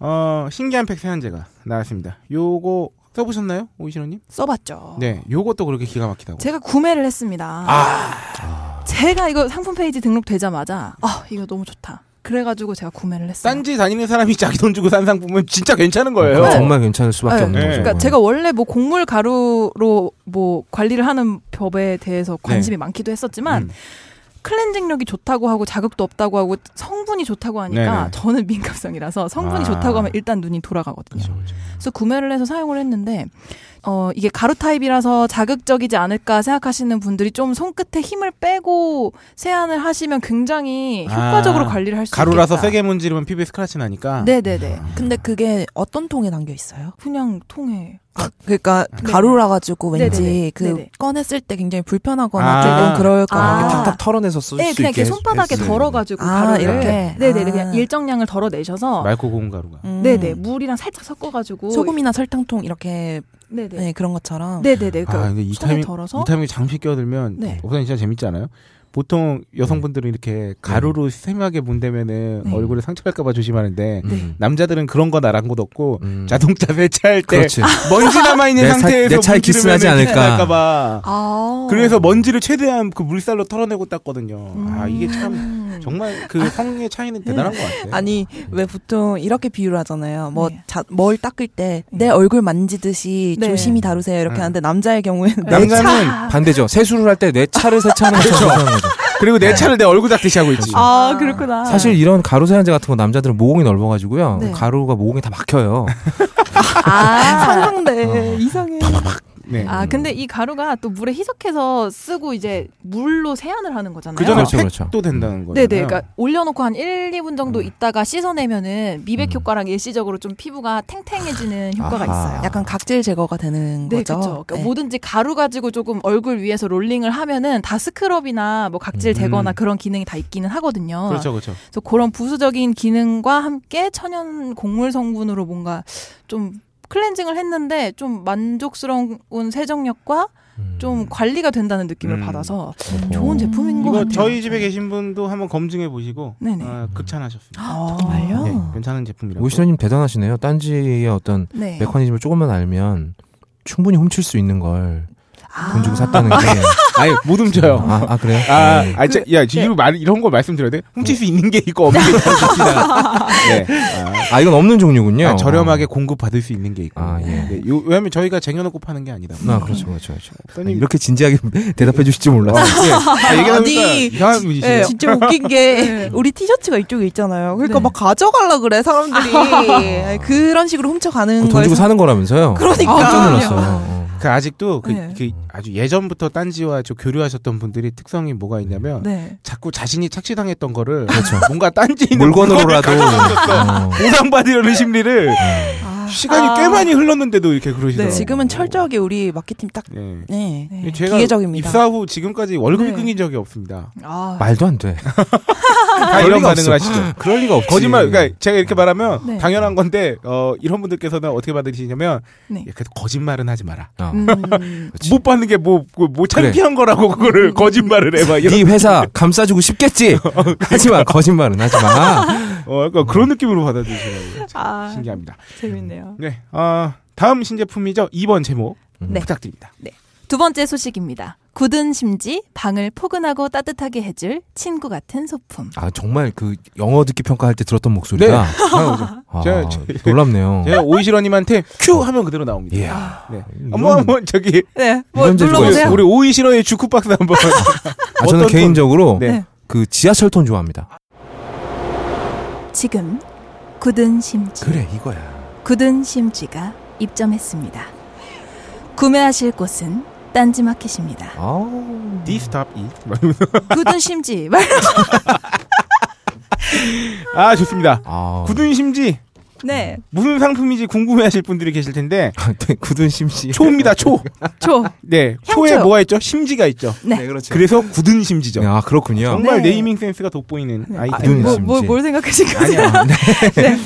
[SPEAKER 1] 어, 신기한 팩 세안제가 나왔습니다. 요거 써보셨나요, 오이시노님?
[SPEAKER 6] 써봤죠.
[SPEAKER 1] 네, 요것도 그렇게 기가 막히다고.
[SPEAKER 2] 제가 구매를 했습니다.
[SPEAKER 5] 아.
[SPEAKER 2] 제가 이거 상품 페이지 등록되자마자 아 이거 너무 좋다. 그래가지고 제가 구매를 했어요.
[SPEAKER 1] 딴지 다니는 사람이 자기 돈 주고 산 상품은 진짜 괜찮은 거예요.
[SPEAKER 5] 그거 정말 괜찮을 수밖에
[SPEAKER 2] 네.
[SPEAKER 5] 없는
[SPEAKER 1] 네.
[SPEAKER 5] 거죠.
[SPEAKER 2] 그러니까
[SPEAKER 5] 그건.
[SPEAKER 2] 제가 원래 뭐 곡물 가루로 뭐 관리를 하는 법에 대해서 관심이 많기도 했었지만
[SPEAKER 1] 네. 음.
[SPEAKER 2] 클렌징력이 좋다고 하고 자극도 없다고 하고 성분이 좋다고 하니까
[SPEAKER 1] 네네.
[SPEAKER 2] 저는 민감성이라서 성분이
[SPEAKER 1] 아.
[SPEAKER 2] 좋다고 하면 일단 눈이 돌아가거든요.
[SPEAKER 5] 그렇죠, 그렇죠.
[SPEAKER 2] 그래서 구매를 해서 사용을 했는데 어 이게 가루 타입이라서 자극적이지 않을까 생각하시는 분들이 좀 손끝에 힘을 빼고 세안을 하시면 굉장히 효과적으로
[SPEAKER 1] 아,
[SPEAKER 2] 관리를 할 수 있다.
[SPEAKER 1] 가루라서 세게 아. 문지르면 피부에 스크라치 나니까.
[SPEAKER 2] 네네네.
[SPEAKER 6] 근데 그게 어떤 통에 담겨 있어요?
[SPEAKER 2] 그냥 통에
[SPEAKER 6] 그러니까
[SPEAKER 2] 네.
[SPEAKER 6] 가루라 가지고 왠지
[SPEAKER 2] 네네네.
[SPEAKER 6] 그
[SPEAKER 2] 네네.
[SPEAKER 6] 꺼냈을 때 굉장히 불편하거나
[SPEAKER 1] 아.
[SPEAKER 6] 조금 그럴 거
[SPEAKER 2] 아.
[SPEAKER 5] 이렇게
[SPEAKER 6] 같아요.
[SPEAKER 5] 탁탁 털어내서 쓸 수
[SPEAKER 2] 네,
[SPEAKER 5] 있게
[SPEAKER 2] 그냥 이렇게 손바닥에
[SPEAKER 5] 했어요.
[SPEAKER 2] 덜어가지고
[SPEAKER 6] 아,
[SPEAKER 2] 가루를
[SPEAKER 6] 이렇게?
[SPEAKER 2] 네네네
[SPEAKER 6] 아.
[SPEAKER 2] 그냥 일정량을 덜어내셔서
[SPEAKER 1] 맑고 고운 가루가.
[SPEAKER 6] 음.
[SPEAKER 2] 네네 뭐 물이랑 살짝 섞어가지고
[SPEAKER 6] 소금이나 설탕통 이렇게
[SPEAKER 2] 네네
[SPEAKER 6] 네, 그런 것처럼
[SPEAKER 2] 네네네
[SPEAKER 1] 아,
[SPEAKER 2] 그러니까
[SPEAKER 1] 근데 이
[SPEAKER 2] 손에
[SPEAKER 1] 타이밍,
[SPEAKER 2] 덜어서
[SPEAKER 1] 이 타이밍에 잠시 끼어들면
[SPEAKER 2] 네.
[SPEAKER 1] 우선 진짜 재밌지 않아요? 보통 여성분들은 이렇게 가루로 세밀하게 문대면은
[SPEAKER 2] 네.
[SPEAKER 1] 얼굴에 상처 날까봐 조심하는데
[SPEAKER 5] 음.
[SPEAKER 2] 네.
[SPEAKER 1] 남자들은 그런 건 아랑곳 없고
[SPEAKER 5] 음.
[SPEAKER 1] 자동차 세차할 때
[SPEAKER 5] 그렇지.
[SPEAKER 1] 먼지 네. 남아 있는
[SPEAKER 5] 내 차-
[SPEAKER 1] 상태에서
[SPEAKER 5] 내 차에 기스나지 않을까.
[SPEAKER 1] 봐.
[SPEAKER 2] 아
[SPEAKER 1] 그래서 먼지를 최대한 그 물살로 털어내고 닦거든요. 아
[SPEAKER 2] 음.
[SPEAKER 1] 이게 참 정말 그 성의 차이는 대단한 것 같아요.
[SPEAKER 6] 아니 왜 보통 이렇게 비유를 하잖아요. 뭐
[SPEAKER 2] 네.
[SPEAKER 6] 자- 뭘 닦을 때 내
[SPEAKER 2] 네.
[SPEAKER 6] 얼굴 만지듯이
[SPEAKER 2] 네.
[SPEAKER 6] 조심히 다루세요 이렇게
[SPEAKER 1] 네.
[SPEAKER 6] 하는데 남자의 경우에는
[SPEAKER 5] 남자는 반대죠. 세수를 할 때 내 차를 세차하는 것처럼 세차하는 거죠.
[SPEAKER 1] 그리고 내 차를 내 얼굴 닦듯이 하고 있지.
[SPEAKER 2] 네. 아 그렇구나
[SPEAKER 5] 사실 이런 가루 세안제 같은 거 남자들은 모공이 넓어가지고요.
[SPEAKER 2] 네.
[SPEAKER 5] 가루가 모공에 다 막혀요.
[SPEAKER 2] 아,
[SPEAKER 6] 상상돼 이상해.
[SPEAKER 1] 네.
[SPEAKER 2] 아 근데 이 가루가 또 물에 희석해서 쓰고 이제 물로 세안을 하는 거잖아요
[SPEAKER 1] 그 전에
[SPEAKER 5] 그렇죠, 그렇죠.
[SPEAKER 1] 팩도 된다는 거예요.
[SPEAKER 2] 네네 그러니까 올려놓고 한 1, 2분 정도
[SPEAKER 1] 음.
[SPEAKER 2] 있다가 씻어내면은 미백
[SPEAKER 5] 음.
[SPEAKER 2] 효과랑 일시적으로 좀 피부가 탱탱해지는 효과가
[SPEAKER 5] 아하.
[SPEAKER 2] 있어요
[SPEAKER 6] 약간 각질 제거가 되는
[SPEAKER 2] 네,
[SPEAKER 6] 거죠.
[SPEAKER 2] 그렇죠. 그러니까
[SPEAKER 6] 네.
[SPEAKER 2] 뭐든지 가루 가지고 조금 얼굴 위에서 롤링을 하면은 다 스크럽이나 뭐 각질
[SPEAKER 5] 음.
[SPEAKER 2] 제거나 그런 기능이 다 있기는 하거든요.
[SPEAKER 1] 그렇죠, 그렇죠.
[SPEAKER 2] 그래서 그런 부수적인 기능과 함께 천연 곡물 성분으로 뭔가 좀 클렌징을 했는데 좀 만족스러운 세정력과 좀 관리가 된다는 느낌을
[SPEAKER 1] 음.
[SPEAKER 2] 받아서
[SPEAKER 5] 음.
[SPEAKER 2] 좋은 제품인 것
[SPEAKER 1] 이거
[SPEAKER 2] 같아요.
[SPEAKER 1] 저희 집에 계신 분도 한번 검증해 보시고
[SPEAKER 2] 네네.
[SPEAKER 1] 아, 극찬하셨습니다.
[SPEAKER 6] 아,
[SPEAKER 2] 정말요?
[SPEAKER 1] 네, 괜찮은 제품이라고.
[SPEAKER 5] 오시노님 대단하시네요. 딴지의 어떤
[SPEAKER 2] 네.
[SPEAKER 5] 메커니즘을 조금만 알면 충분히 훔칠 수 있는 걸 돈
[SPEAKER 2] 아.
[SPEAKER 5] 주고 샀다는 게.
[SPEAKER 1] 아니 못 훔쳐요.
[SPEAKER 5] 아, 아, 그래요?
[SPEAKER 1] 아,
[SPEAKER 5] 네.
[SPEAKER 1] 아, 저, 야, 이거 말 이런 거 말씀드려야 돼. 훔칠
[SPEAKER 2] 네.
[SPEAKER 1] 수 있는 게 있고 없는 게 있습니다. 네.
[SPEAKER 5] 아, 이건 없는 종류군요.
[SPEAKER 1] 아, 아, 저렴하게 공급 받을 수 있는 게 있고.
[SPEAKER 5] 아, 예.
[SPEAKER 1] 네, 요- 왜냐면 저희가 쟁여놓고 파는 게 아니다.
[SPEAKER 5] 아, 그렇죠, 그렇죠, 그렇죠.
[SPEAKER 1] 어떤 일-
[SPEAKER 5] 이렇게 진지하게 대답해 주실 줄
[SPEAKER 1] 어,
[SPEAKER 5] 몰랐어요.
[SPEAKER 1] 예. 아, 얘기하니까
[SPEAKER 6] 아니,
[SPEAKER 1] 이상한 분이시네요.
[SPEAKER 2] 예.
[SPEAKER 6] 네, 진짜 웃긴 게 네. 우리 티셔츠가 이쪽에 있잖아요. 그러니까 막 가져가려 그래 사람들이 아니, 그런 식으로 훔쳐가는
[SPEAKER 1] 어,
[SPEAKER 5] 그거 돈
[SPEAKER 6] 거에
[SPEAKER 5] 주고
[SPEAKER 6] 서-
[SPEAKER 5] 사는 거라면서요?
[SPEAKER 6] 그러니까.
[SPEAKER 5] 깜짝 놀랐어. 어.
[SPEAKER 1] 그 아직도 그,
[SPEAKER 2] 네.
[SPEAKER 1] 그 아주 예전부터 딴지와 저 교류하셨던 분들이 특성이 뭐가 있냐면
[SPEAKER 2] 네.
[SPEAKER 1] 자꾸 자신이 착취당했던 거를
[SPEAKER 5] 그렇죠.
[SPEAKER 1] 뭔가 딴지 있는
[SPEAKER 5] 물건으로라도. 어.
[SPEAKER 1] 보상받으려는
[SPEAKER 6] 네.
[SPEAKER 1] 심리를
[SPEAKER 2] 아.
[SPEAKER 1] 시간이 꽤 많이 흘렀는데도 이렇게 그러시더라고요.
[SPEAKER 6] 아. 네, 지금은 철저하게 우리 마케팅 딱
[SPEAKER 1] 네.
[SPEAKER 6] 네.
[SPEAKER 2] 네.
[SPEAKER 1] 제가
[SPEAKER 6] 기계적입니다.
[SPEAKER 1] 입사 후 지금까지 월급이
[SPEAKER 2] 네.
[SPEAKER 1] 끊긴 적이 없습니다.
[SPEAKER 2] 아.
[SPEAKER 5] 말도 안 돼.
[SPEAKER 1] 다
[SPEAKER 5] 그럴
[SPEAKER 1] 이런
[SPEAKER 5] 리가
[SPEAKER 1] 반응을
[SPEAKER 5] 없어. 아,
[SPEAKER 1] 하시죠.
[SPEAKER 5] 그럴 리가 없지. 아.
[SPEAKER 1] 거짓말, 그러니까 제가 이렇게 말하면
[SPEAKER 2] 네.
[SPEAKER 1] 당연한 건데, 어, 이런 분들께서는 어떻게 받으시냐면,
[SPEAKER 2] 네.
[SPEAKER 1] 예, 그래도 거짓말은 하지 마라.
[SPEAKER 5] 어.
[SPEAKER 2] 음.
[SPEAKER 5] 그치.
[SPEAKER 1] 못 받는 게 뭐, 뭐, 뭐 창피한 거라고
[SPEAKER 6] 음.
[SPEAKER 1] 그거를 거짓말을 해봐. 이런, 그러니까.
[SPEAKER 5] 네 회사 감싸주고 싶겠지. 하지마 거짓말은 하지마.
[SPEAKER 1] 어, 약간 그런 느낌으로 받아들이시더라고요. 참
[SPEAKER 2] 아.
[SPEAKER 1] 신기합니다.
[SPEAKER 2] 재밌네요.
[SPEAKER 1] 네, 어, 다음 신제품이죠. 2번 제목.
[SPEAKER 5] 음.
[SPEAKER 2] 네.
[SPEAKER 1] 부탁드립니다.
[SPEAKER 2] 두 번째 소식입니다. 굳은 심지, 방을 포근하고 따뜻하게 해줄 친구 같은 소품.
[SPEAKER 5] 아 정말 그 영어 듣기 평가할 때 들었던 목소리가 아,
[SPEAKER 1] 저- 저-
[SPEAKER 5] 놀랍네요.
[SPEAKER 1] 네.
[SPEAKER 5] 아,
[SPEAKER 1] 제가 오이시러님한테 큐 하면 그대로 나옵니다.
[SPEAKER 5] 예.
[SPEAKER 1] 네.
[SPEAKER 5] 이런-
[SPEAKER 1] 한번 한번 저기
[SPEAKER 2] 네,
[SPEAKER 5] 뭐 이런 재주가 눌러보세요.
[SPEAKER 1] 우리,
[SPEAKER 5] 있어요?
[SPEAKER 1] 우리 오이시러의 주쿠박스 한번.
[SPEAKER 5] 아, 저는
[SPEAKER 1] 어떤
[SPEAKER 5] 개인적으로
[SPEAKER 1] 네.
[SPEAKER 2] 네.
[SPEAKER 5] 그 지하철 톤 좋아합니다.
[SPEAKER 2] 지금 굳은 심지,
[SPEAKER 5] 그래 이거야.
[SPEAKER 2] 굳은 심지가 입점했습니다. 구매하실 곳은 딴지마켓입니다.
[SPEAKER 5] 아우.
[SPEAKER 1] D stop E.
[SPEAKER 2] 굳은 심지,
[SPEAKER 1] 아 좋습니다.
[SPEAKER 5] 아.
[SPEAKER 1] 굳은 심지
[SPEAKER 2] 네,
[SPEAKER 1] 무슨 상품인지 궁금해하실 분들이 계실 텐데
[SPEAKER 5] 네, 굳은 심지.
[SPEAKER 1] 초입니다 초.
[SPEAKER 2] 초.
[SPEAKER 1] 네
[SPEAKER 2] 향초.
[SPEAKER 1] 초에 뭐가 있죠? 심지가 있죠.
[SPEAKER 2] 네.
[SPEAKER 5] 그렇죠.
[SPEAKER 1] 그래서 굳은 심지죠.
[SPEAKER 5] 아 그렇군요.
[SPEAKER 1] 정말
[SPEAKER 2] 네.
[SPEAKER 1] 네이밍 센스가
[SPEAKER 2] 네.
[SPEAKER 1] 돋보이는
[SPEAKER 5] 굳은
[SPEAKER 1] 아이템.
[SPEAKER 2] 뭐,
[SPEAKER 1] 뭐,
[SPEAKER 5] 심지.
[SPEAKER 2] 뭐, 뭘 생각하신 거세요?
[SPEAKER 5] 아니야. 네.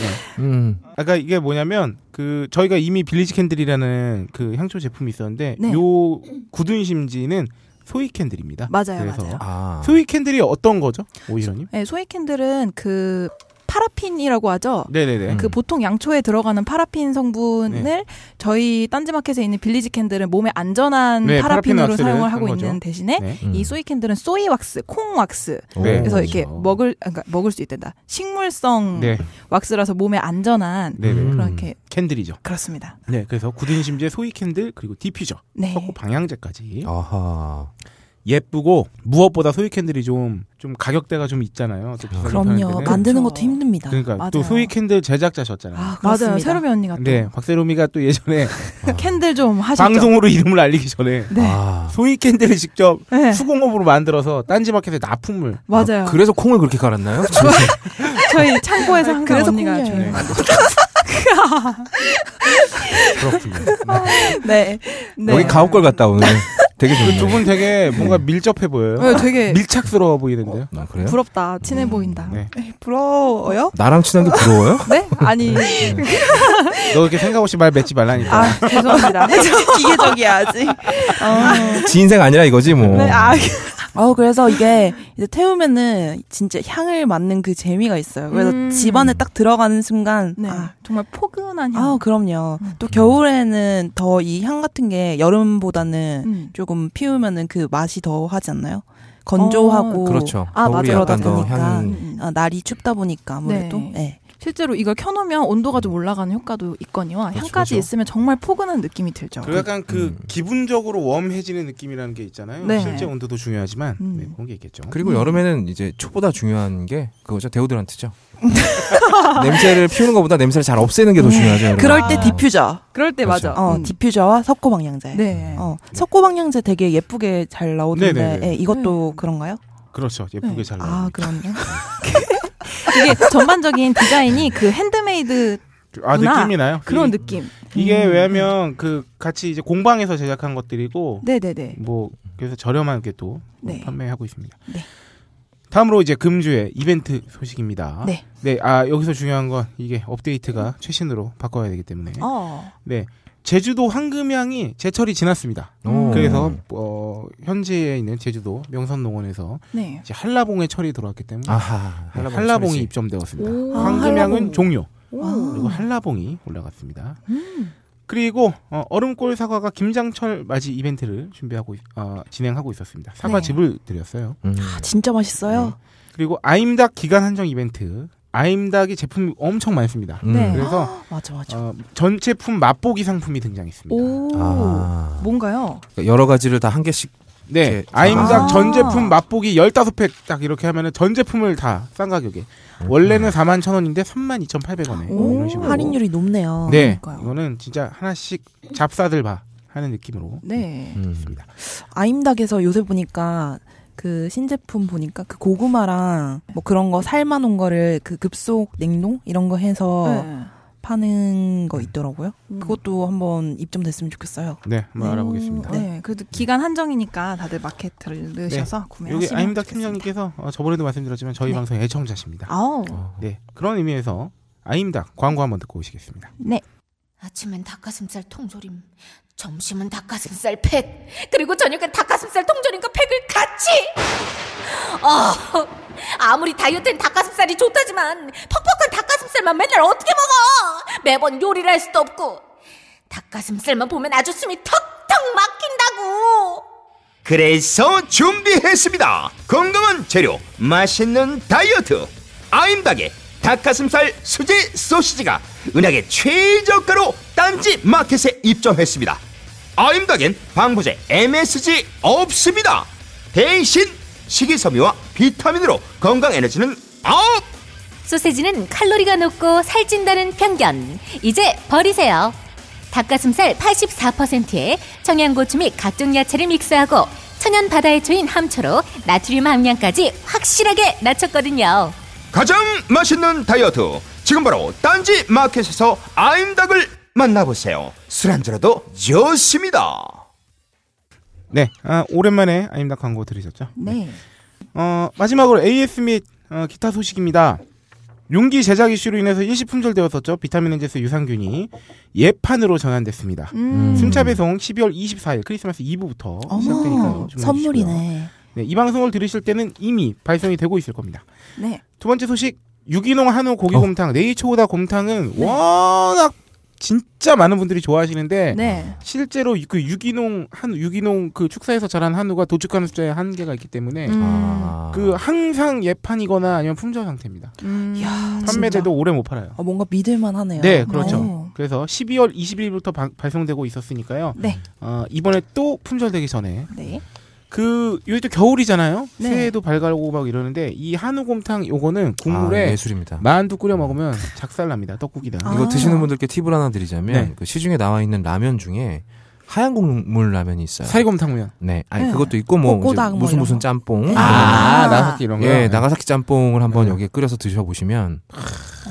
[SPEAKER 5] 음.
[SPEAKER 1] 아까 그러니까 이게 뭐냐면 그 저희가 이미 빌리지 캔들이라는 그 향초 제품이 있었는데
[SPEAKER 2] 네.
[SPEAKER 1] 요 굳은 심지는 소이 캔들입니다.
[SPEAKER 2] 맞아요,
[SPEAKER 1] 그래서
[SPEAKER 2] 맞아요.
[SPEAKER 5] 아.
[SPEAKER 1] 소이 캔들이 어떤 거죠, 오이러님?
[SPEAKER 2] 네, 소이 캔들은 그 파라핀이라고 하죠.
[SPEAKER 1] 네네네.
[SPEAKER 2] 그
[SPEAKER 5] 음.
[SPEAKER 2] 보통 양초에 들어가는 파라핀 성분을
[SPEAKER 1] 네.
[SPEAKER 2] 저희 딴지마켓에 있는 빌리지 캔들은 몸에 안전한
[SPEAKER 1] 네, 파라핀
[SPEAKER 2] 파라핀으로
[SPEAKER 1] 왁스를
[SPEAKER 2] 사용을
[SPEAKER 1] 한
[SPEAKER 2] 하고
[SPEAKER 1] 거죠.
[SPEAKER 2] 있는 대신에
[SPEAKER 1] 네.
[SPEAKER 5] 음.
[SPEAKER 2] 이 소이 캔들은 소이 왁스, 콩 왁스.
[SPEAKER 5] 오.
[SPEAKER 1] 네.
[SPEAKER 2] 그래서 이렇게
[SPEAKER 1] 그렇죠.
[SPEAKER 2] 먹을 그러니까 먹을 수 있다. 식물성
[SPEAKER 1] 네.
[SPEAKER 2] 왁스라서 몸에 안전한
[SPEAKER 1] 네네.
[SPEAKER 5] 음.
[SPEAKER 2] 그렇게
[SPEAKER 1] 캔들이죠.
[SPEAKER 2] 그렇습니다.
[SPEAKER 1] 네. 그래서 굳은 심지에 소이 캔들 그리고 디퓨저,
[SPEAKER 2] 네.
[SPEAKER 1] 섞고 방향제까지
[SPEAKER 6] 어.
[SPEAKER 5] 아하.
[SPEAKER 1] 예쁘고 무엇보다 소이 캔들이 좀 좀 가격대가 좀 있잖아요. 또 비싼
[SPEAKER 6] 그럼요.
[SPEAKER 1] 편인데는.
[SPEAKER 2] 그렇죠.
[SPEAKER 6] 만드는 것도 힘듭니다.
[SPEAKER 1] 그러니까 또
[SPEAKER 2] 맞아요.
[SPEAKER 1] 소이 캔들 제작자셨잖아요.
[SPEAKER 6] 아, 그렇습니다.
[SPEAKER 2] 맞아요. 새로미 언니가 또그
[SPEAKER 1] 네, 박세롬이가 또 예전에
[SPEAKER 2] 캔들 좀 하시죠.
[SPEAKER 1] 방송으로 이름을 알리기 전에
[SPEAKER 2] 네.
[SPEAKER 5] 아.
[SPEAKER 1] 소이 캔들을 직접
[SPEAKER 2] 네.
[SPEAKER 1] 수공업으로 만들어서 딴지마켓에 납품을
[SPEAKER 2] 맞아요.
[SPEAKER 5] 그래서 콩을 그렇게 갈았나요? 진짜.
[SPEAKER 2] 저희 창고에서 항상
[SPEAKER 6] 그래서
[SPEAKER 2] 언니가
[SPEAKER 6] 콩이에요.
[SPEAKER 1] 네.
[SPEAKER 2] 줘요.
[SPEAKER 1] 그렇군요.
[SPEAKER 2] 네. 네.
[SPEAKER 5] 여기 가옥 걸 갔다 오늘. 되게 좋네요.
[SPEAKER 1] 그 두 분 되게 뭔가 밀접해 보여요.
[SPEAKER 2] 네, 되게
[SPEAKER 1] 밀착스러워 보이는데요.
[SPEAKER 5] 아, 그래요?
[SPEAKER 2] 부럽다. 친해 보인다.
[SPEAKER 1] 네.
[SPEAKER 6] 부러워요?
[SPEAKER 5] 나랑 친한 게 부러워요?
[SPEAKER 2] 네? 아니.
[SPEAKER 1] 너 이렇게 생각 없이 말 맺지 말라니까.
[SPEAKER 2] 아, 죄송합니다.
[SPEAKER 6] 기계적이야 아직. 어.
[SPEAKER 5] 지 인생 아니라 이거지 뭐.
[SPEAKER 2] 네, 아,
[SPEAKER 6] 어, 그래서 이게 이제 태우면은 진짜 향을 맡는 그 재미가 있어요. 그래서
[SPEAKER 2] 음.
[SPEAKER 6] 집안에 딱 들어가는 순간
[SPEAKER 2] 네.
[SPEAKER 6] 아,
[SPEAKER 2] 정말 포근한 향.
[SPEAKER 6] 아, 그럼요.
[SPEAKER 2] 음.
[SPEAKER 6] 또 겨울에는 더 이 향 같은 게 여름보다는
[SPEAKER 2] 음.
[SPEAKER 6] 조금 피우면은 그 맛이 더 하지 않나요? 건조하고
[SPEAKER 5] 그렇죠.
[SPEAKER 2] 아,
[SPEAKER 5] 겨울이
[SPEAKER 2] 맞아.
[SPEAKER 5] 약간 더
[SPEAKER 6] 그러다 보니까.
[SPEAKER 5] 향이
[SPEAKER 2] 음.
[SPEAKER 6] 아, 날이 춥다 보니까 아무래도
[SPEAKER 2] 네.
[SPEAKER 6] 네.
[SPEAKER 2] 실제로 이걸 켜놓으면 온도가 좀 올라가는 효과도 있거니와
[SPEAKER 5] 그렇죠,
[SPEAKER 2] 향까지
[SPEAKER 5] 그렇죠.
[SPEAKER 2] 있으면 정말 포근한 느낌이 들죠.
[SPEAKER 1] 그리고 약간 그
[SPEAKER 5] 음.
[SPEAKER 1] 기분적으로 웜해지는 느낌이라는 게 있잖아요.
[SPEAKER 2] 네.
[SPEAKER 1] 실제 온도도 중요하지만
[SPEAKER 2] 음.
[SPEAKER 1] 네, 그런 게 있겠죠.
[SPEAKER 5] 그리고 여름에는 이제 초보다 중요한 게 그거죠 데오드란트죠. 냄새를 피우는 것보다 냄새를 잘 없애는 게 더 중요하죠. 여러분.
[SPEAKER 6] 그럴 때
[SPEAKER 5] 아.
[SPEAKER 6] 디퓨저.
[SPEAKER 2] 그럴 때
[SPEAKER 5] 그렇죠.
[SPEAKER 2] 맞아.
[SPEAKER 6] 어,
[SPEAKER 2] 음.
[SPEAKER 6] 디퓨저와 석고 방향제.
[SPEAKER 2] 네.
[SPEAKER 6] 어, 석고 방향제 되게 예쁘게 잘 나오던데
[SPEAKER 1] 네네네.
[SPEAKER 6] 예, 이것도
[SPEAKER 2] 음.
[SPEAKER 6] 그런가요?
[SPEAKER 1] 그렇죠. 예쁘게
[SPEAKER 2] 네.
[SPEAKER 1] 잘 나와.
[SPEAKER 6] 아,
[SPEAKER 5] 음.
[SPEAKER 6] 그럼요.
[SPEAKER 2] 이게 전반적인 디자인이 그 핸드메이드
[SPEAKER 1] 아, 느낌이 나요.
[SPEAKER 2] 그런
[SPEAKER 1] 이-
[SPEAKER 2] 느낌.
[SPEAKER 1] 이게 왜냐면 그 같이 이제 공방에서 제작한 것들이고
[SPEAKER 2] 네네네.
[SPEAKER 1] 뭐 그래서 저렴하게 또
[SPEAKER 2] 네.
[SPEAKER 1] 판매하고 있습니다.
[SPEAKER 2] 네.
[SPEAKER 1] 다음으로 이제 금주의 이벤트 소식입니다.
[SPEAKER 2] 네.
[SPEAKER 1] 아 여기서 중요한 건 이게 업데이트가 최신으로 바꿔야 되기 때문에.
[SPEAKER 2] 어.
[SPEAKER 1] 네. 제주도 황금향이 제철이 지났습니다.
[SPEAKER 5] 오.
[SPEAKER 1] 그래서 어, 현지에 있는 제주도 명선농원에서
[SPEAKER 2] 네.
[SPEAKER 1] 이제 한라봉의 철이 들어왔기 때문에
[SPEAKER 5] 아하
[SPEAKER 1] 한라봉
[SPEAKER 5] 철이지.
[SPEAKER 1] 이 입점되었습니다.
[SPEAKER 2] 오.
[SPEAKER 1] 황금향은
[SPEAKER 2] 한라봉.
[SPEAKER 1] 종료
[SPEAKER 2] 오.
[SPEAKER 1] 그리고 한라봉이 올라갔습니다.
[SPEAKER 2] 음.
[SPEAKER 1] 그리고 어, 얼음골 사과가 김장철 맞이 이벤트를 준비하고 있- 어, 진행하고 있었습니다. 사과즙을 드렸어요.
[SPEAKER 5] 음.
[SPEAKER 6] 아, 진짜
[SPEAKER 1] 네.
[SPEAKER 6] 맛있어요.
[SPEAKER 1] 그리고 아임닭 기간 한정 이벤트. 아임닭이 제품이 엄청 많습니다.
[SPEAKER 5] 음.
[SPEAKER 2] 네.
[SPEAKER 1] 그래서
[SPEAKER 6] 맞아, 맞아.
[SPEAKER 1] 어, 전체품 맛보기 상품이 등장했습니다.
[SPEAKER 2] 오.
[SPEAKER 5] 아.
[SPEAKER 2] 뭔가요?
[SPEAKER 5] 그러니까 여러 가지를 다 한 개씩
[SPEAKER 1] 네.
[SPEAKER 5] 이렇게-
[SPEAKER 1] 아임닭
[SPEAKER 2] 아.
[SPEAKER 1] 전 제품 맛보기 15팩 딱 이렇게 하면은 전 제품을 다 싼 가격에. 원래는 41,000원인데 32,800원에.
[SPEAKER 5] 네.
[SPEAKER 2] 오,
[SPEAKER 1] 이런 식으로.
[SPEAKER 6] 할인율이 높네요.
[SPEAKER 1] 네.
[SPEAKER 2] 어, 그러니까요.
[SPEAKER 1] 이거는 진짜 하나씩 잡사들 봐 하는 느낌으로
[SPEAKER 2] 네.
[SPEAKER 5] 음.
[SPEAKER 1] 있습니다.
[SPEAKER 6] 아임닭에서 요새 보니까 그 신제품 보니까 그 고구마랑 뭐 그런 거 삶아놓은 거를 그 급속 냉동 이런 거 해서
[SPEAKER 2] 네.
[SPEAKER 6] 파는
[SPEAKER 5] 네.
[SPEAKER 6] 거 있더라고요.
[SPEAKER 2] 음.
[SPEAKER 6] 그것도 한번 입점됐으면 좋겠어요.
[SPEAKER 1] 네, 한번
[SPEAKER 2] 네.
[SPEAKER 1] 알아보겠습니다.
[SPEAKER 2] 네, 그래도 기간 한정이니까 다들 마켓 들르셔서
[SPEAKER 1] 여기
[SPEAKER 2] 구매하시면
[SPEAKER 1] 아임닭
[SPEAKER 2] 좋겠습니다.
[SPEAKER 1] 팀장님께서 어, 저번에도 말씀드렸지만 저희
[SPEAKER 2] 네.
[SPEAKER 1] 방송 의 애청자십니다.
[SPEAKER 2] 아우,
[SPEAKER 1] 네, 그런 의미에서 아임닭 광고 한번 듣고 오시겠습니다.
[SPEAKER 2] 네.
[SPEAKER 8] 아침엔 닭가슴살 통조림, 점심은 닭가슴살 팩, 그리고 저녁엔 닭가슴살 통조림과 팩을 같이! 어, 아무리 다이어트엔 닭가슴살이 좋다지만 퍽퍽한 닭가슴살만 맨날 어떻게 먹어! 매번 요리를 할 수도 없고 닭가슴살만 보면 아주 숨이 턱턱 막힌다고!
[SPEAKER 4] 그래서 준비했습니다. 건강한 재료, 맛있는 다이어트. 아임닭의 닭가슴살 수제 소시지가 은하계 최저가로 딴지 마켓에 입점했습니다. 아임닭엔 방부제 MSG 없습니다. 대신 식이섬유와 비타민으로 건강 에너지는 업!
[SPEAKER 8] 소세지는 칼로리가 높고 살찐다는 편견 이제 버리세요. 닭가슴살 84%에 청양고추 및 각종 야채를 믹스하고 천연 바다의 초인 함초로 나트륨 함량까지 확실하게 낮췄거든요.
[SPEAKER 4] 가장 맛있는 다이어트. 지금 바로 딴지 마켓에서 아임닭을 만나보세요. 술 안주로도 좋습니다.
[SPEAKER 1] 네, 아, 오랜만에 아임닭 광고 들으셨죠?
[SPEAKER 2] 네.
[SPEAKER 1] 어, 마지막으로 AS 및 어, 기타 소식입니다. 용기 제작 이슈로 인해서 일시 품절되었었죠. 비타민 엔젤스 유산균이 예판으로 전환됐습니다.
[SPEAKER 2] 음.
[SPEAKER 1] 순차 배송 12월 24일 크리스마스 이브부터 시작되니까요. 주문해
[SPEAKER 6] 어머,
[SPEAKER 1] 주시고요.
[SPEAKER 6] 선물이네.
[SPEAKER 1] 네, 이 방송을 들으실 때는 이미 발송이 되고 있을 겁니다.
[SPEAKER 2] 네.
[SPEAKER 1] 두 번째 소식 유기농 한우 고기 곰탕 네이처오다 곰탕은 워낙 진짜 많은 분들이 좋아하시는데
[SPEAKER 2] 네.
[SPEAKER 1] 실제로 그 유기농 한 유기농 그 축사에서 자란 한우가 도축하는 숫자에 한계가 있기 때문에
[SPEAKER 2] 음.
[SPEAKER 5] 아.
[SPEAKER 1] 그 항상 예판이거나 아니면 품절 상태입니다.
[SPEAKER 2] 음.
[SPEAKER 6] 이야, 진짜.
[SPEAKER 1] 판매돼도 오래 못 팔아요.
[SPEAKER 6] 어, 뭔가 믿을만 하네요.
[SPEAKER 1] 네, 그렇죠.
[SPEAKER 6] 어.
[SPEAKER 1] 그래서 12월 21일부터 바- 발송되고 있었으니까요.
[SPEAKER 2] 네.
[SPEAKER 1] 어, 이번에 또 품절되기 전에
[SPEAKER 2] 네.
[SPEAKER 1] 그 요즘 또 겨울이잖아요.
[SPEAKER 2] 네.
[SPEAKER 1] 새해도 밝아오고 막 이러는데 이 한우곰탕 요거는
[SPEAKER 5] 아,
[SPEAKER 1] 국물에
[SPEAKER 5] 예술입니다.
[SPEAKER 1] 만두 끓여 먹으면 작살납니다. 떡국이랑.
[SPEAKER 6] 아.
[SPEAKER 5] 이거 드시는 분들께 팁을 하나 드리자면
[SPEAKER 1] 네.
[SPEAKER 5] 그 시중에 나와 있는 라면 중에 하얀 국물 라면이 있어요.
[SPEAKER 1] 사이곰탕면.
[SPEAKER 5] 네, 아니
[SPEAKER 6] 네.
[SPEAKER 5] 그것도 있고 뭐 이제
[SPEAKER 6] 꼬꼬닭 뭐
[SPEAKER 5] 무슨
[SPEAKER 6] 이런
[SPEAKER 5] 무슨
[SPEAKER 6] 거.
[SPEAKER 5] 짬뽕.
[SPEAKER 2] 아.
[SPEAKER 1] 나사키 이런 거.
[SPEAKER 5] 예, 나가사키 짬뽕을 한번
[SPEAKER 1] 네.
[SPEAKER 5] 여기에 끓여서 드셔보시면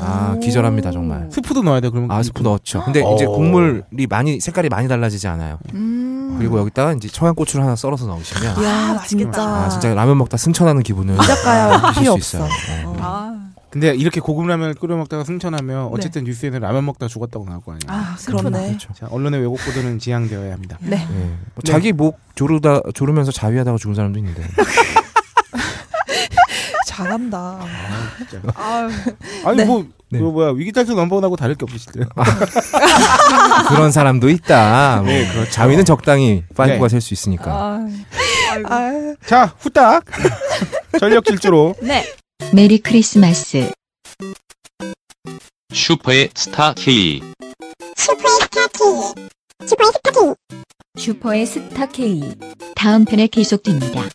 [SPEAKER 5] 아 기절합니다 정말.
[SPEAKER 1] 스프도 넣어야 돼. 그러면
[SPEAKER 5] 아 스프 넣었죠. 근데
[SPEAKER 4] 어.
[SPEAKER 5] 이제 국물이 많이 색깔이 많이 달라지지 않아요.
[SPEAKER 1] 네.
[SPEAKER 2] 음.
[SPEAKER 5] 그리고 여기다가 이제 청양고추를 하나 썰어서 넣으시면
[SPEAKER 6] 이야,
[SPEAKER 2] 맛있겠다.
[SPEAKER 6] 맛있겠다.
[SPEAKER 5] 아 진짜 라면 먹다 승천하는 기분을
[SPEAKER 6] 작가야
[SPEAKER 5] 드실
[SPEAKER 6] 필요
[SPEAKER 5] 수
[SPEAKER 6] 없어.
[SPEAKER 5] 있어요. 네.
[SPEAKER 2] 아.
[SPEAKER 1] 근데 이렇게 고급 라면 끓여 먹다가 승천하면 어쨌든 뉴스에는 라면 먹다 죽었다고 나올 거 아니에요.
[SPEAKER 2] 네. 아,
[SPEAKER 6] 그렇네.
[SPEAKER 5] 그렇죠.
[SPEAKER 1] 자, 언론의 왜곡 보도는 지양되어야 합니다.
[SPEAKER 2] 네.
[SPEAKER 5] 예. 뭐 자기 목 조르다 조르면서 자위하다가 죽은 사람도 있는데.
[SPEAKER 6] 잘한다.
[SPEAKER 2] 아유.
[SPEAKER 1] 아니
[SPEAKER 6] 네.
[SPEAKER 1] 뭐
[SPEAKER 5] 네. 아.
[SPEAKER 1] 이거 뭐야 위기탈출 넘버원하고 다를 게 없으실 때요.
[SPEAKER 5] 그런 사람도 있다. 뭐 자위는 적당히 파이브가
[SPEAKER 1] 네.
[SPEAKER 5] 셀 수
[SPEAKER 6] 아.
[SPEAKER 5] 있으니까.
[SPEAKER 6] 아유.
[SPEAKER 1] 자 후딱 전력 질주로
[SPEAKER 2] 네.
[SPEAKER 3] 메리 크리스마스.
[SPEAKER 9] 슈퍼의 스타 K.
[SPEAKER 3] 슈퍼의 스타 K. 다음 편에 계속됩니다.